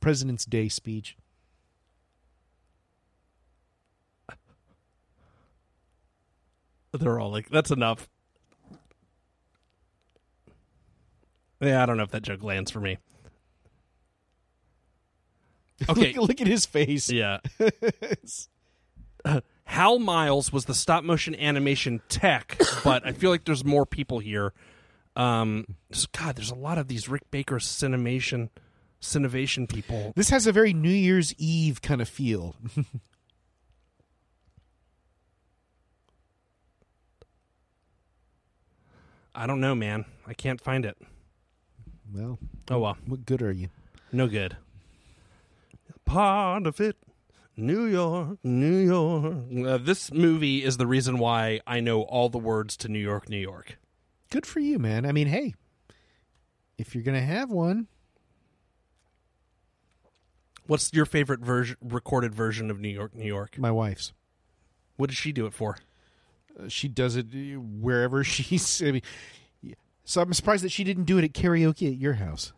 [SPEAKER 4] President's Day speech.
[SPEAKER 3] they're all like, "That's enough." Yeah, I don't know if that joke lands for me. Okay.
[SPEAKER 4] look, look at his face.
[SPEAKER 3] Yeah. Hal Miles was the stop motion animation tech, but I feel like there's more people here. Um, s- God, there's a lot of these Rick Baker cinemation, cinovation people.
[SPEAKER 4] This has a very New Year's Eve kind of feel.
[SPEAKER 3] I don't know, man. I can't find it.
[SPEAKER 4] well,
[SPEAKER 3] Oh well,
[SPEAKER 4] what good are you?
[SPEAKER 3] no good. Part of it, New York, New York. Uh, this movie is the reason why I know all the words to New York, New York.
[SPEAKER 4] Good for you, man. I mean, hey, if you're gonna have one,
[SPEAKER 3] What's your favorite version, recorded version of New York, New York?
[SPEAKER 4] my wife's.
[SPEAKER 3] What did she do it for?
[SPEAKER 4] Uh, She does it uh, wherever she's. I mean, yeah. so I'm surprised that she didn't do it at karaoke at your house.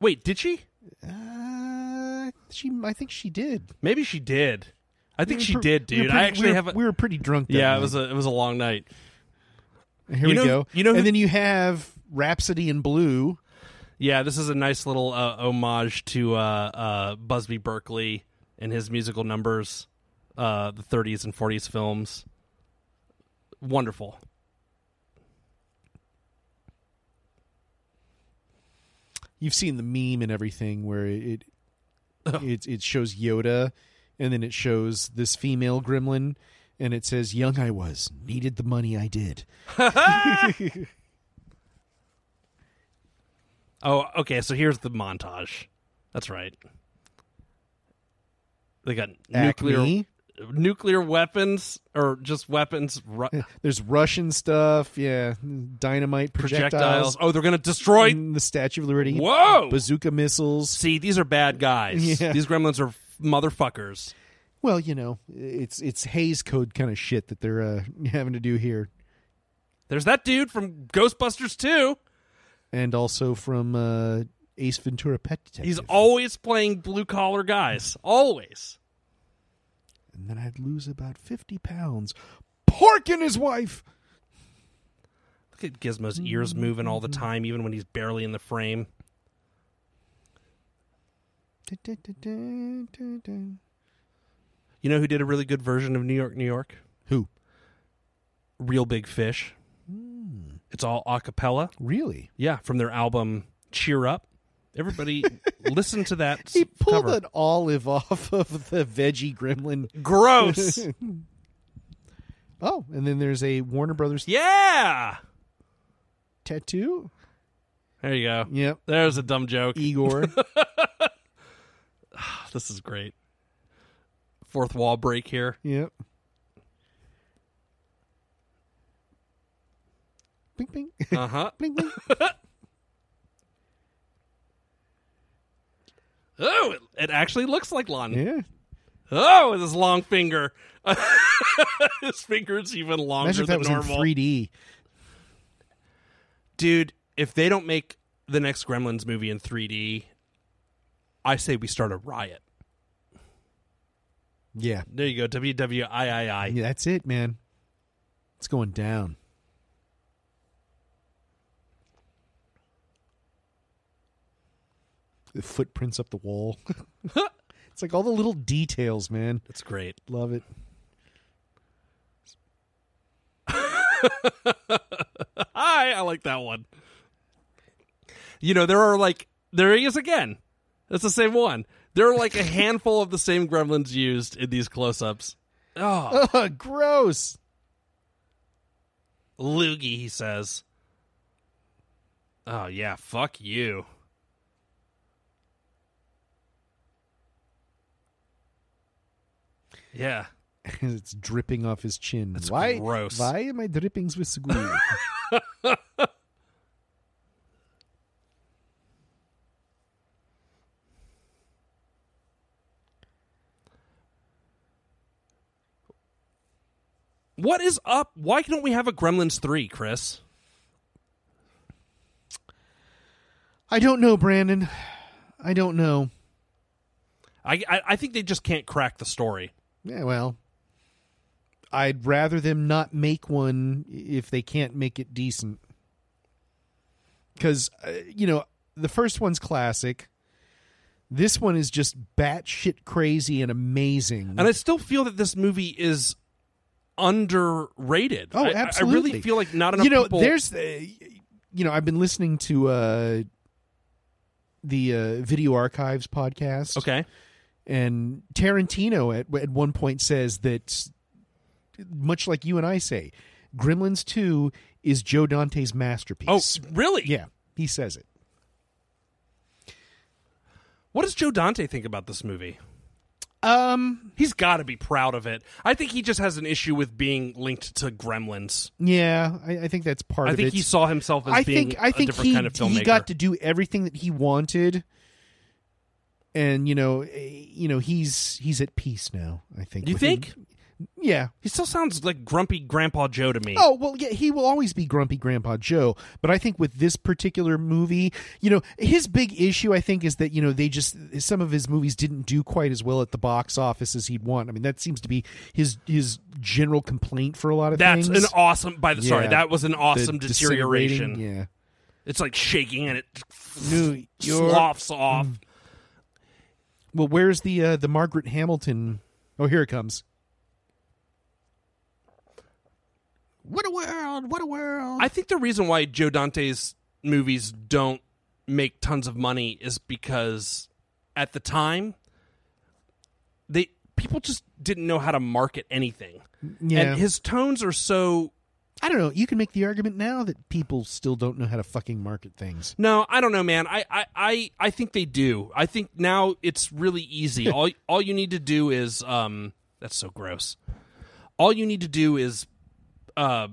[SPEAKER 3] Wait, did she?
[SPEAKER 4] Uh, she, I think she did.
[SPEAKER 3] Maybe she did. I think
[SPEAKER 4] We were
[SPEAKER 3] she
[SPEAKER 4] pre-
[SPEAKER 3] did,
[SPEAKER 4] we
[SPEAKER 3] dude.
[SPEAKER 4] were
[SPEAKER 3] I
[SPEAKER 4] pretty-
[SPEAKER 3] actually
[SPEAKER 4] we were,
[SPEAKER 3] have. A,
[SPEAKER 4] we were pretty drunk. That
[SPEAKER 3] yeah,
[SPEAKER 4] night.
[SPEAKER 3] it was a it was a long night.
[SPEAKER 4] Here
[SPEAKER 3] You
[SPEAKER 4] we
[SPEAKER 3] know-
[SPEAKER 4] go.
[SPEAKER 3] you know who-
[SPEAKER 4] and then you have Rhapsody in Blue.
[SPEAKER 3] Yeah, this is a nice little uh, homage to uh, uh, Busby Berkeley and his musical numbers, uh, the 30s and 40s films. Wonderful.
[SPEAKER 4] You've seen the meme and everything where it
[SPEAKER 3] Oh.
[SPEAKER 4] it it shows Yoda, and then it shows this female gremlin, and it says, "Young I was, needed the money I did."
[SPEAKER 3] Oh, okay. So here's the montage. That's right. They got nuclear
[SPEAKER 4] Acme.
[SPEAKER 3] nuclear weapons or just weapons ru-
[SPEAKER 4] There's Russian stuff, yeah, dynamite projectiles, Mm.
[SPEAKER 3] projectiles. Oh, they're gonna destroy
[SPEAKER 4] and the Statue of Liberty,
[SPEAKER 3] Whoa!
[SPEAKER 4] bazooka missiles.
[SPEAKER 3] See, these are bad guys.
[SPEAKER 4] Yeah.
[SPEAKER 3] These gremlins are f- motherfuckers.
[SPEAKER 4] Well, you know, it's it's Hayes Code kind of shit that they're uh, having to do here,
[SPEAKER 3] There's that dude from Ghostbusters 2.
[SPEAKER 4] and also from uh, Ace Ventura: Pet Detective.
[SPEAKER 3] He's always playing blue collar guys. Always.
[SPEAKER 4] and then I'd lose about 50 pounds. Pork and his wife!
[SPEAKER 3] Look at Gizmo's ears
[SPEAKER 4] Mm-hmm.
[SPEAKER 3] moving all the time, even when he's barely in the frame. You know who did a really good version of New York, New York?
[SPEAKER 4] Who?
[SPEAKER 3] Real Big Fish.
[SPEAKER 4] Hmm.
[SPEAKER 3] It's all a cappella.
[SPEAKER 4] Really?
[SPEAKER 3] Yeah, from their album Cheer Up. Everybody listen to that.
[SPEAKER 4] He pulled
[SPEAKER 3] cover.
[SPEAKER 4] an olive off of the veggie gremlin.
[SPEAKER 3] Gross.
[SPEAKER 4] Oh, and then there's a Warner Brothers
[SPEAKER 3] yeah.
[SPEAKER 4] tattoo.
[SPEAKER 3] There you go.
[SPEAKER 4] Yep.
[SPEAKER 3] There's a dumb joke.
[SPEAKER 4] Igor.
[SPEAKER 3] This is great. Fourth wall break here.
[SPEAKER 4] yep. Bing, bing.
[SPEAKER 3] Uh huh.
[SPEAKER 4] bing, bing.
[SPEAKER 3] oh, it, it actually looks like Lon.
[SPEAKER 4] Yeah.
[SPEAKER 3] Oh, with his long finger. his finger's even longer
[SPEAKER 4] Imagine if
[SPEAKER 3] than
[SPEAKER 4] that was
[SPEAKER 3] normal.
[SPEAKER 4] in 3D.
[SPEAKER 3] Dude, if they don't make the next Gremlins movie in 3D, I say we start a riot.
[SPEAKER 4] Yeah.
[SPEAKER 3] There you go. WWIII.
[SPEAKER 4] yeah. That's it, man. It's going down. The footprints up the wall. it's like all the little details, man.
[SPEAKER 3] That's great.
[SPEAKER 4] Love it.
[SPEAKER 3] Hi, I like that one. You know, there are like there he is again. That's the same one. There are like a handful of the same gremlins used in these close-ups. Oh,
[SPEAKER 4] Ugh, gross.
[SPEAKER 3] loogie, he says. Oh yeah, fuck you. Yeah.
[SPEAKER 4] it's dripping off his chin.
[SPEAKER 3] That's
[SPEAKER 4] why?
[SPEAKER 3] gross.
[SPEAKER 4] Why am I drippings with seguro?
[SPEAKER 3] What is up? Why don't we have a Gremlins 3, Chris?
[SPEAKER 4] I don't know, Brandon. I don't know.
[SPEAKER 3] I, I I think they just can't crack the story.
[SPEAKER 4] Yeah, well, I'd rather them not make one if they can't make it decent. Because, uh, you know, the first one's classic. This one is just batshit crazy and amazing.
[SPEAKER 3] And I still feel that this movie is underrated.
[SPEAKER 4] Oh,
[SPEAKER 3] I-
[SPEAKER 4] absolutely.
[SPEAKER 3] I, really feel like not enough
[SPEAKER 4] You know,
[SPEAKER 3] people.
[SPEAKER 4] there's, uh, you know, I've been listening to uh, the uh, Video Archives podcast.
[SPEAKER 3] okay.
[SPEAKER 4] and Tarantino at at one point says that, much like you and I say, Gremlins Two is Joe Dante's
[SPEAKER 3] Oh,
[SPEAKER 4] masterpiece.
[SPEAKER 3] really?
[SPEAKER 4] yeah, he says it.
[SPEAKER 3] What does Joe Dante think about this movie?
[SPEAKER 4] Um,
[SPEAKER 3] He's got to be proud of it. I think he just has an issue with being linked to Gremlins.
[SPEAKER 4] yeah, I, I think that's part
[SPEAKER 3] I
[SPEAKER 4] of
[SPEAKER 3] think
[SPEAKER 4] it.
[SPEAKER 3] he saw himself as
[SPEAKER 4] I
[SPEAKER 3] being
[SPEAKER 4] think I
[SPEAKER 3] a
[SPEAKER 4] think
[SPEAKER 3] different
[SPEAKER 4] he
[SPEAKER 3] kind of filmmaker.
[SPEAKER 4] he got to do everything that he wanted, and you know, eh, you know, he's he's at peace now. I think.
[SPEAKER 3] you
[SPEAKER 4] with him.
[SPEAKER 3] think?
[SPEAKER 4] Yeah.
[SPEAKER 3] He still sounds like grumpy Grandpa Joe to me.
[SPEAKER 4] Oh well, yeah, he will always be grumpy Grandpa Joe. But I think with this particular movie, you know, his big issue I think is that you know they just some of his movies didn't do quite as well at the box office as he'd want. I mean, that seems to be his his general complaint for a lot of
[SPEAKER 3] That's
[SPEAKER 4] things.
[SPEAKER 3] an awesome. By the sorry,
[SPEAKER 4] Yeah.
[SPEAKER 3] that was an
[SPEAKER 4] The
[SPEAKER 3] awesome
[SPEAKER 4] disintegrating-
[SPEAKER 3] deterioration.
[SPEAKER 4] Yeah.
[SPEAKER 3] It's like shaking and it
[SPEAKER 4] New York. Mm.
[SPEAKER 3] sloughs off.
[SPEAKER 4] Well, where's the uh, the Margaret Hamilton? Oh, here it comes. What a world! What a world!
[SPEAKER 3] I think the reason why Joe Dante's movies don't make tons of money is because at the time they people just didn't know how to market anything.
[SPEAKER 4] yeah.
[SPEAKER 3] And his tones are so
[SPEAKER 4] I don't know. You can make the argument now that people still don't know how to fucking market things.
[SPEAKER 3] no, I don't know, man. I, I, I, I think they do. I think now it's really easy. all all you need to do is um that's so gross. All you need to do is uh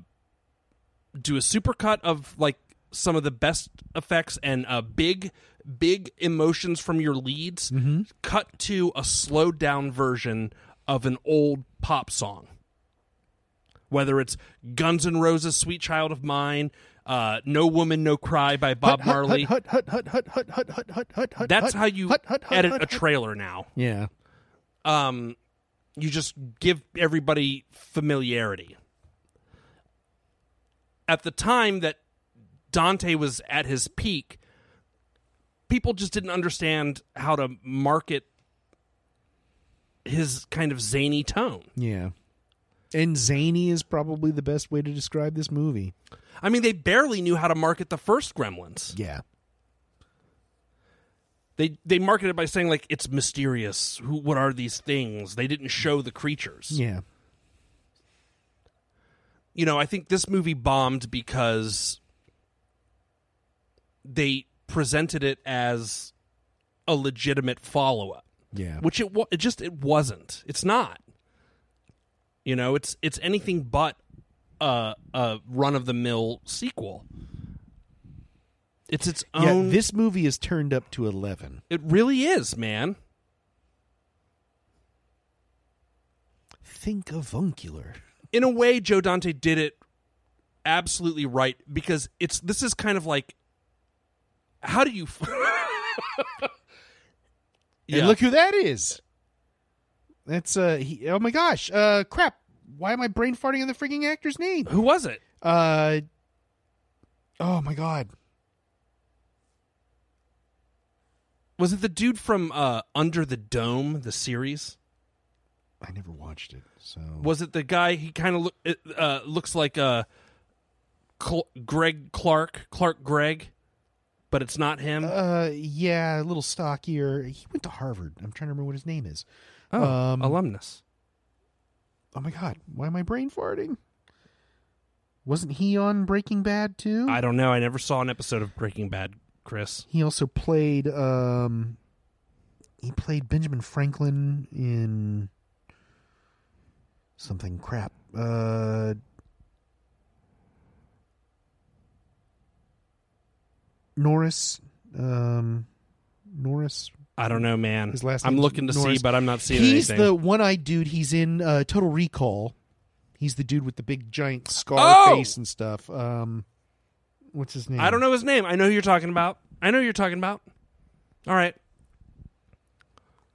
[SPEAKER 3] do a supercut of like some of the best effects and uh, big big emotions from your leads
[SPEAKER 4] Mm-hmm.
[SPEAKER 3] cut to a slowed down version of an old pop song whether it's guns n' roses sweet child of mine uh, no woman no cry by bob marley
[SPEAKER 4] Hut, hut, hut, hut, hut, hut, hut, hut, hut, hut,
[SPEAKER 3] that's
[SPEAKER 4] hut,
[SPEAKER 3] how you
[SPEAKER 4] hut, hut, hut,
[SPEAKER 3] edit
[SPEAKER 4] hut,
[SPEAKER 3] a
[SPEAKER 4] hut.
[SPEAKER 3] trailer now
[SPEAKER 4] Yeah.
[SPEAKER 3] um, you just give everybody familiarity. At the time that Dante was at his peak, people just didn't understand how to market his kind of zany tone.
[SPEAKER 4] Yeah. And zany is probably the best way to describe this movie.
[SPEAKER 3] I mean, they barely knew how to market the first Gremlins.
[SPEAKER 4] Yeah.
[SPEAKER 3] They they marketed by saying like it's mysterious. Who what are these things? They didn't show the creatures.
[SPEAKER 4] Yeah.
[SPEAKER 3] you know, I think this movie bombed because they presented it as a legitimate follow up,
[SPEAKER 4] Yeah.
[SPEAKER 3] which it wa- it just it wasn't. It's not. You know, it's it's anything but a a run of the mill sequel. It's its
[SPEAKER 4] Yeah,
[SPEAKER 3] own.
[SPEAKER 4] this movie is turned up to 11.
[SPEAKER 3] it really is, man.
[SPEAKER 4] Think avuncular.
[SPEAKER 3] in a way joe dante did it absolutely right because it's this is kind of like how do you f-
[SPEAKER 4] And look who that is. That's, uh, he, oh my gosh. Uh, crap. Why am I brain farting on the freaking actor's name?
[SPEAKER 3] who was it
[SPEAKER 4] Uh, oh my god.
[SPEAKER 3] was it the dude from uh, under the dome the series
[SPEAKER 4] I never watched it, so.
[SPEAKER 3] was it the guy he kind of look, uh, looks like uh, Cl- greg clark clark greg but it's not him
[SPEAKER 4] Uh, yeah, a little stockier. He went to Harvard. I'm trying to remember what his name is.
[SPEAKER 3] oh,
[SPEAKER 4] um,
[SPEAKER 3] alumnus
[SPEAKER 4] Oh my god, why am I brain farting? Wasn't he on Breaking Bad too?
[SPEAKER 3] i don't know i never saw an episode of breaking bad chris
[SPEAKER 4] he also played um, he played Benjamin Franklin in something crap. Uh, Norris, um, Norris.
[SPEAKER 3] i don't know man
[SPEAKER 4] His last
[SPEAKER 3] i'm
[SPEAKER 4] name's
[SPEAKER 3] looking to
[SPEAKER 4] Norris.
[SPEAKER 3] see but i'm not seeing
[SPEAKER 4] He's
[SPEAKER 3] anything
[SPEAKER 4] the one-eyed dude. He's in uh, Total Recall. He's the dude with the big giant scar
[SPEAKER 3] Oh!
[SPEAKER 4] face and stuff. Um, what's his name?
[SPEAKER 3] I don't know his name. I know who you're talking about. I know who you're talking about. All right.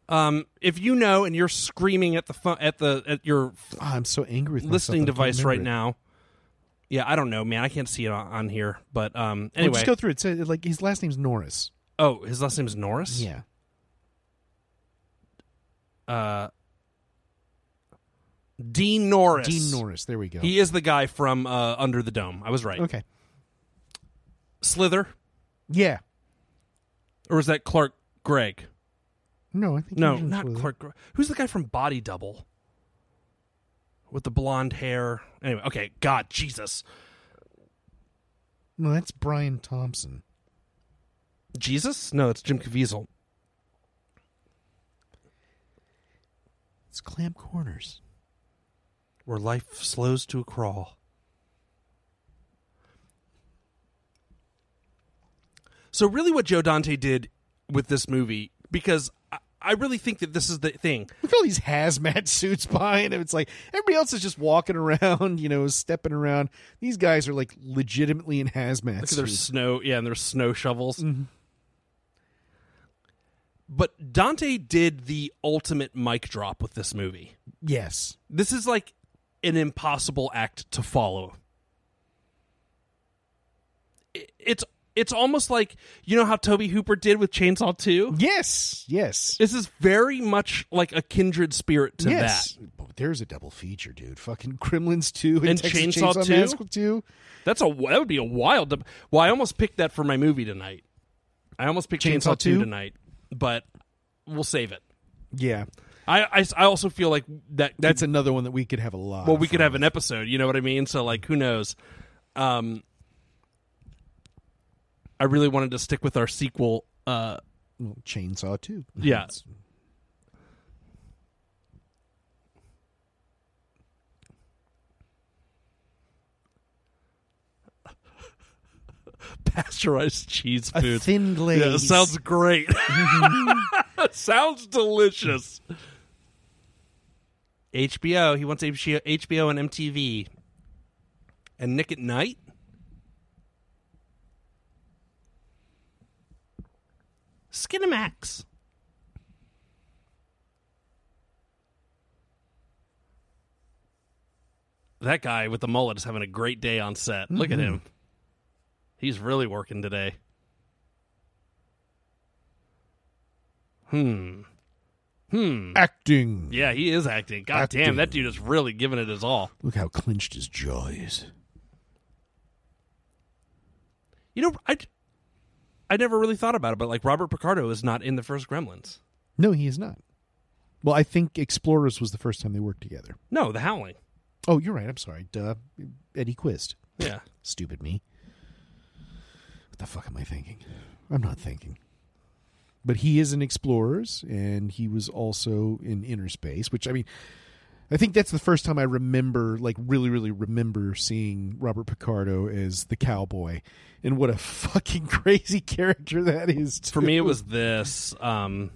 [SPEAKER 3] Um, if you know and you're screaming at the phone at the at your
[SPEAKER 4] Ah, I'm so angry with myself.
[SPEAKER 3] listening
[SPEAKER 4] I can't
[SPEAKER 3] device
[SPEAKER 4] remember
[SPEAKER 3] right
[SPEAKER 4] it.
[SPEAKER 3] now, yeah, I don't know, man. I can't see it on, on here, but um,
[SPEAKER 4] Well,
[SPEAKER 3] anyway.
[SPEAKER 4] just go through it. So, like his last name's Norris.
[SPEAKER 3] oh, his last name is Norris.
[SPEAKER 4] Yeah,
[SPEAKER 3] Uh, Dean Norris.
[SPEAKER 4] Dean Norris. There we go.
[SPEAKER 3] He is the guy from uh, Under the Dome. I was right.
[SPEAKER 4] okay.
[SPEAKER 3] Slither,
[SPEAKER 4] Yeah.
[SPEAKER 3] or is that Clark Gregg?
[SPEAKER 4] No, I think
[SPEAKER 3] No,
[SPEAKER 4] he was
[SPEAKER 3] not
[SPEAKER 4] with it.
[SPEAKER 3] Clark Gregg. Who's the guy from Body Double? With the blonde hair. Anyway, okay. God, Jesus.
[SPEAKER 4] No, that's Brian Thompson.
[SPEAKER 3] Jesus? No, it's Jim Caviezel.
[SPEAKER 4] It's Clamp Corners.
[SPEAKER 3] Where life slows to a crawl. So, really, what Joe Dante did with this movie, because I, I really think that this is the thing.
[SPEAKER 4] Look at all these hazmat suits behind him. It's like everybody else is just walking around, you know, stepping around. These guys are like legitimately in hazmat
[SPEAKER 3] Like there's
[SPEAKER 4] suits.
[SPEAKER 3] snow, yeah, and there's snow shovels.
[SPEAKER 4] Mm-hmm.
[SPEAKER 3] But Dante did the ultimate mic drop with this movie.
[SPEAKER 4] Yes.
[SPEAKER 3] This is like an impossible act to follow. I- It's it's almost like you know how Toby Hooper did with Chainsaw Two.
[SPEAKER 4] Yes. Yes.
[SPEAKER 3] This is very much like a kindred spirit to
[SPEAKER 4] yes.
[SPEAKER 3] that.
[SPEAKER 4] But There's a double feature, dude. Fucking Kremlins 2 and,
[SPEAKER 3] And
[SPEAKER 4] Texas
[SPEAKER 3] Chainsaw 2?
[SPEAKER 4] Massacre 2.
[SPEAKER 3] That's a that would be a wild. dub- Well, I almost picked that for my movie tonight. I almost picked Chainsaw,
[SPEAKER 4] Chainsaw
[SPEAKER 3] 2
[SPEAKER 4] 2?
[SPEAKER 3] tonight, but we'll save it.
[SPEAKER 4] Yeah.
[SPEAKER 3] I, I, I also feel like that
[SPEAKER 4] That's another one that we could have a lot.
[SPEAKER 3] well
[SPEAKER 4] of
[SPEAKER 3] we could
[SPEAKER 4] fun
[SPEAKER 3] have an episode you know what i mean so like who knows um i really wanted to stick with our sequel uh
[SPEAKER 4] with. Chainsaw 2.
[SPEAKER 3] yeah pasteurized cheese
[SPEAKER 4] A
[SPEAKER 3] food
[SPEAKER 4] thin glaze. Mm-hmm.
[SPEAKER 3] yeah, sounds great sounds delicious hbo he wants hbo hbo and mtv and nick at night skinamax that guy with the mullet is having a great day on set look at
[SPEAKER 4] Mm-hmm.
[SPEAKER 3] him he's really working today
[SPEAKER 4] acting.
[SPEAKER 3] Yeah, he is acting. God
[SPEAKER 4] Acting.
[SPEAKER 3] damn, that dude is really giving it his all.
[SPEAKER 4] Look how clenched his jaw is.
[SPEAKER 3] You know, I, I never really thought about it, but like Robert Picardo is not in the first Gremlins.
[SPEAKER 4] No, he is not. Well, I think Explorers was the first time they worked together.
[SPEAKER 3] No, The Howling.
[SPEAKER 4] Oh, you're right. I'm sorry. Duh. Eddie Quist.
[SPEAKER 3] Yeah.
[SPEAKER 4] Stupid me. What the fuck am I thinking? I'm not thinking. But he is in Explorers, and he was also in Inner Space, which I mean, I think that's the first time I remember, like, really, really remember seeing Robert Picardo as the cowboy, and what a fucking crazy character that is.
[SPEAKER 3] For me, it was this. Um,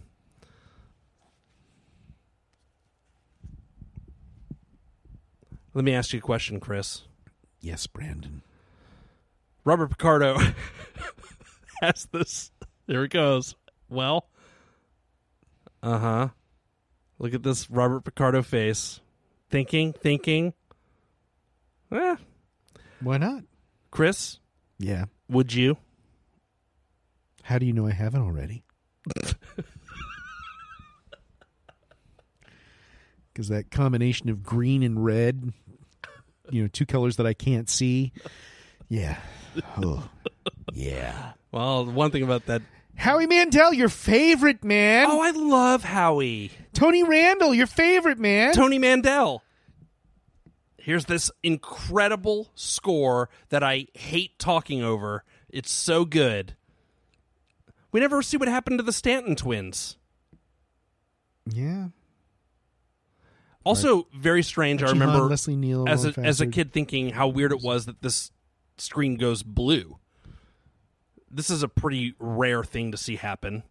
[SPEAKER 3] let me ask you a question, Chris.
[SPEAKER 4] yes, Brandon.
[SPEAKER 3] Robert Picardo has this. There it goes. Well, uh huh. Look at this Robert Picardo face. Thinking, thinking. Eh.
[SPEAKER 4] Why not?
[SPEAKER 3] Chris,
[SPEAKER 4] Yeah.
[SPEAKER 3] would you?
[SPEAKER 4] How do you know I haven't already? Because that combination of green and red, you know, two colors that I can't see. Yeah. Oh, yeah.
[SPEAKER 3] Well, one thing about that.
[SPEAKER 4] Howie Mandel, your favorite man.
[SPEAKER 3] Oh, I love Howie.
[SPEAKER 4] Tony Randall, your favorite man.
[SPEAKER 3] Tony Mandel. Here's this incredible score that I hate talking over. It's so good. We never see what happened to the Stanton twins.
[SPEAKER 4] yeah.
[SPEAKER 3] Also, very strange. I
[SPEAKER 4] Jihan,
[SPEAKER 3] remember
[SPEAKER 4] Leslie Neal
[SPEAKER 3] as a
[SPEAKER 4] Ron
[SPEAKER 3] as a
[SPEAKER 4] Fassard.
[SPEAKER 3] kid thinking how weird it was that this screen goes blue. This is a pretty rare thing to see happen.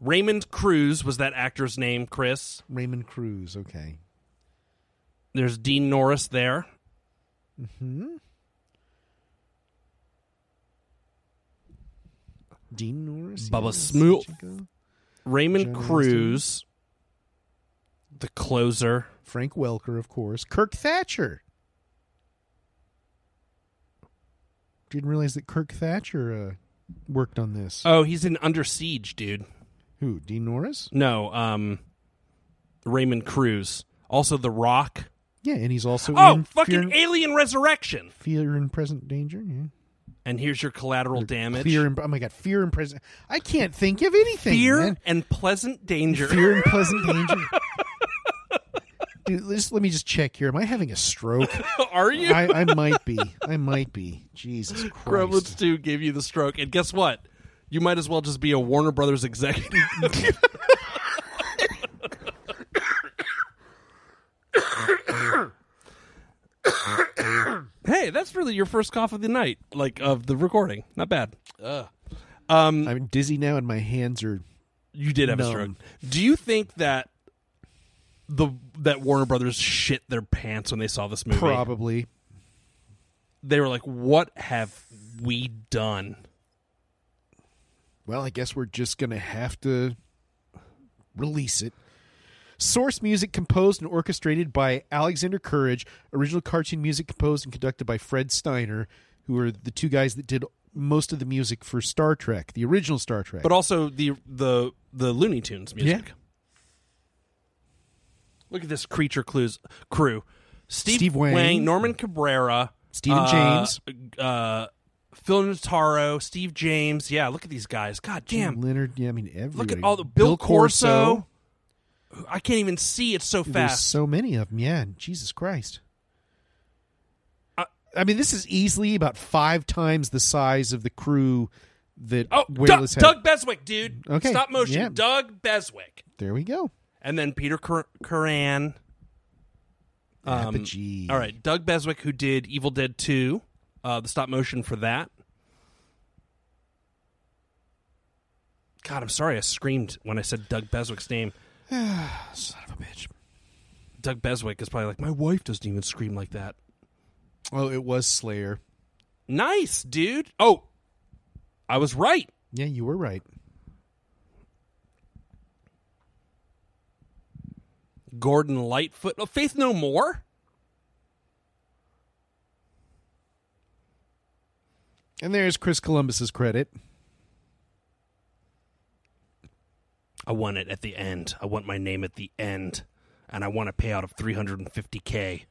[SPEAKER 3] Raymond Cruz was that actor's name, Chris.
[SPEAKER 4] Raymond Cruz. Okay.
[SPEAKER 3] There's Dean Norris there.
[SPEAKER 4] Hmm? Dean Norris.
[SPEAKER 3] Bubba
[SPEAKER 4] yes.
[SPEAKER 3] Smoot.
[SPEAKER 4] Chico.
[SPEAKER 3] Raymond
[SPEAKER 4] John Huston.
[SPEAKER 3] Cruz, the closer.
[SPEAKER 4] Frank Welker, of course. Kirk Thatcher. Didn't realize that Kirk Thatcher uh, worked on this.
[SPEAKER 3] Oh, he's in Under Siege, dude.
[SPEAKER 4] Who? Dean Norris?
[SPEAKER 3] No, um, Raymond Cruz, also The Rock.
[SPEAKER 4] Yeah, and he's also
[SPEAKER 3] Oh,
[SPEAKER 4] in
[SPEAKER 3] fucking
[SPEAKER 4] Fear,
[SPEAKER 3] Alien Resurrection.
[SPEAKER 4] Fear and Present Danger. Yeah.
[SPEAKER 3] And here's your collateral damage.
[SPEAKER 4] Fear and oh my god, Fear and Present. I can't think of anything.
[SPEAKER 3] Fear
[SPEAKER 4] man.
[SPEAKER 3] and pleasant danger.
[SPEAKER 4] Fear and Pleasant Danger. Dude, just, let me just check here. Am I having a stroke?
[SPEAKER 3] Are you?
[SPEAKER 4] I, I might be. I might be. Jesus Christ.
[SPEAKER 3] Gremlins 2 gave you the stroke. And guess what? You might as well just be a Warner Brothers executive. hey, that's really your first cough of the night, like of the recording. Not bad.
[SPEAKER 4] I'm dizzy now, and my hands are.
[SPEAKER 3] You did have a
[SPEAKER 4] Numb.
[SPEAKER 3] stroke. Do you think that the that Warner Brothers shit their pants when they saw this movie?
[SPEAKER 4] Probably.
[SPEAKER 3] They were like, "What have we done?"
[SPEAKER 4] Well, I guess we're just going to have to release it. Source music composed and orchestrated by Alexander Courage. Original cartoon music composed and conducted by Fred Steiner, who are the two guys that did most of the music for Star Trek, the original Star Trek.
[SPEAKER 3] But also the the the Looney Tunes music.
[SPEAKER 4] Yeah.
[SPEAKER 3] Look at this creature clues crew: Steve,
[SPEAKER 4] Steve Wang.
[SPEAKER 3] Norman Cabrera,
[SPEAKER 4] Stephen
[SPEAKER 3] uh,
[SPEAKER 4] James.
[SPEAKER 3] uh, Phil Notaro, Steve James. Yeah, look at these guys. God damn!
[SPEAKER 4] Leonard, yeah, I mean, everybody.
[SPEAKER 3] Look at all the Bill, Corso. I can't even see. It's so
[SPEAKER 4] There's
[SPEAKER 3] fast.
[SPEAKER 4] so many of them. Yeah, Jesus Christ.
[SPEAKER 3] Uh,
[SPEAKER 4] I mean, this is easily about five times the size of the crew that
[SPEAKER 3] Oh, Doug,
[SPEAKER 4] Whalers had.
[SPEAKER 3] Doug Beswick, dude.
[SPEAKER 4] Okay,
[SPEAKER 3] Stop motion.
[SPEAKER 4] yeah.
[SPEAKER 3] Doug Beswick.
[SPEAKER 4] There we go.
[SPEAKER 3] And then Peter Cur- Curran. um,
[SPEAKER 4] Apogee.
[SPEAKER 3] All right, Doug Beswick, who did Evil Dead 2, uh, the stop motion for that. God, I'm sorry I screamed when I said Doug Beswick's name.
[SPEAKER 4] Son of a bitch.
[SPEAKER 3] Doug Beswick is probably like, my wife doesn't even scream like that.
[SPEAKER 4] Oh, it was Slayer.
[SPEAKER 3] Nice, dude. Oh, I was right.
[SPEAKER 4] Yeah, you were right.
[SPEAKER 3] Gordon Lightfoot. Oh, Faith No More?
[SPEAKER 4] And there's Chris Columbus's credit.
[SPEAKER 3] I want it at the end. I want my name at the end. And I want a payout of 350K.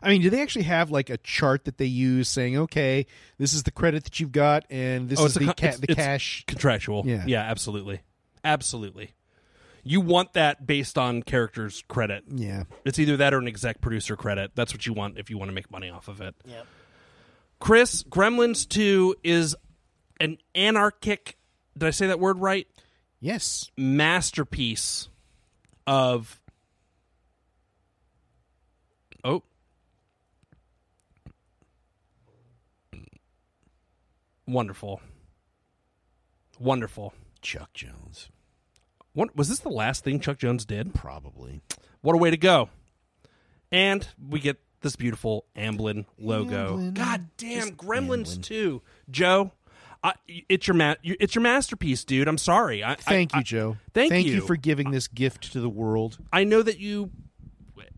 [SPEAKER 4] I mean, do they actually have like a chart that they use saying, "Okay, this is the credit that you've got, and this
[SPEAKER 3] Oh,
[SPEAKER 4] is
[SPEAKER 3] it's a
[SPEAKER 4] the
[SPEAKER 3] con-
[SPEAKER 4] ca-
[SPEAKER 3] it's-
[SPEAKER 4] the
[SPEAKER 3] it's-
[SPEAKER 4] cash"?
[SPEAKER 3] contractual.
[SPEAKER 4] Yeah.
[SPEAKER 3] yeah, absolutely, absolutely. You want that based on characters' credit.
[SPEAKER 4] Yeah.
[SPEAKER 3] It's either that or an exec producer credit. That's what you want if you want to make money off of it. Yep. Chris, Gremlins Two is an anarchic. Did I say that word right?
[SPEAKER 4] Yes.
[SPEAKER 3] Masterpiece of. Oh. Wonderful. Wonderful.
[SPEAKER 4] Chuck Jones,
[SPEAKER 3] What was this the last thing Chuck Jones did?
[SPEAKER 4] probably.
[SPEAKER 3] What a way to go. And we get this beautiful Amblin logo.
[SPEAKER 4] Amblin.
[SPEAKER 3] God damn, Gremlins too. Joe, I, it's your ma- you- it's your masterpiece, dude. I'm sorry. I, I-
[SPEAKER 4] Thank
[SPEAKER 3] I-
[SPEAKER 4] you, Joe.
[SPEAKER 3] Thank,
[SPEAKER 4] you. for giving this gift to the world.
[SPEAKER 3] I know that you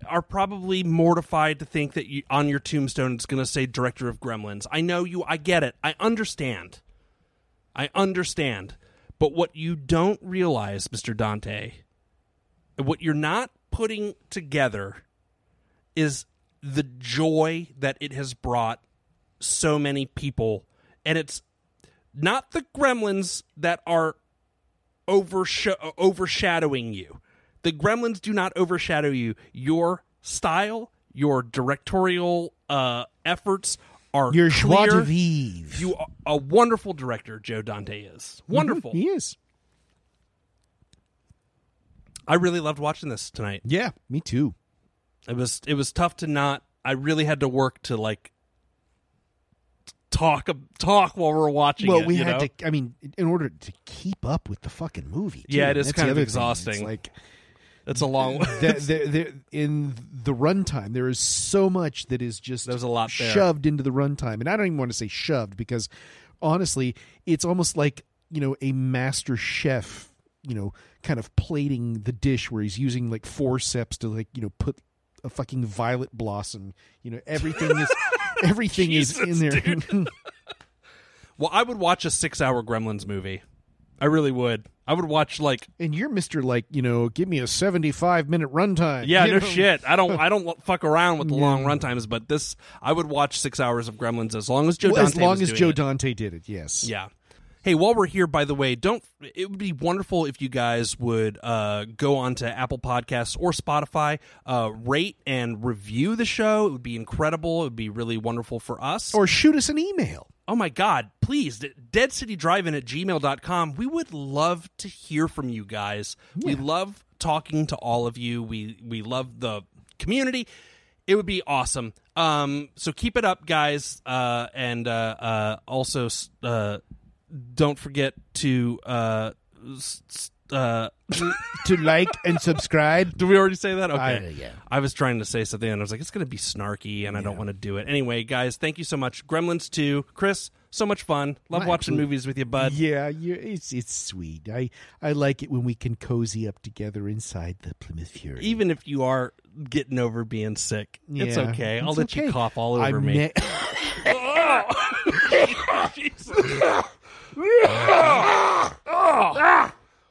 [SPEAKER 3] are probably mortified to think that you, on your tombstone it's going to say director of Gremlins. I know you. I get it. I understand. I understand. But what you don't realize, Mr. Dante, what you're not putting together is the joy that it has brought so many people. And it's not the gremlins that are oversh- overshadowing you. The gremlins do not overshadow you. Your style, your directorial uh, efforts are
[SPEAKER 4] Your joie
[SPEAKER 3] clear.
[SPEAKER 4] de vivre.
[SPEAKER 3] You are a wonderful director, Joe Dante is.
[SPEAKER 4] Mm-hmm.
[SPEAKER 3] Mm-hmm. Wonderful.
[SPEAKER 4] He is.
[SPEAKER 3] I really loved watching this tonight.
[SPEAKER 4] Yeah, me too.
[SPEAKER 3] It was it was tough to not I really had to work to like talk talk while we were watching
[SPEAKER 4] Well,
[SPEAKER 3] it,
[SPEAKER 4] we
[SPEAKER 3] you
[SPEAKER 4] had
[SPEAKER 3] know?
[SPEAKER 4] to. I mean, in order to keep up with the fucking movie. too.
[SPEAKER 3] Yeah, it is
[SPEAKER 4] That's
[SPEAKER 3] kind
[SPEAKER 4] the
[SPEAKER 3] of
[SPEAKER 4] other thing.
[SPEAKER 3] exhausting.
[SPEAKER 4] It's like
[SPEAKER 3] It's a long way.
[SPEAKER 4] the, the, the, in the runtime, there is so much that is just
[SPEAKER 3] There's a lot there.
[SPEAKER 4] shoved into the runtime, and I don't even want to say shoved because honestly, it's almost like you know a master chef, you know, kind of plating the dish where he's using like forceps to like you know put a fucking violet blossom. You know, everything is everything is in there.
[SPEAKER 3] Well, I would watch a 6-hour Gremlins movie I really would. I would watch like
[SPEAKER 4] And you're Mister like you know, give me a seventy-five minute runtime.
[SPEAKER 3] yeah,
[SPEAKER 4] you
[SPEAKER 3] no
[SPEAKER 4] know?
[SPEAKER 3] shit. I don't I don't fuck around with the long run times, but this I would watch six hours of Gremlins as long as Joe
[SPEAKER 4] Well,
[SPEAKER 3] Dante
[SPEAKER 4] as long
[SPEAKER 3] was
[SPEAKER 4] as
[SPEAKER 3] doing
[SPEAKER 4] Joe
[SPEAKER 3] it.
[SPEAKER 4] Dante did it, yes.
[SPEAKER 3] Yeah. Hey, while we're here, by the way, don't. It would be wonderful if you guys would uh, go onto Apple Podcasts or Spotify, uh, rate and review the show. It would be incredible. It would be really wonderful for us.
[SPEAKER 4] Or shoot us an email.
[SPEAKER 3] oh my god please d- deadcitydrivein at gmail.com we would love to hear from you guys we love talking to all of you we we love the community it would be awesome um so keep it up guys uh and uh uh also s- uh don't forget to uh s- s- uh
[SPEAKER 4] to like and subscribe.
[SPEAKER 3] did we already say that? Okay.
[SPEAKER 4] I- yeah.
[SPEAKER 3] I was trying to say something and I was like, it's going to be snarky and I don't want to do it. Anyway, guys, thank you so much. Gremlins 2. Chris, so much fun. Love
[SPEAKER 4] My
[SPEAKER 3] watching
[SPEAKER 4] absolute-
[SPEAKER 3] movies with you, bud.
[SPEAKER 4] Yeah, you it's it's sweet. I I like it when we can cozy up together inside the Plymouth Fury.
[SPEAKER 3] Even if you are getting over being sick, it's
[SPEAKER 4] Yeah,
[SPEAKER 3] okay. I'll
[SPEAKER 4] it's
[SPEAKER 3] let
[SPEAKER 4] okay.
[SPEAKER 3] you cough all over
[SPEAKER 4] I'm
[SPEAKER 3] me.
[SPEAKER 4] ne-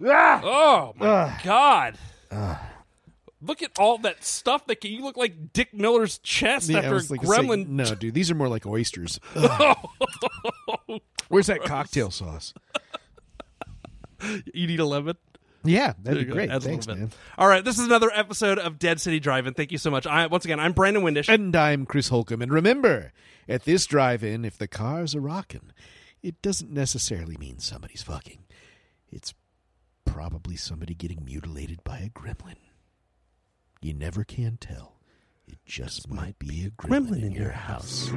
[SPEAKER 3] oh, my God. Look at all that stuff that can, you look like Dick Miller's chest
[SPEAKER 4] Yeah, I
[SPEAKER 3] after a
[SPEAKER 4] was like to say,
[SPEAKER 3] gremlin.
[SPEAKER 4] no, dude, these are more like oysters. Where's that cocktail sauce?
[SPEAKER 3] You need a lemon?
[SPEAKER 4] Yeah, that'd
[SPEAKER 3] There
[SPEAKER 4] be
[SPEAKER 3] you go.
[SPEAKER 4] great.
[SPEAKER 3] Adds a
[SPEAKER 4] Thanks,
[SPEAKER 3] little bit.
[SPEAKER 4] man.
[SPEAKER 3] All right, this is another episode of Dead City Drive-In. Thank you so much. I, once again, I'm Brandon Windish.
[SPEAKER 4] And I'm Chris Holcomb. And remember, at this drive in, if the cars are rockin', it doesn't necessarily mean somebody's fucking. It's probably somebody getting mutilated by a gremlin. You never can tell. It just might be a gremlin, in, your house.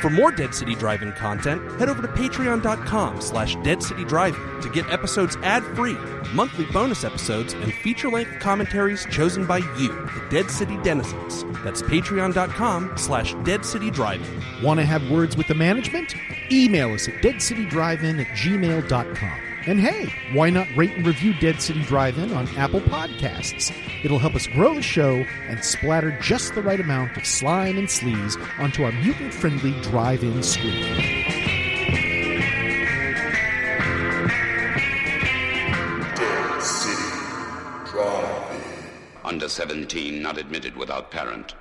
[SPEAKER 3] For more Dead City Drive-In content, head over to patreon.com slash Dead City Drive-In to get episodes ad-free, monthly bonus episodes, and feature-length commentaries chosen by you, the Dead City denizens. That's patreon.com slash Dead City Drive-In.
[SPEAKER 4] Want to have words with the management? Email us at deadcitydrivein at gmail.com. And hey, why not rate and review Dead City Drive In on Apple Podcasts? It'll help us grow the show and splatter just the right amount of slime and sleaze onto our mutant friendly drive in screen.
[SPEAKER 2] Under 17, not admitted without parent.